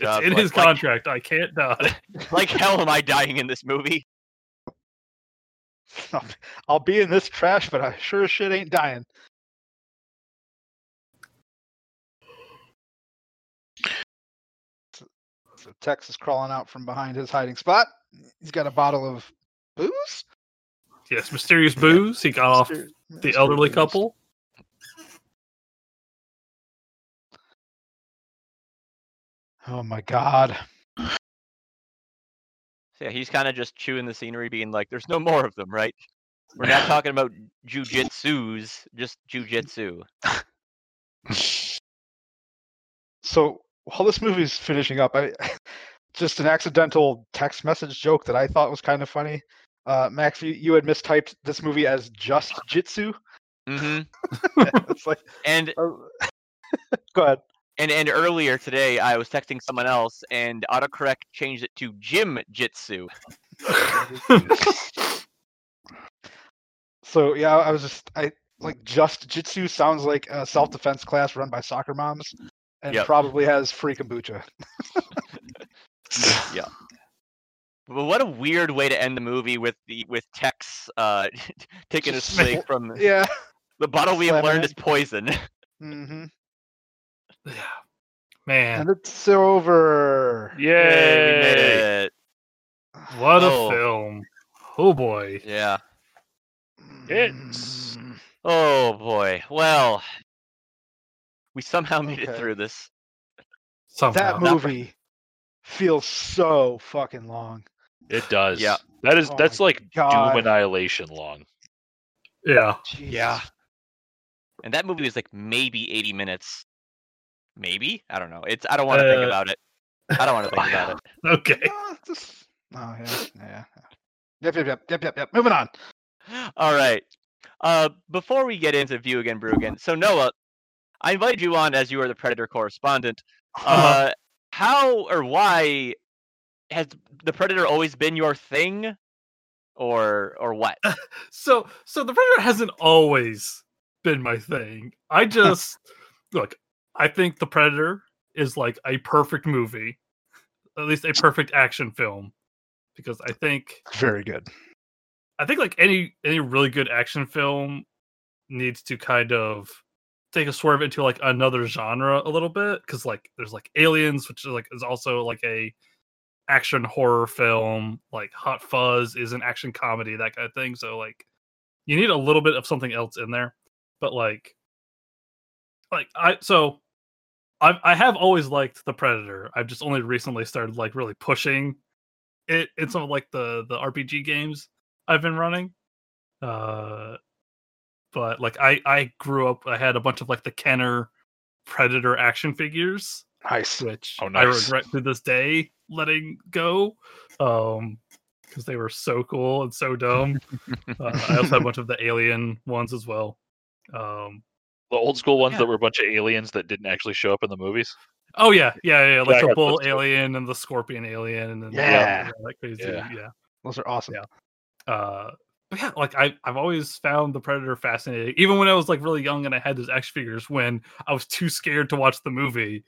It's
God,
in
like-
his
like-
contract. I can't die.
Like hell am I dying in this movie?
I'll be in this trash, but I sure as shit ain't dying. So, so Tex is crawling out from behind his hiding spot. He's got a bottle of booze.
Yes, mysterious booze. He got off
Mister-
the
Mister
elderly
Booze.
couple.
Oh my god.
So, yeah, he's kind of just chewing the scenery, being like, "There's no more of them, right? We're [laughs] not talking about jujitsus, just jujitsu."
So while this movie's finishing up, I [laughs] just an accidental text message joke that I thought was kind of funny. Uh, Max, you, you had mistyped this movie as just jitsu. [laughs]
hmm
it's like,
And
oh. [laughs] go ahead.
and and earlier today, I was texting someone else, and autocorrect changed it to gym [laughs] jitsu.
So yeah, I was just I like just jitsu sounds like a self defense class run by soccer moms, and
Yep.
probably has
[laughs]
free kombucha. [laughs]
But what a weird way to end the movie with the with Tex uh, [laughs] taking a
Just
swig from
Yeah.
the bottle we have
slamming
learned
it.
is poison. [laughs]
hmm
Yeah. Man,
And it's over.
Yay, we made
Yay!
it.
what a
Oh.
film. Oh boy.
Yeah.
It's-
Mm.
Oh boy. Well, we somehow made it
Okay.
through this.
Somehow.
that movie feels so fucking long.
It does.
Yeah.
That is
Oh
that's
my
like
God.
Doom Annihilation long.
yeah.
Yeah.
Jesus.
And that movie was like maybe 80 minutes. Maybe? I don't know. It's I don't want to
Uh,
think [laughs] about it. I don't want to think about it.
Okay.
Ah, this- Oh yeah. Yeah. Yep. Yep. Yep. Yep. Yep. Yep. Moving on.
[gasps] All right. Uh, before we get into View Again, Brew Again, so Noah, I invited you on as you are the Predator correspondent. Uh, how or why has the Predator always been your thing, or or what?
So so the predator hasn't always been my thing. I just look, I think the predator is like a perfect movie. At least a perfect action film because I think
Very good.
I think like any any really good action film needs to kind of take a swerve into like another genre a little bit because like there's like aliens which is like is also like a action horror film like hot fuzz is an action comedy that kind of thing so like you need a little bit of something else in there but like like i so i i have always liked the predator i've just only recently started like really pushing it in some of like the the rpg games I've been running. Uh but like I I grew up I had a bunch of like the Kenner Predator action figures,
Nice.
which
Oh,
I
nice.
regret to this day letting go. Um because they were so cool and so
[laughs]
dumb. uh, I also had a bunch of the alien ones as well. Um
The old school ones
Yeah.
that were a bunch of aliens that didn't actually show up in the movies.
Oh yeah, yeah, yeah. Like
I
the
got
bull
those too.
alien and the scorpion alien and then
Yeah.
that crazy
Yeah.
yeah.
Those are awesome.
Yeah. uh but yeah like I, i've always found the predator fascinating even when i was like really young and i had those action figures when i was too scared to watch the movie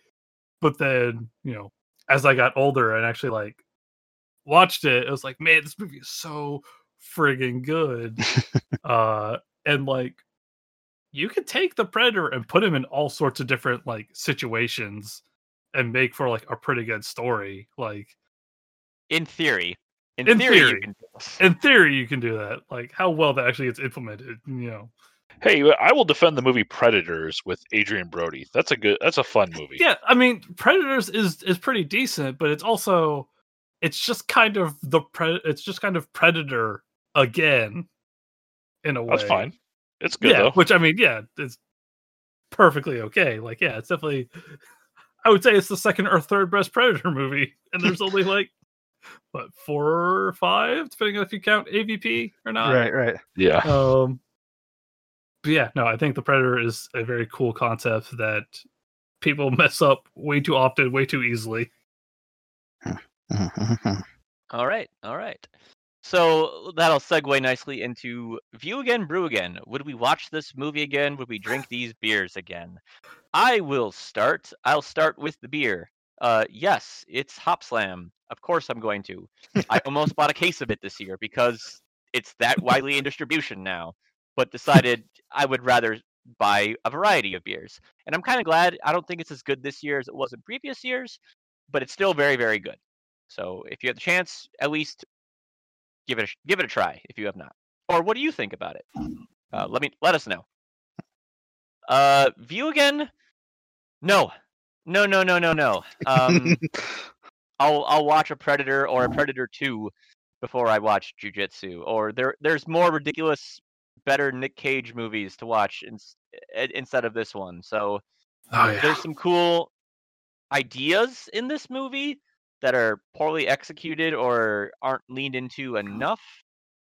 but then you know as i got older and actually like watched it it was like man this movie is so friggin good uh and like you could take the predator and put him in all sorts of different like situations and make for like a pretty good story like
In theory, in,
In
theory,
theory.
you can do this.
in theory you can do that like how well that actually gets implemented you know
Hey, I will defend the movie Predators with Adrian Brody. That's a good. That's a fun movie.
yeah i mean predators is is pretty decent but it's also it's just kind of the pre- it's just kind of predator again in a way
that's fine. It's good
yeah
though.
which i mean yeah it's perfectly okay like yeah it's definitely i would say it's the second or third best predator movie and there's only like what four or five depending on if you count avp or not
Right. Right.
Yeah.
um but yeah no i think the predator is a very cool concept [laughs] that people mess up way too often way too easily
All right, all right. So that'll segue nicely into view again, brew again. Would we watch this movie again? Would we drink these beers again? I will start. I'll start with the beer. Uh, yes, it's Hop Slam. Of course, I'm going to. I almost bought a case of it this year because it's that widely in distribution now, but decided I would rather buy a variety of beers. And I'm kind of glad. I don't think it's as good this year as it was in previous years, but it's still very, very good. So if you have the chance, at least give it a, sh- give it a try if you have not. Or what do you think about it? Uh, let me let us know. Uh, view again? No, no, no, no, no, no. Um, I'll I'll watch a Predator or a Predator Two before I watch Jujitsu. Or there there's more ridiculous, better Nick Cage movies to watch in, instead of this one. So
Oh yeah.
there's some cool ideas in this movie that are poorly executed or aren't leaned into enough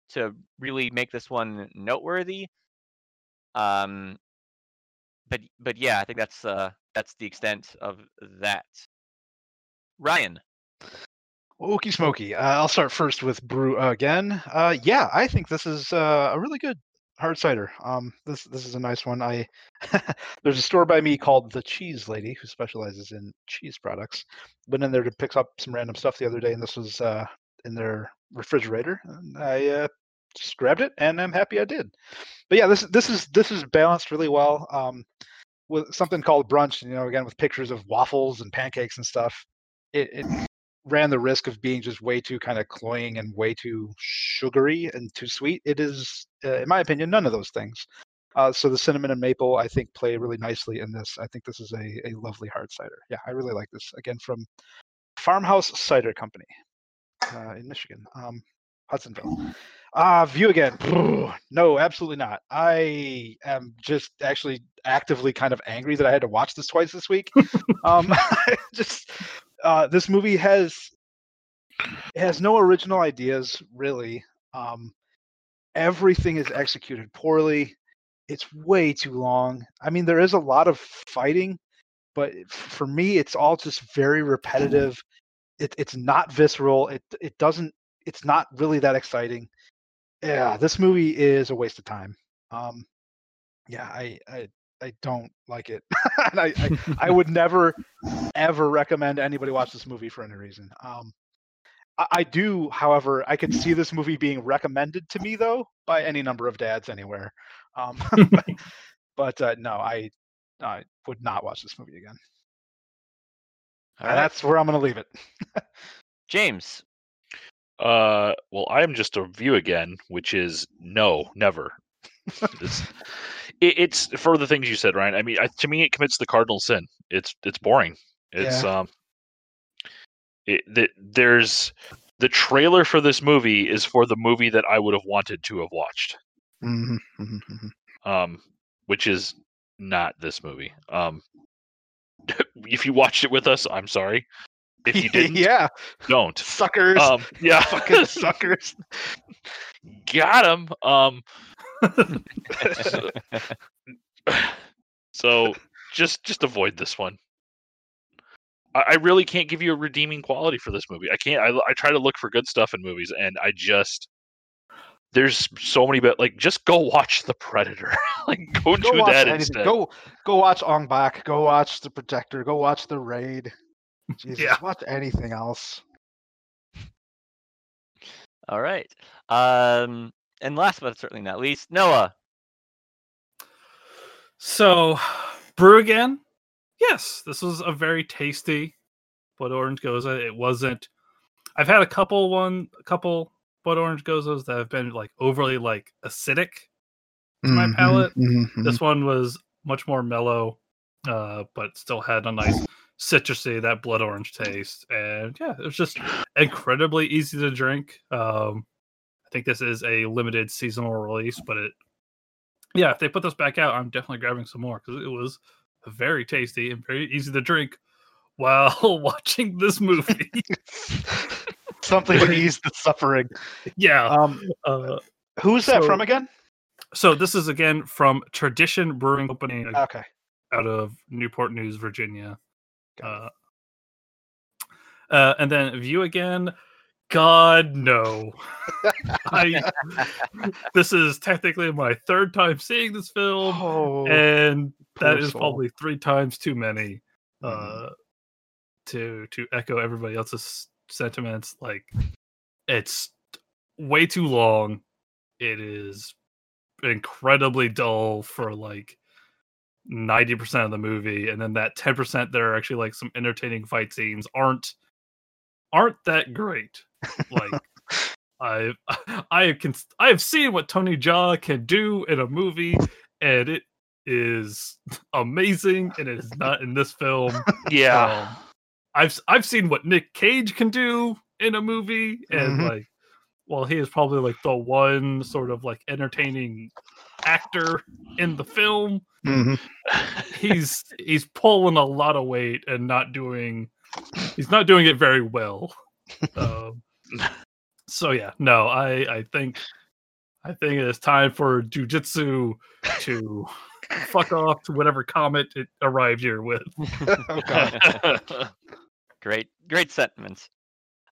to really make this one noteworthy. Um, but but yeah, I think that's uh that's the extent of that. Ryan,
Okie smoky. Uh, I'll start first with brew again. Uh, yeah, I think this is uh, a really good hard cider. Um, this this is a nice one. I [laughs] there's a store by me called the Cheese Lady who specializes in cheese products. Went in there to pick up some random stuff the other day, and this was uh, in their refrigerator. And I uh, just grabbed it, and I'm happy I did. But yeah, this this is this is balanced really well. Um, with something called brunch, you know, again with pictures of waffles and pancakes and stuff. It, it ran the risk of being just way too kind of cloying and way too sugary and too sweet. It is, uh, in my opinion, none of those things. Uh, so the cinnamon and maple, I think, play really nicely in this. I think this is a, a lovely hard cider. Yeah, I really like this. Again, from Farmhouse Cider Company uh, in Michigan, um, Hudsonville. Uh, view again. No, absolutely not. I am just actually actively kind of angry that I had to watch this twice this week. um, [laughs] just uh, this movie has it has no original ideas really. Um, everything is executed poorly. It's way too long. I mean, there is a lot of fighting, but f- for me, it's all just very repetitive. It, it's not visceral. It it doesn't. It's not really that exciting. Yeah, this movie is a waste of time. Um, yeah, I I, I don't like it. [laughs] and I, I I would never ever recommend anybody watch this movie for any reason. Um, I, I do, however, I could see this movie being recommended to me though by any number of dads anywhere.
[laughs]
Um, [laughs] but uh, no, I I would not watch this movie again.
All
And
right.
That's where I'm going to leave it.
James,
Uh, well, I'm just a view again, which is no, never. it's, it, it's for the things you said, Ryan. I mean, I, to me, it commits the cardinal sin. It's it's boring. It's um, it th- there's the trailer for this movie is for the movie that I would have wanted to have watched,
Mhm, mhm, mhm.
um, which is not this movie. Um, [laughs] if you watched it with us, I'm sorry. If you
[laughs]
didn't,
yeah,
don't. [laughs]
suckers,
Um, yeah,
fucking suckers.
got him.
[laughs]
Um, [laughs] so, so just just avoid this one. I, I really can't give you a redeeming quality for this movie. I can't. I, l- I try to look for good stuff in movies, and I just there's so many. But like, just go watch The Predator. [laughs] like, go,
Go
do
watch
that
anything.
instead.
Go go watch Ong Bak. Go watch The Protector. Go watch The Raid. Jesus,
Yeah.
watch anything else.
all right. Um, and last but certainly not least, Noah.
So, brew again. Yes, this was a very tasty Blood Orange Goza. It wasn't. I've had a couple one, a couple Blood Orange Gozas that have been like overly like acidic. my
Mhm,
palate.
mhm, mhm.
This one was much more mellow, uh, but still had a nice citrusy that blood orange taste. And yeah, it was just incredibly easy to drink. Um, I think this is a limited seasonal release, but it yeah, if they put this back out, I'm definitely grabbing some more because it was very tasty and very easy to drink [laughs] while [laughs] watching this movie. [laughs]
mm-hmm. [laughs] Something to ease the suffering.
yeah.
Um,
Uh,
who's that
so-
from again?
so this is again from Tradition Brewing Company uh,
Okay.
um, out of Newport News, Virginia.
Got
Uh, Uh, and then view again. God no. I this is technically my third time seeing this film,
Oh,
and that
poor
is
soul.
probably three times too many.
Mhm.
Uh, to to echo everybody else's sentiments, like it's way too long. It is incredibly dull for like ninety percent of the movie, and then that ten percent that are actually like some entertaining fight scenes aren't aren't that great. Like I I can I have seen what Tony Jaa can do in a movie, and it is amazing, and it is not in this film.
Yeah.
Um, I've s- I've seen what Nick Cage can do in a movie, and
Mhm.
like, well, he is probably like the one sort of like entertaining actor in the film.
Mhm.
He's [laughs] he's pulling a lot of weight and not doing he's not doing it very well. Um, so yeah, no, I I think I think it is time for jujitsu to fuck off to whatever comet it arrived here with.
Oh,
[laughs]
God.
Great, great sentiments.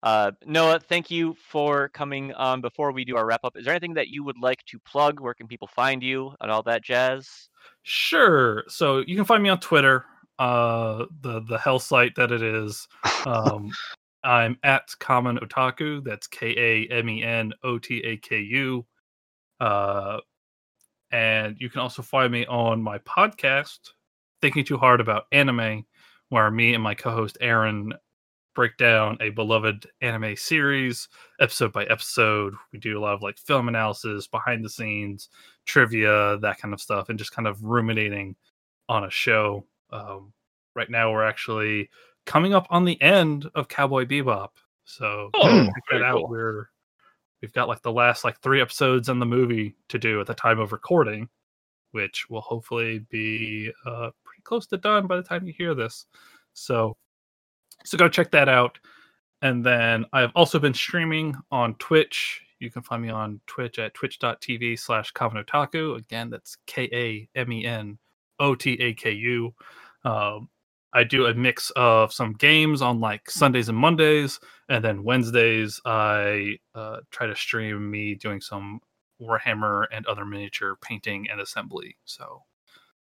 Uh, Noah, thank you for coming. Um, before we do our wrap up, is there anything that you would like to plug? Where can people find you and all that jazz?
Sure. So you can find me on Twitter, uh, the the hell site that it is. Um, I'm at Common Otaku. That's K A M E N O T A K U. Uh, and you can also find me on my podcast, Thinking Too Hard About Anime, where me and my co-host Aaron break down a beloved anime series episode by episode. We do a lot of like film analysis, behind the scenes trivia, that kind of stuff, and just kind of ruminating on a show. Um, right now, we're actually coming up on the end of Cowboy Bebop, so
[laughs] Oh,
check that
very
out.
cool.
We're we've got like the last like three episodes in the movie to do at the time of recording, which will hopefully be uh, pretty close to done by the time you hear this. So, so go check that out. And then I've also been streaming on Twitch. You can find me on Twitch at twitch.tv slash Kamenotaku. Again, that's K A M E N O T A K U. Um, I do a mix of some games on like Sundays and Mondays. And then Wednesdays, I uh, try to stream me doing some Warhammer and other miniature painting and assembly. So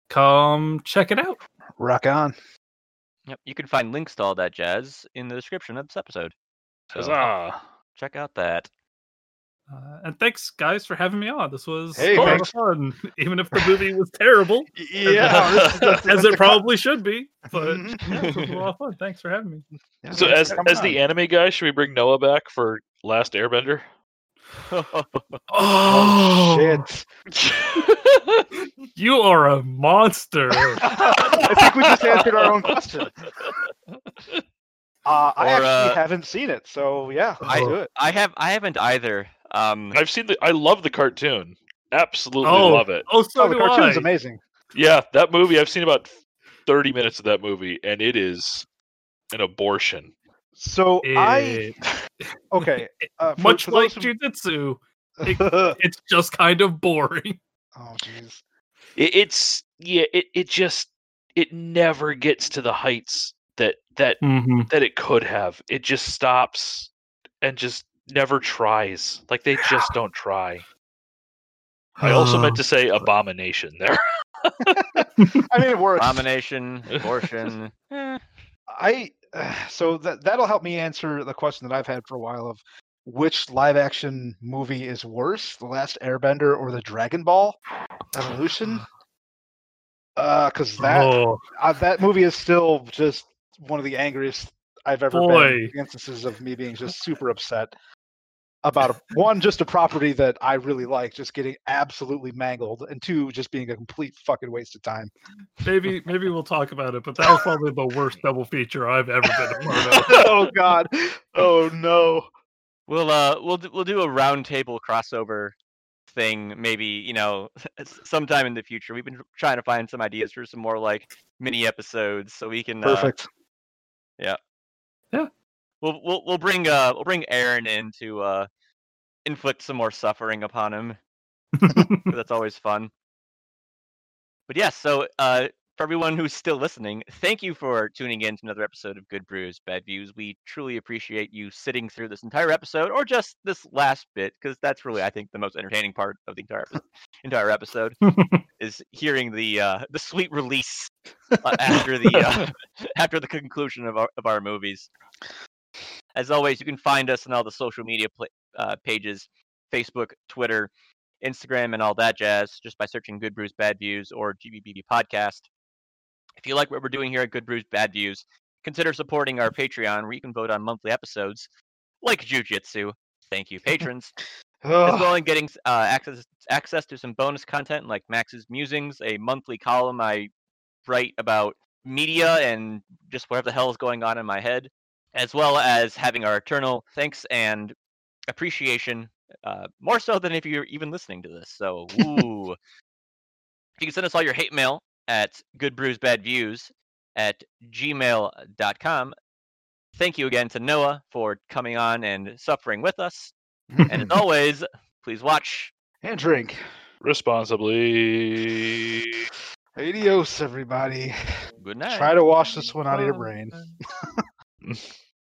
come check it out.
Rock
[laughs]
on.
Yep, you can find links to all that jazz in the description of this episode. So
Huzzah.
check out that.
Uh, and thanks, guys, for having me on. This was
Hey,
a lot of
thanks.
fun, [laughs] even if the movie was terrible,
Yeah, this is the- this
as
is
it
the
probably should be.
[laughs]
But
Mhm.
yeah, this was a lot of fun. Thanks for having me.
Yeah,
So
thanks
as
for coming
as the
on.
anime guy, should we bring Noah back for Last Airbender?
[laughs] Oh, shit.
you are
[laughs]
a monster.
I think we just answered our own question. Uh, I
Or,
actually
uh,
haven't seen it, so yeah, let's
I-
do it.
I have, I haven't either. Um,
I've seen the. I love the cartoon. Absolutely
Oh.
love it.
oh, so
oh, the
do
cartoon's
I.
amazing.
Yeah, that movie. I've seen about thirty minutes of that movie, and it is an abortion.
So I
It- [laughs]
okay, uh, for-
Eh, much
for
like
those who-
jujitsu, it's just kind of boring.
[laughs] oh jeez,
It, it's yeah. It it just it never gets to the heights that that
Mm-hmm.
that it could have. It just stops and just never tries. Like they just don't try. I also
Uh,
meant to say abomination there. [laughs]
I mean it works.
abomination, abortion. eh,
I [sighs] so that that'll help me answer the question that I've had for a while of which live action movie is worse, The Last Airbender or the Dragon Ball
[sighs]
Evolution? Uh, because that
Oh,
uh, that movie is still just one of the angriest I've ever
Boy.
been. Instances of me being just super upset about a, one, just a property that I really like, just getting absolutely mangled, and two, just being a complete fucking waste of
[laughs]
time.
maybe maybe we'll talk about it, but that was probably the worst double feature I've ever been a part of.
oh God! Oh no!
We'll uh we'll d- we'll do a roundtable crossover thing maybe you know [laughs] s- sometime in the future. We've been tr- trying to find some ideas for some more like mini episodes so we can uh,
Perfect.
we'll we'll we'll bring uh we'll bring Aaron in to uh inflict some more suffering [laughs] upon him. 'cause That's always fun. But yes, so uh for everyone who's still listening, thank you for tuning in to another episode of Good Brews, Bad Views. We truly appreciate you sitting through this entire episode, or just this last bit, because that's really, I think, the most entertaining part of the entire episode, entire episode is hearing the uh, the sweet release uh, after the uh, [laughs] after the conclusion of our of our movies. As always, you can find us on all the social media pla- uh, pages: Facebook, Twitter, Instagram, and all that jazz, just by searching Good Brews Bad Views or GBBB Podcast. If you like what we're doing here at Good Brews Bad Views, consider supporting our Patreon, where you can vote on monthly episodes like Jujitsu. Thank you, patrons. as
Ugh.
well as getting uh, access access to some bonus content like Max's musings, a monthly column I write about media and just whatever the hell is going on in my head, as well as having our eternal thanks and appreciation, uh, more so than if you're even listening to this. So, ooh. you can send us all your hate mail at goodbrewsbadviews at gmail.com. Thank you again to Noah for coming on and suffering with us. [laughs]
[laughs]
And as always, please watch.
and drink.
Responsibly.
Adios, everybody.
Good night.
Try to wash this one out of your brain.